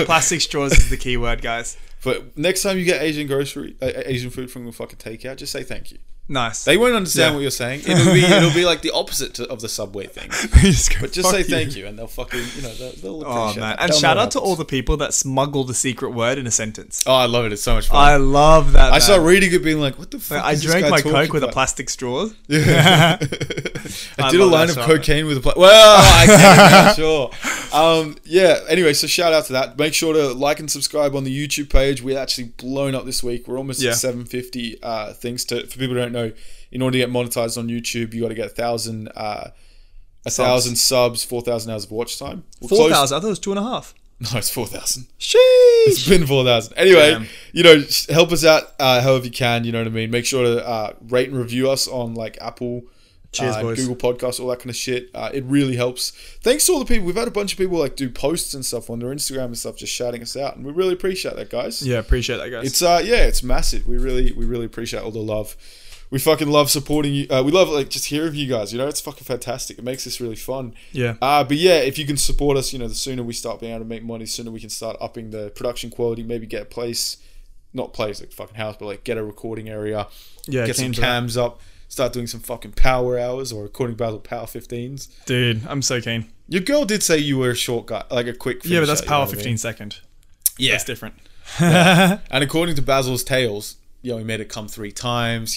Plastic straws is the key word, guys.
But next time you get Asian grocery, uh, Asian food from a fucking takeout, just say thank you.
Nice.
They won't understand what you're saying. It'll be it'll be like the opposite to, of the subway thing.
just go,
But just
"Fuck
say thank you, and they'll fucking you know they'll, they'll
Oh
appreciate
man!
that.
And
They'll
shout
know
out to
what
all
happens.
the people that smuggle the secret word in a sentence.
Oh, I love it. It's so much fun.
I love that.
I
man.
saw reading it being like, what the fuck?
I
is this
drank
guy
my
talking
coke with a
about?
plastic straw.
Yeah. I
I
did a
love
line
that song.
of cocaine with a pla- well, I can sure. Um, yeah. Anyway, so shout out to that. Make sure to like and subscribe on the YouTube page. We're actually blown up this week. We're almost
Yeah.
at 750 uh, things. To for people who don't know, in order to get monetized on YouTube, you got to get a thousand, uh, a thousand subs, four thousand hours of watch time. We're
Four
close-
thousand. I thought it was two and a half.
No, it's four thousand.
Sheesh.
It's been 4,000. Anyway,
Damn.
you know, s- help us out uh, however you can. You know what I mean? Make sure to uh, rate and review us on like Apple,
Cheers,
uh,
boys.
Google Podcasts, all that kind of shit. Uh, it really helps. Thanks to all the people. We've had a bunch of people like do posts and stuff on their Instagram and stuff just shouting us out. And we really appreciate that, guys.
Yeah, appreciate that, guys.
It's uh yeah, it's massive. We really we really appreciate all the love. We fucking love supporting you. Uh, we love like just hearing you guys. You know, it's fucking fantastic. It makes this really fun.
Yeah.
Uh, but yeah, if you can support us, you know, the sooner we start being able to make money, the sooner we can start upping the production quality. Maybe get a place, not place like fucking house, but like get a recording area.
Yeah,
Get some
keen for that.
cams up. Start doing some fucking power hours or recording battle power 15s.
Dude, I'm so keen.
Your girl did say you were a short guy, like a quick.
Yeah, but that's
finisher, you know
power
what I mean?
15 second.
Yeah,
That's different.
And according to Basil's tales, you know, he made it come three times.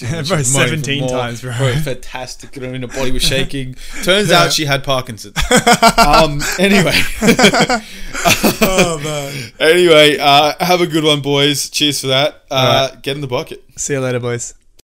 You know, she
Bro,
was moaning for
17
more.
times, bro.
fantastic. You know, and her body was shaking. Turns out she had Parkinson's. um, anyway.
Oh, man.
anyway, uh, have a good one, boys. Cheers for that. Uh, Get in the bucket.
See you later, boys.